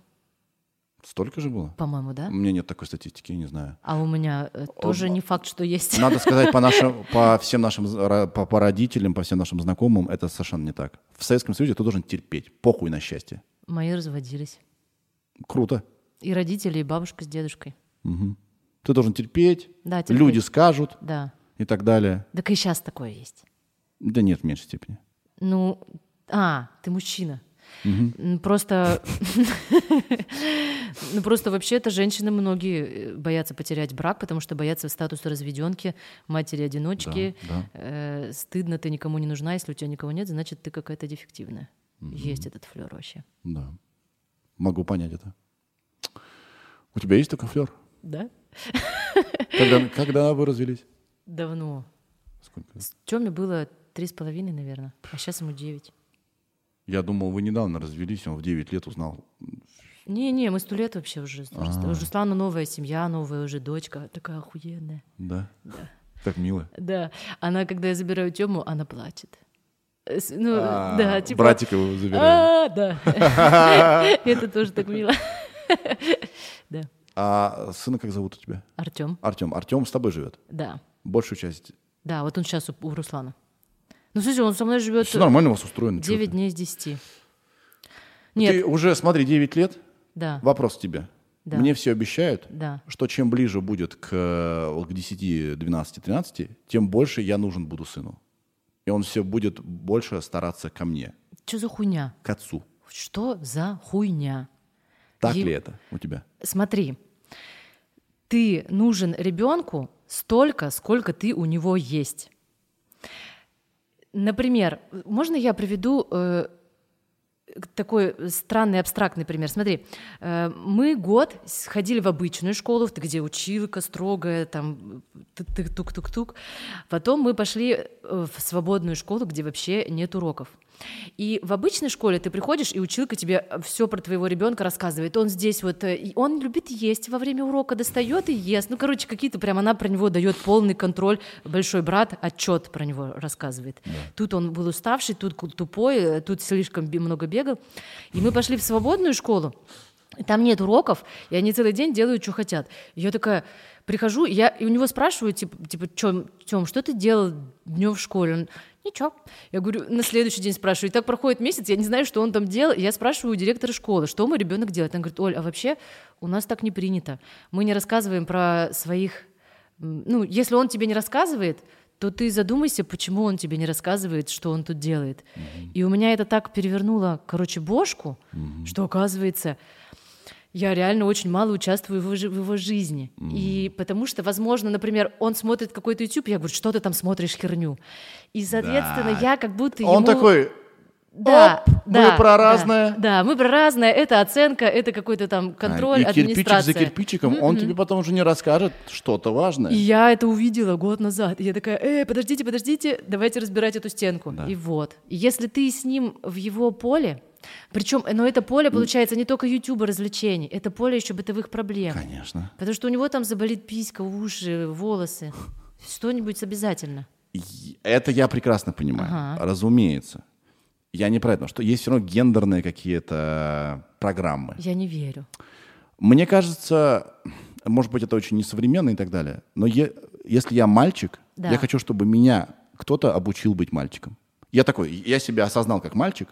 Столько же было? по-моему, да? У меня нет такой статистики, я не знаю. А у меня э, тоже не факт, что есть. Надо сказать, по, нашим, по всем нашим з- ра- по, по родителям, по всем нашим знакомым, это совершенно не так. В Советском Союзе ты должен терпеть. Похуй на счастье. Мои разводились. Круто. И родители, и бабушка с дедушкой. Ты должен терпеть, Да, терпеть. люди скажут Да. и так далее. Так и сейчас такое есть. Да нет, в меньшей степени. Ну, а, ты мужчина. М, Просто... Ну, просто вообще-то женщины многие э, боятся потерять брак, потому что боятся статуса разведенки, матери-одиночки. Да, Э, Стыдно, ты никому не нужна. Если у тебя никого нет, значит, ты какая-то дефективная. Есть этот флер вообще. Да. Могу понять это. У тебя есть такой флер? Да? Когда, когда вы развелись? Давно. Сколько? С Тёме было три с половиной, наверное, а сейчас ему девять. Я думал, вы недавно развелись, он в 9 лет узнал. Не-не, мы сто лет вообще уже. с А. Руслан- У Руслана новая семья, новая уже дочка, такая охуенная. Да? Да. Так мило. Да, она, когда я забираю Тему, она плачет. Э, с- Ну, А, да, типа... Братика вы забираете. «А, да. Это тоже так мило. Да. А сына как зовут у тебя? Артем, Артем. Артем с тобой живет. да. Большую часть. Да, вот он сейчас у, у Руслана. Ну, слушайте, он со мной живет Все нормально у вас устроено. чё 9 ты? дней из 10. Ты Ну, Нет, уже, смотри, 9 лет. да, Вопрос к тебе. Да. Мне все обещают, да. что чем ближе будет к, э, вот к 10, 12, 13, тем больше я нужен буду сыну. И он все будет больше стараться ко мне, Что за хуйня? к отцу. Что за хуйня? Так Е- ли это у тебя? Смотри, ты нужен ребенку столько, сколько ты у него есть. Например, можно я приведу э, такой странный абстрактный пример? Смотри, э, мы год сходили в обычную школу, в- где училка строгая, там ты- ты- тук-тук-тук. Потом мы пошли э, в свободную школу, где вообще нет уроков. И в обычной школе ты приходишь, и училка тебе все про твоего ребенка рассказывает. Он здесь вот, э, и он любит есть во время урока, достает и ест. Ну, короче, какие-то прям она про него дает полный контроль. Большой брат отчет про него рассказывает. Тут он был уставший, тут ку- тупой, э, тут слишком бе- много бегал. И мы пошли в свободную школу. И Там нет уроков, и они целый день делают, что хотят. И Я такая прихожу, и я и у него спрашиваю, типа, типа Тём, Тём, что ты делал днем в школе? Он, ничего. Я говорю, на следующий день спрашиваю. И так проходит месяц, я не знаю, что он там делал. И Я спрашиваю у директора школы, что мой ребенок делает. Она говорит, Оль, а вообще у нас так не принято. Мы не рассказываем про своих... м, Ну, если он тебе не рассказывает, то ты задумайся, почему он тебе не рассказывает, что он тут делает. И у меня это так перевернуло, короче, бошку, что оказывается, Я реально очень мало участвую в его, жи- в его жизни. И потому что, возможно, например, он смотрит какой-то YouTube, я говорю, что ты там смотришь херню? И, соответственно, Да. я как будто Он ему- такой, да, «Оп, мы да, про да, разное». А, Да, мы про разное. Это оценка, это какой-то там контроль, и кирпичик администрация. за кирпичиком, он тебе потом уже не расскажет что-то важное. И я это увидела год назад. И я такая, э, подождите, подождите, давайте разбирать эту стенку. Да. И вот. И Если ты с ним в его поле, причем, но это поле, получается, не только ютуба развлечений, это поле еще бытовых проблем. Конечно. Потому что у него там заболит писька, уши, волосы. Что-нибудь обязательно. И Это я прекрасно понимаю, Ага. разумеется. Я не про это, но что есть все равно гендерные какие-то программы. Я не верю. Мне кажется, может быть, это очень несовременно и так далее, но е- если я мальчик, Да. я хочу, чтобы меня кто-то обучил быть мальчиком. Я такой, я себя осознал как мальчик,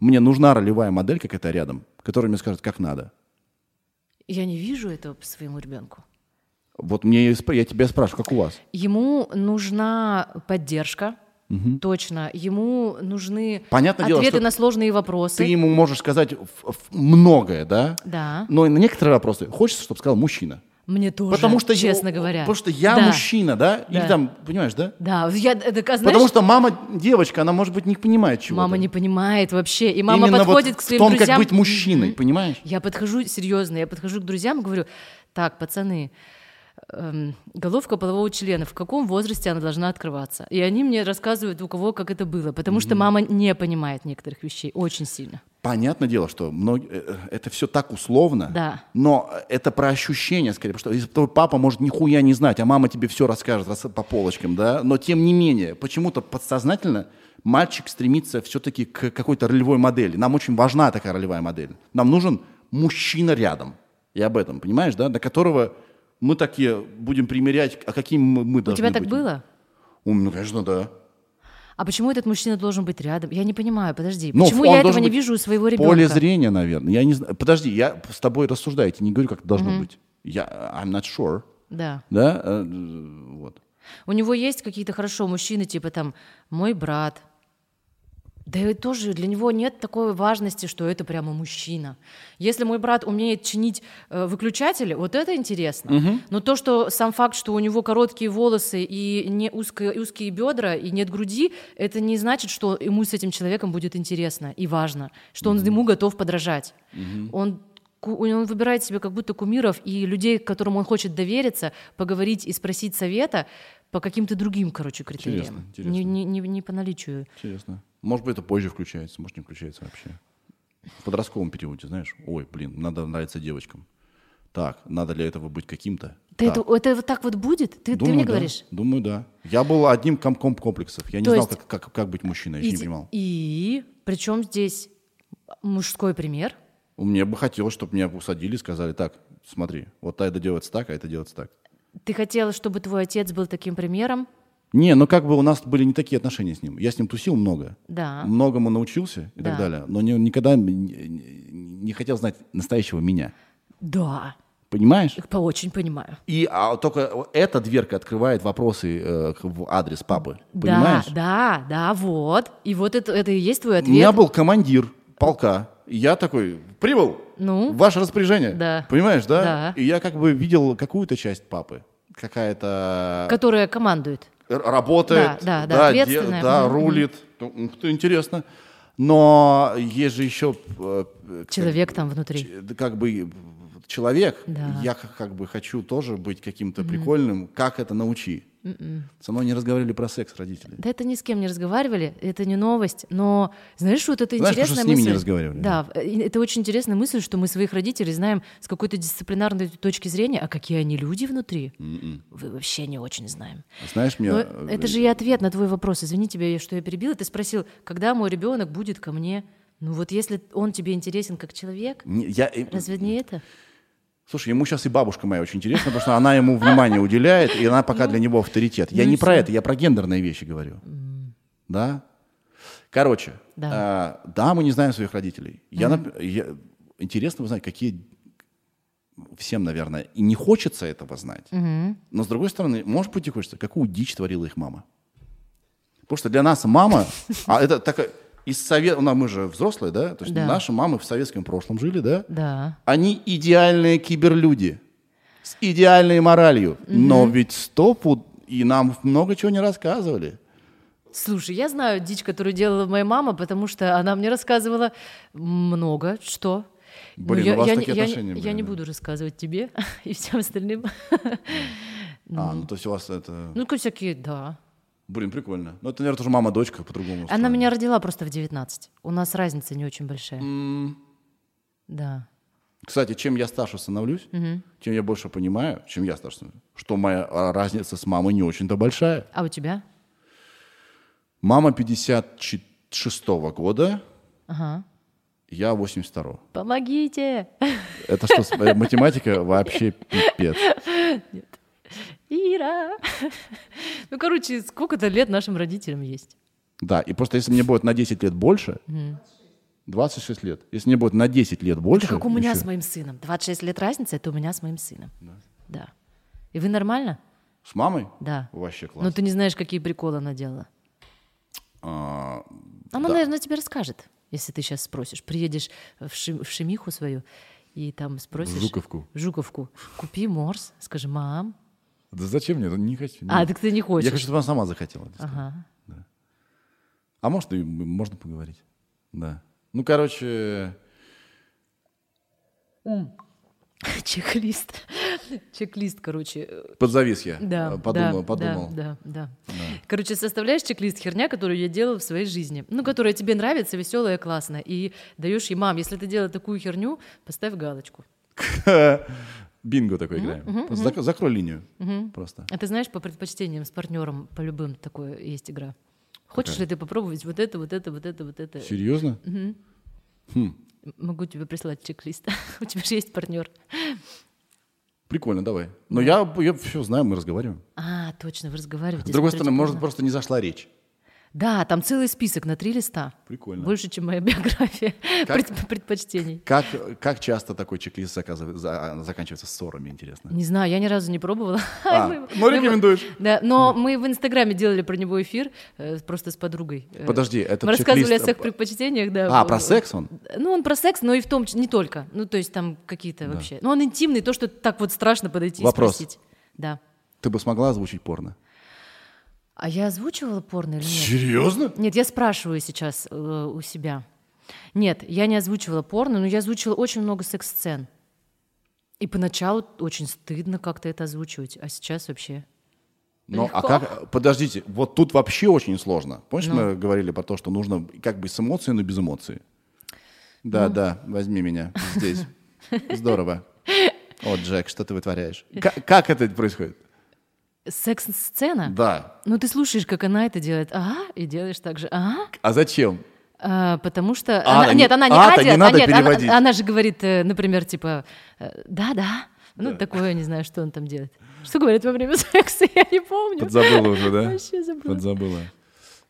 мне нужна ролевая модель какая-то рядом, которая мне скажет, как надо. Я не вижу этого по своему ребенку. Вот мне и спр- я тебя спрашиваю, как у вас? Ему нужна поддержка, точно. Ему нужны Понятное дело, ответы что на сложные вопросы. Ты ему можешь сказать в- в- многое, да? Да. Но и на некоторые вопросы хочется, чтобы сказал мужчина. Мне тоже, Потому что честно я, говоря. Потому что я Да. мужчина, да? Или Да. там, понимаешь, да? Да, я, э, так, а знаешь, Потому что мама девочка, она, может быть, не понимает чего-то. мама не понимает вообще. И мама Именно вот подходит к своим в том, друзьям. как быть мужчиной, понимаешь? Я подхожу, серьезно, я подхожу к друзьям и говорю, так, пацаны, эм, головка полового члена, в каком возрасте она должна открываться? И они мне рассказывают, у кого как это было, потому что мама не понимает некоторых вещей очень сильно. Понятное дело, что мног- э, э, это все так условно, Да. но но э, это про ощущения, скорее, потому что если твой папа может нихуя не знать, а мама тебе все расскажет рас- по полочкам, да, но тем не менее, почему-то подсознательно мальчик стремится все-таки к какой-то ролевой модели. Нам очень важна такая ролевая модель. Нам нужен мужчина рядом. И об этом, понимаешь, да, до которого мы такие будем примерять, а каким мы, мы У должны тебя так быть. было? У меня, конечно, да. А почему этот мужчина должен быть рядом? Я не понимаю, подожди. Ну, почему он я этого должен не быть вижу у своего в ребенка? Поле зрения, наверное. Я не знаю. Подожди, я с тобой рассуждаю, я тебе не говорю, как это должно быть. Я, I'm not sure. Да. Да? Э, Вот. У него есть какие-то хорошо мужчины, типа там мой брат. Да и тоже для него нет такой важности, что это прямо мужчина. Если мой брат умеет чинить э, выключатели, вот это интересно. Но то, что сам факт, что у него короткие волосы и не узкие, узкие бедра и нет груди, это не значит, что ему с этим человеком будет интересно и важно, что он ему готов подражать. Он ку- он выбирает себе как будто кумиров и людей, которым он хочет довериться, поговорить и спросить совета по каким-то другим, короче, критериям. Интересно, интересно. Не, не- не- не по наличию. Интересно. Может быть, это позже включается, может, не включается вообще. В подростковом периоде, знаешь, ой, блин, надо нравиться девочкам. Так, надо для этого быть каким-то. Ты Так. это, это вот так вот будет? Ты, ты Думаю, мне да. говоришь? Думаю, да. Я был одним комком комплексов. Я не То знал, есть- как, как, как быть мужчиной, я еще И, не понимал. и причем здесь мужской пример? У Мне бы хотелось, чтобы меня усадили и сказали, так, смотри, вот это делается так, а это делается так. Ты хотела, чтобы твой отец был таким примером? Не, ну как бы у нас были не такие отношения с ним. Я с ним тусил много. Да. Многому научился и Да. так далее. Но не- никогда не, не хотел знать настоящего меня. Да. Понимаешь? Их по очень понимаю. И а, только эта дверка открывает вопросы э, к- в адрес папы. Понимаешь? Да, да, да, вот. И вот это, это и есть твой У меня ответ. был командир полка. И я такой, прибыл, Ну? ваше распоряжение. Да. Понимаешь, да? Да. И я как бы видел какую-то часть папы. Какая-то Которая командует. Р- работает, Да, да, да, де- ответственная. да, Мгм. рулит. Ну, м, кто интересно. Но есть же еще э, э, Человек там внутри. ч- да, как бы э, человек. Да. Я как, как бы хочу тоже быть каким-то прикольным. Как это научи? Со мной не разговаривали про секс родители. Да это ни с кем не разговаривали, это не новость, но знаешь, вот это Знаешь, потому что интересная с ними не мысль. разговаривали, Да, э, и это очень интересная мысль, что мы своих родителей знаем с какой-то дисциплинарной точки зрения, а какие они люди внутри, вы вообще не очень знаем. Знаешь, мне... Но М-м. э, Ну, это же и ответ на твой вопрос. Извини тебя, что я перебила. Ты спросил, когда мой ребенок будет ко мне? Ну вот если он тебе интересен как человек, не- я, э, разве не это? Слушай, ему сейчас и бабушка моя очень интересна, потому что она ему внимание уделяет, и она пока для него авторитет. Я ну и не про всё. это, я про гендерные вещи говорю. Да? Короче, Да. э, да, мы не знаем своих родителей. Я, нап- я- интересно узнать, какие всем, наверное, и не хочется этого знать. Но с другой стороны, может быть, и хочется, какую дичь творила их мама. Потому что для нас мама, а это такая, из Совет... Ну, а мы же взрослые, да? То есть Да. наши мамы в советском прошлом жили, да? Да. Они идеальные киберлюди с идеальной моралью. Но ведь стопу и нам много чего не рассказывали. Слушай, я знаю дичь, которую делала моя мама, потому что она мне рассказывала много что. Ну, Блин, я, у вас я не- такие я не- отношения были, я не да? буду рассказывать тебе и всем остальным. А, ну то есть у вас это... Ну, всякие, да. Блин, прикольно. Ну это, наверное, тоже мама-дочка по-другому. Она устроена. меня родила просто в 19. У нас разница не очень большая. Да. Кстати, чем я старше становлюсь, тем я больше понимаю, чем я старше становлюсь, что моя а, разница с мамой не очень-то большая. А у тебя? Мама 56-го года, Ага. я 82-го. Помогите! Это что, с- э, математика вообще пипец. Ира! Ну, короче, сколько-то лет нашим родителям есть. Да, и просто если мне будет на 10 лет больше, 26 лет, если мне будет на 10 лет больше... Как у меня еще- с моим сыном. 26 лет разница, это у меня с моим сыном. Да. И вы нормально? С мамой? Да. Вообще класс. Но Ну, ты не знаешь, какие приколы она делала. А, Она, Да. наверное, тебе расскажет, если ты сейчас спросишь. Приедешь в, Ши- в Шемиху свою и там спросишь... В Жуковку. Жуковку. Купи морс, скажи, мам. да зачем мне? Ну, Не хочу. А, Нет. так ты не хочешь. Я хочу, чтобы она сама захотела. это сказать. Ага. А может, и м- можно поговорить. Да. Ну, короче, Чек-лист. Чек-лист, короче. подзавис я. Да, Э, Подумал, да, подумал. Да, да, да. Короче, составляешь чек-лист херня, которую я делала в своей жизни. Ну, которая тебе нравится, веселая, классная. И даешь ей, мам, если ты делала такую херню, поставь галочку. Бинго такой играем. Просто зак- Закрой линию. Просто. А ты знаешь, по предпочтениям с партнером, по любым такое есть игра. Хочешь ли ты попробовать вот это, вот это, вот это, вот это? Серьезно? Могу тебе прислать чек-лист. У тебя же есть партнер. Прикольно, давай. Но я, я все знаю, мы разговариваем. А, точно, вы разговариваете. С другой смотрите стороны, может, порно. просто не зашла речь. Да, там целый список на три листа. Прикольно. Больше, чем моя биография Как- пред- предпочтений. Как, как часто такой чек-лист заказыв- за- а, заканчивается ссорами, интересно? Не знаю, я ни разу не пробовала. А, Мы- ну, Ну, мы- рекомендуешь. Да, но мы в Инстаграме делали про него эфир э, просто с подругой. Э, Подожди, это Мы рассказывали о чек-лист- э, своих предпочтениях, да. А, про секс он? Ну, он про секс, но и в том числе, не только. Ну, то есть там какие-то вообще. Ну, он интимный, то, что так вот страшно подойти Вопрос. и спросить. Да. Ты бы смогла озвучить порно? А я озвучивала порно или нет? Серьезно? Нет, я спрашиваю сейчас э, у себя. Нет, я не озвучивала порно, но я озвучила очень много секс-сцен. И поначалу очень стыдно как-то это озвучивать, а сейчас вообще. Ну, а Легко. Ну. как... Подождите, вот тут вообще очень сложно. Помнишь, мы говорили про то, что нужно как бы с эмоцией, но без эмоций? Ну. Да, да, возьми меня здесь. Здорово. О, Джек, что ты вытворяешь? Как, как это происходит? Секс-сцена? Да. Ну, ты слушаешь, как она это делает, ага, и делаешь так же, ага, А зачем? А, потому что... А, она- да, нет, не- она не а, да, а, не делает, а, надо нет, она- переводить. она, же говорит, э, например, типа, э, да-да, ну, такое, не знаю, что он там делает. Что говорит во время секса, я не помню. Подзабыла уже, да? Вообще забыла. Подзабыла.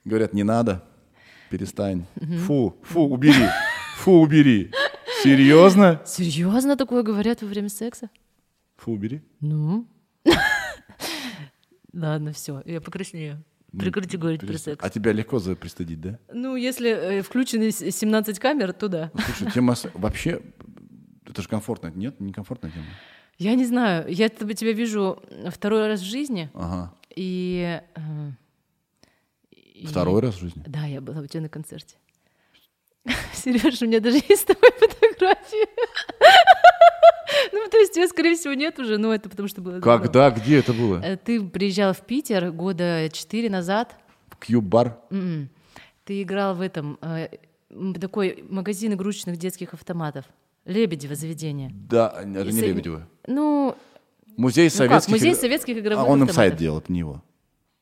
Говорят, не надо, перестань. Фу, фу, убери, фу, убери. Серьезно? Серьезно такое говорят во время секса? Фу, убери. Ну? Ладно, все, я покраснею. Прекрати говорить про Перестань. секс. А тебя легко за- пристыдить, да? Ну, если э, включены с- 17 камер, то да. Слушай, тема с- вообще... Это же комфортно. Нет, некомфортная тема. Я не знаю, я тебя тебя вижу второй раз в жизни, Ага. и... э, и- Второй раз в жизни. Да, я была у тебя на концерте. Сереж, у меня даже есть с тобой фотографии. ну, то есть тебя, скорее всего, нет уже, но это потому что было... давно. Когда? Где это было? Э, Ты приезжал в Питер года четыре назад. Кью-бар. М-м. Ты играл в этом э, м, такой магазин игрушечных детских автоматов. Лебедево заведение. Да, это не Если- Лебедева. Ну, Музей ну как, советских... музей игр- советских А игровых он им автоматов. сайт делал, это не его.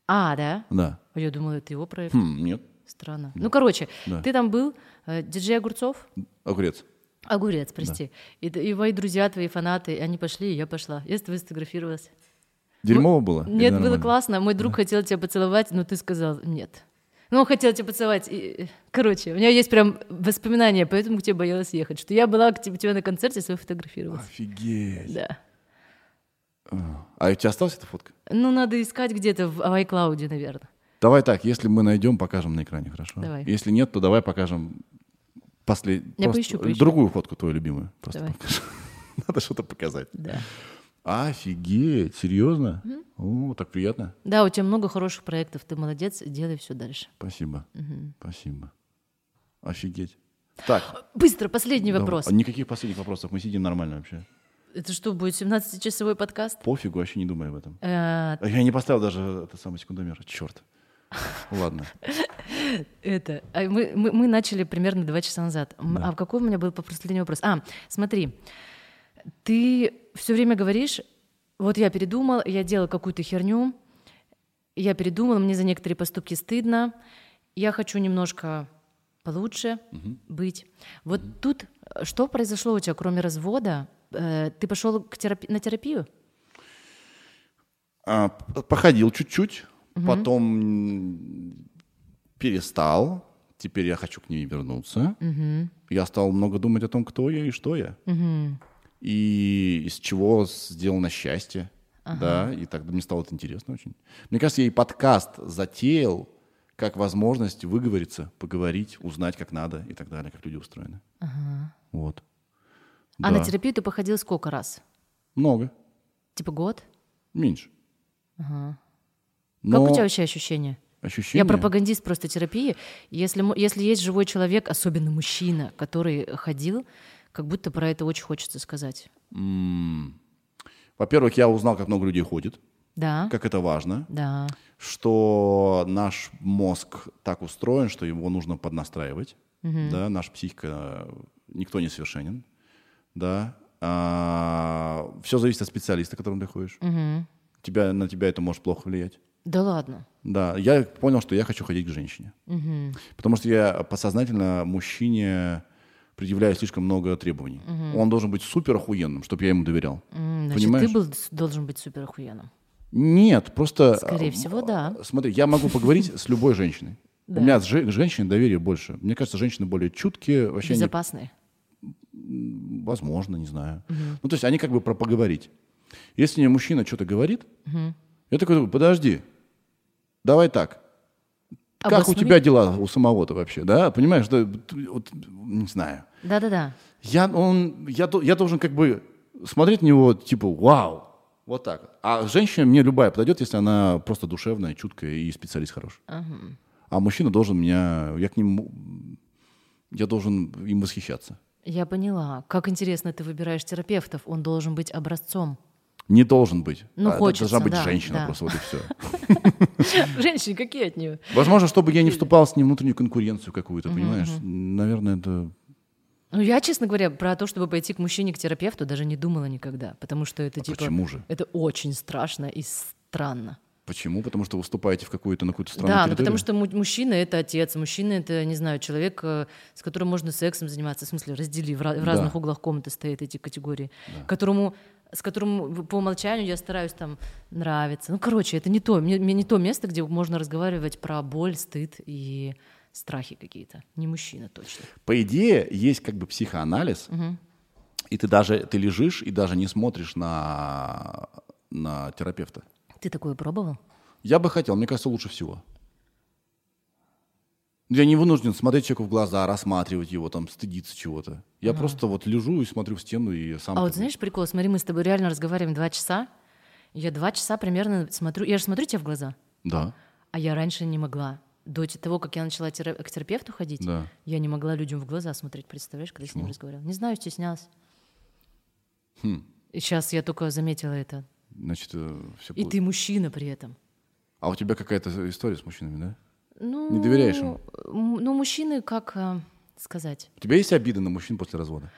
А, да? Да. А Я думала, это его проект. Хм, нет. Странно. Ну, короче, Да. ты там был, э, диджей Огурцов, Огурец. Ну, Огурец, прости. И, т- и мои друзья, твои фанаты, они пошли, и я пошла. Я с тобой сфотографировалась. Дерьмово было? или Нет, было нормально? классно. Мой друг хотел тебя поцеловать, но ты сказал нет. Ну, он хотел тебя поцеловать. и- э, Короче, у меня есть прям воспоминания, поэтому к тебе боялась ехать, что я была к тебе, у тебя на концерте, с тобой фотографировалась. Офигеть. Да. А у тебя осталась эта фотка? Ну, надо искать где-то в iCloud, наверное. Давай так, если мы найдем, покажем на экране, хорошо? Давай. Если нет, то давай покажем после... Я просто поищу, поищу. Другую фотку твою любимую. Просто Давай. покажем. Надо что-то показать. Да. Офигеть, серьезно? О, так приятно. Да, у тебя много хороших проектов, ты молодец, делай все дальше. Спасибо. Спасибо. Офигеть. Так, Быстро, последний давай. А вопрос. никаких последних вопросов, мы сидим нормально вообще. Это что, будет 17-часовой подкаст? Пофигу, вообще не думай об этом. Э, Я не поставил даже этот самый секундомер, черт. Ладно. Это. а Мы, мы, мы начали примерно два часа назад. М, Да. А какой у меня был последний вопрос? А, смотри, ты все время говоришь, вот я передумал, я делал какую-то херню, я передумал, мне за некоторые поступки стыдно, я хочу немножко получше быть. Вот тут э, что произошло у тебя, кроме развода? Э, Ты пошел к терапи- на терапию? А, п- походил чуть-чуть, потом м, перестал. Теперь я хочу к ней вернуться. Я стал много думать о том, кто я и что я. И из чего сделано счастье. Да, и тогда мне стало это интересно очень. Мне кажется, я и подкаст затеял как возможность выговориться, поговорить, узнать, как надо и так далее, как люди устроены. Вот. А на Да. терапию ты походил сколько раз? Много. Типа год? Меньше. Как Но у тебя вообще ощущения? ощущение... Я пропагандист просто терапии. Если, му- если есть живой человек, особенно мужчина, который ходил, как будто про это очень хочется сказать. Во-первых, я узнал, как много людей ходит, Да, как это важно, да, что наш мозг так устроен, что его нужно поднастраивать, да, наша психика, э, никто не совершенен, да, все зависит от специалиста, к которому ты ходишь, тебя, на тебя это может плохо влиять. да ладно. Да, я понял, что я хочу ходить к женщине. Потому что я подсознательно мужчине предъявляю слишком много требований. Он должен быть супер охуенным, чтобы я ему доверял. М, Значит, Понимаешь? ты был, с- должен быть супер охуенным. Нет, просто... Скорее э, всего, да. Смотри, я могу поговорить с любой женщиной. Да. У меня с же- к женщине доверие больше. Мне кажется, женщины более чуткие, вообще не- Безопасный. возможно, не знаю. Ну, то есть они как бы про поговорить. Если мне мужчина что-то говорит, я такой, думаю, подожди, давай так. Как у Обоснуй. тебя дела у самого-то вообще, да? Понимаешь, да, т- вот, не знаю. Да-да-да. Я, он, я, до- я должен как бы смотреть на него, типа, вау, вот так. вот. А женщина мне любая подойдет, если она просто душевная, чуткая и специалист хороший. А мужчина должен меня, я к нему, я должен им восхищаться. Я поняла. Как интересно ты выбираешь терапевтов. Он должен быть образцом. Не должен быть. А, Ну, Это хочется, должна быть да, женщина да. просто, вот и все. Женщины, какие от нее? Возможно, чтобы я не вступал с ним в внутреннюю конкуренцию какую-то, понимаешь? Наверное, это... Ну, я, честно говоря, про то, чтобы пойти к мужчине, к терапевту, даже не думала никогда. Потому что это, типа... А почему же? Это очень страшно и странно. Почему? Потому что вы вступаете в какую-то, на какую-то страну Да, ну потому что му- мужчина это отец, мужчина это, не знаю, человек, э, с которым можно сексом заниматься, в смысле, раздели, в, ра- Да. в разных углах комнаты стоят эти категории, которому, с которым в- по умолчанию я стараюсь там нравиться. Ну, короче, это не то, мне, мне не то место, где можно разговаривать про боль, стыд и страхи какие-то. Не мужчина точно. По идее, есть как бы психоанализ, и ты даже ты лежишь и даже не смотришь на, на терапевта. Ты такое пробовал? А Я бы хотел, мне кажется, лучше всего. Я не вынужден смотреть человеку в глаза, рассматривать его, там, стыдиться чего-то. Я просто вот лежу и смотрю в стену и сам... А как вот бы- знаешь прикол, смотри, мы с тобой реально разговариваем два часа, я два часа примерно смотрю, я же смотрю тебе в глаза. Да. А я раньше не могла. До те- того, как я начала тера- к терапевту ходить, Да. я не могла людям в глаза смотреть, представляешь, когда с ним разговаривала. Не знаю, стеснялась. Хм. И сейчас я только заметила это. Значит, все И ты мужчина при этом. А у тебя какая-то история с мужчинами, да? Ну, Не доверяешь им? м, Ну, мужчины, как а, сказать? У тебя есть обиды на мужчин после развода?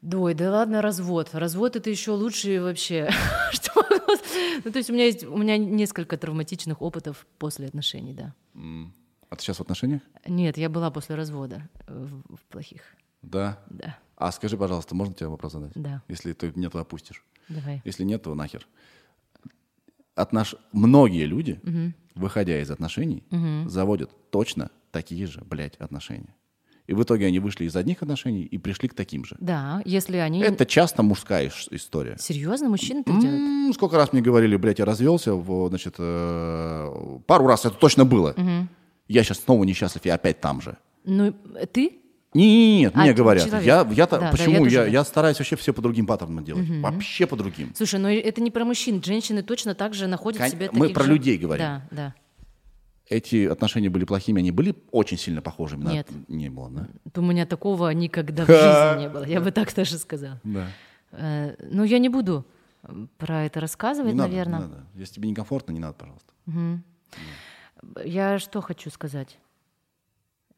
Дой, да ладно, развод. Развод это еще лучше вообще. Что могло с- Ну, то есть у меня есть у меня несколько травматичных опытов после отношений, да. А ты сейчас в отношениях? Нет, я была после развода э, в- в плохих. Да. Да, А скажи, пожалуйста, можно тебе вопрос задать? Да. Если ты меня туда пустишь. давай. Если нет, то нахер. Отнош... Многие люди, выходя из отношений, заводят точно такие же, блядь, отношения. И в итоге они вышли из одних отношений и пришли к таким же. Да, если они... Это часто мужская иш- история. Серьезно, мужчины так делают? М, Сколько раз мне говорили, блядь, я развелся, во, значит, э, пару раз это точно было. Я сейчас снова несчастлив, я опять там же. Ну, ты? Не, нет, А, мне ты говорят. человек. Я, я-то- Да, да, я почему? тоже я, так. я стараюсь вообще все по другим паттернам делать. Вообще по другим. Слушай, ну это не про мужчин. Женщины точно так же находят Кон- себе мы таких про же- людей говорим. Да, да. Эти отношения были плохими, они были очень сильно похожими. на- Нет. Не было, да? У меня такого никогда в жизни не было. Я бы так даже сказала. Да. Э, Ну, я не буду м, про это рассказывать, Не надо, наверное. не надо. Если тебе некомфортно, не надо, пожалуйста. Я что хочу сказать?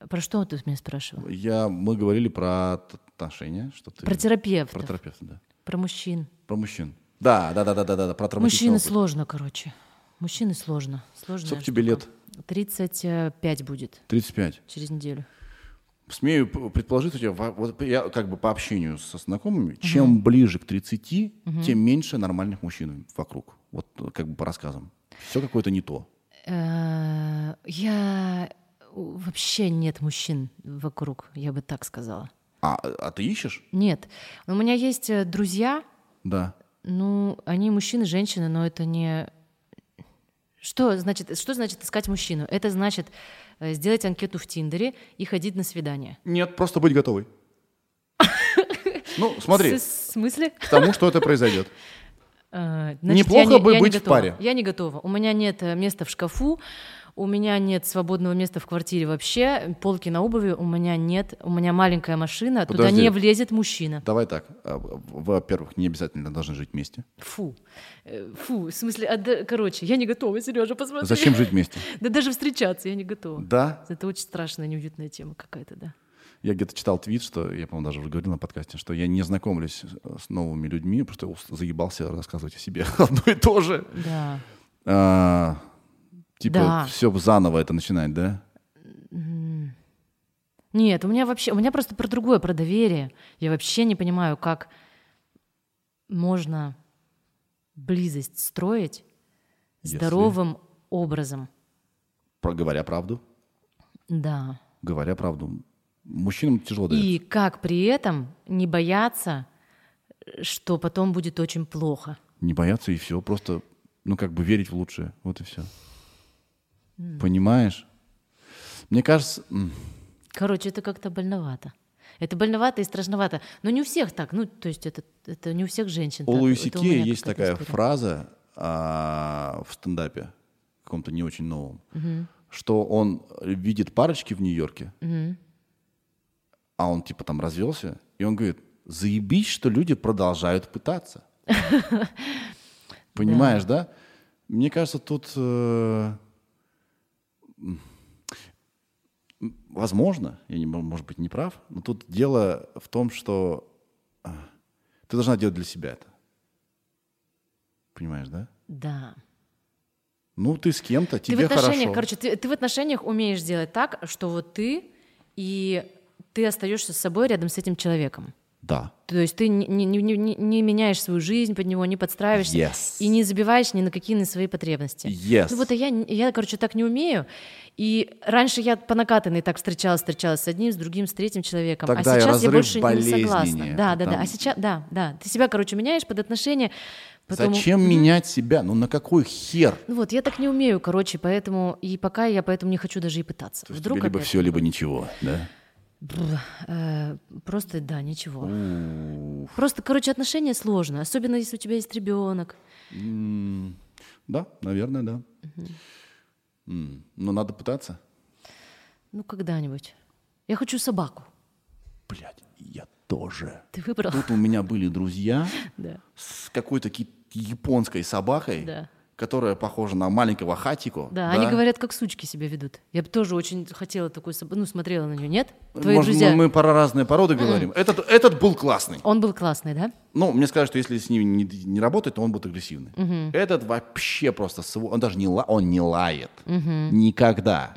Про что ты меня спрашивал? Я, мы говорили про т- отношения, что ты... Про терапевтов, Про про, терапевта, да. мужчин. Про мужчин. Да, да, да, да, да, да, да, про травматичный Мужчины опыт. сложно, короче. Мужчины сложно. Сложно. Сколько тебе лет? 35 будет 35. через неделю. Смею п- предположить, у тебя, во- вот я как бы по общению со знакомыми, чем ближе к 30, тем меньше нормальных мужчин вокруг. Вот э, как бы по рассказам. Все какое-то не то. Э, Я у- вообще нет мужчин вокруг, я бы так сказала. А, а ты ищешь? Нет. У меня есть э, друзья, Да. ну, они мужчины, женщины, но это не... Что значит, что значит искать мужчину? Это значит э, сделать анкету в Тиндере и ходить на свидание. Нет, просто быть готовой. Ну, смотри, В с- смысле? к тому, что это произойдет. Э, Неплохо я не- бы я не быть в готова. паре. Я не готова. У меня нет э, места в шкафу, у меня нет свободного места в квартире вообще, полки на обуви у меня нет, у меня маленькая машина, Подожди. туда не влезет мужчина. Давай так. а, в- Во-первых, не обязательно должны жить вместе. Фу. Э, Фу, в смысле, отда- короче, я не готова, Сережа, посмотри. Зачем жить вместе? Да даже встречаться я не готова. Да. Это очень страшная, неуютная тема какая-то, да. Я где-то читал твит, что я, по-моему, даже уже говорил на подкасте, что я не знакомлюсь с новыми людьми, потому что я ус- заебался рассказывать о себе одно и то же. Да. А, типа, Да. все заново это начинать, да? Нет, у меня вообще, у меня просто про другое, про доверие. Я вообще не понимаю, как можно близость строить Если- здоровым образом. Про, говоря правду. Да. Говоря правду. Мужчинам тяжело дается. И как при этом не бояться, что потом будет очень плохо. Не бояться и все. Просто, ну, как бы верить в лучшее. Вот и все. Понимаешь? Мне кажется... м, Короче, это как-то больновато. Это больновато и страшновато. Но не у всех так. Ну, то есть это, это не у всех женщин. У так. Луи Это Си меня Кея есть какая-то такая история. фраза а, в стендапе, каком-то не очень новом, что он видит парочки в Нью-Йорке, а он типа там развелся, и он говорит, заебись, что люди продолжают пытаться. Понимаешь, да? Мне кажется, тут... э, м, Возможно, я, не, мо- может быть, не прав, но тут дело в том, что а, ты должна делать для себя это. Понимаешь, да? Да. Ну, ты с кем-то, тебе ты в отношениях, хорошо. короче, ты, ты в отношениях умеешь делать так, что вот ты и ты остаешься с собой рядом с этим человеком. Да. То есть ты не, не- не- не- не меняешь свою жизнь под него, не подстраиваешься Yes. и не забиваешь ни на какие на свои потребности. Yes. Ну вот а я, не- я, короче, так не умею. И раньше я по накатанной так встречалась, встречалась с одним, с другим, с третьим человеком. Тогда а и сейчас я разрыв больше не согласна. болезненнее. Да, да, да. Там- А сейчас, да, да. Ты себя, короче, меняешь под отношения. потому- Зачем менять себя? Ну, на какой хер? ну вот, я так не умею, короче, поэтому и пока я поэтому не хочу даже и пытаться. То есть тебе либо опять все, либо будет. ничего, да? Бр, э, просто да, ничего. Просто, короче, отношения сложно, особенно если у тебя есть ребенок. М, Да, наверное, да. М, Но надо пытаться. Ну когда-нибудь. Я хочу собаку. Блядь, я тоже. Ты выбрал? Тут у меня были друзья Да. с какой-то ки- японской собакой, Да. которая похожа на маленького хатику. Да, они говорят, как сучки себя ведут. Я бы тоже очень хотела такую собаку. Ну, смотрела на нее, нет? Твои Может, друзья. Э, мы, мы про разные породы говорим. Этот, этот был классный. Он был классный, да? Ну, мне сказали, что если с ним не, не работать, то он будет агрессивный. Этот вообще просто... сво- Он даже не, ла- он не лает. Никогда.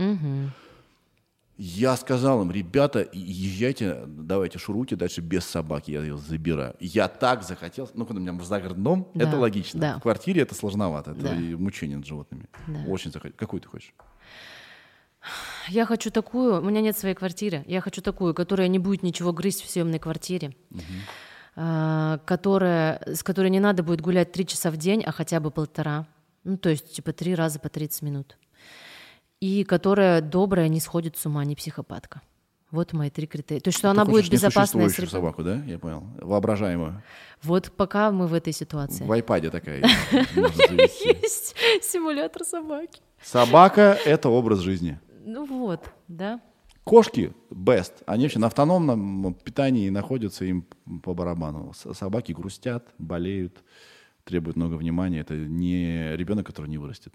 Я сказал им, ребята, езжайте, давайте шуруйте дальше без собаки, я ее забираю. Я так захотел, ну, когда у меня за городом, Да, это логично. да. В квартире это сложновато, это Да. и мучение над животными. Да. Очень захотел. Какую ты хочешь? Я хочу такую, у меня нет своей квартиры, я хочу такую, которая не будет ничего грызть в съемной квартире, а, которая, с которой не надо будет гулять три часа в день, а хотя бы полтора. Ну, то есть, типа, три раза по 30 минут. И которая добрая, не сходит с ума, не психопатка. Вот мои три критерия. То есть, что Ты она будет хочешь безопасная с несуществующую ребенком. собаку, да? Я понял. Воображаемую. Вот пока мы в этой ситуации. В айпаде такая. можно завести. Есть симулятор собаки. Собака — это образ жизни. Ну вот, да. Кошки — best. Они вообще на автономном питании находятся им по барабану. С- Собаки грустят, болеют, требуют много внимания. Это не ребенок, который не вырастет.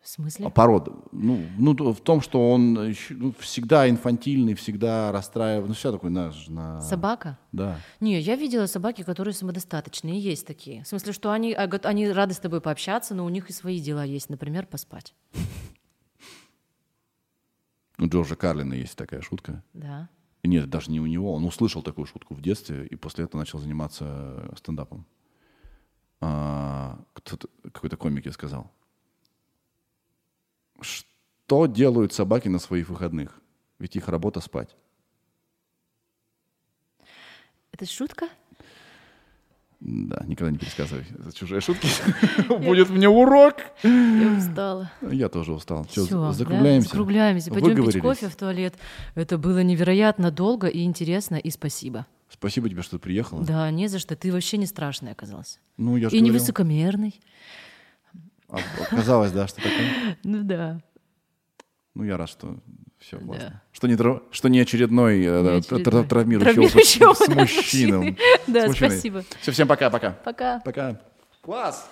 В смысле? А Порода. Ну, ну, то- в том, что он ещё, ну, всегда инфантильный, всегда расстраивает. Ну, все такое, на... на- Собака? Да. Не, я видела собаки, которые самодостаточные, есть такие. В смысле, что они, а, гот- они рады с тобой пообщаться, но у них и свои дела есть, например, поспать. У Джорджа Карлина есть такая шутка. Да. Нет, даже не у него. Он услышал такую шутку в детстве и после этого начал заниматься э, стендапом. А, кто-то, какой-то комик я сказал. Что делают собаки на своих выходных? Ведь их работа спать. Это шутка? Да, никогда не пересказывай за чужие шутки. Будет мне урок. Я устала. Я тоже устал. Всё, Всё, да? закругляемся. Закругляемся. Пойдем пить Выговорились. кофе в туалет. Это было невероятно долго и интересно, и спасибо. Спасибо тебе, что ты приехала. Да, не за что. Ты вообще не страшный оказался. Ну, я же И не говорил. высокомерный. А, Оказалось, да, что такое. Ну да. Ну, я рад, что все классно. Что, не, тра- что не очередной, э, Не тра- очередной. тра- травмирующий опыт с- Травмирующий с опыт мужчином. мужчины. Да, спасибо. Все, всем пока-пока. Пока. Пока. Класс!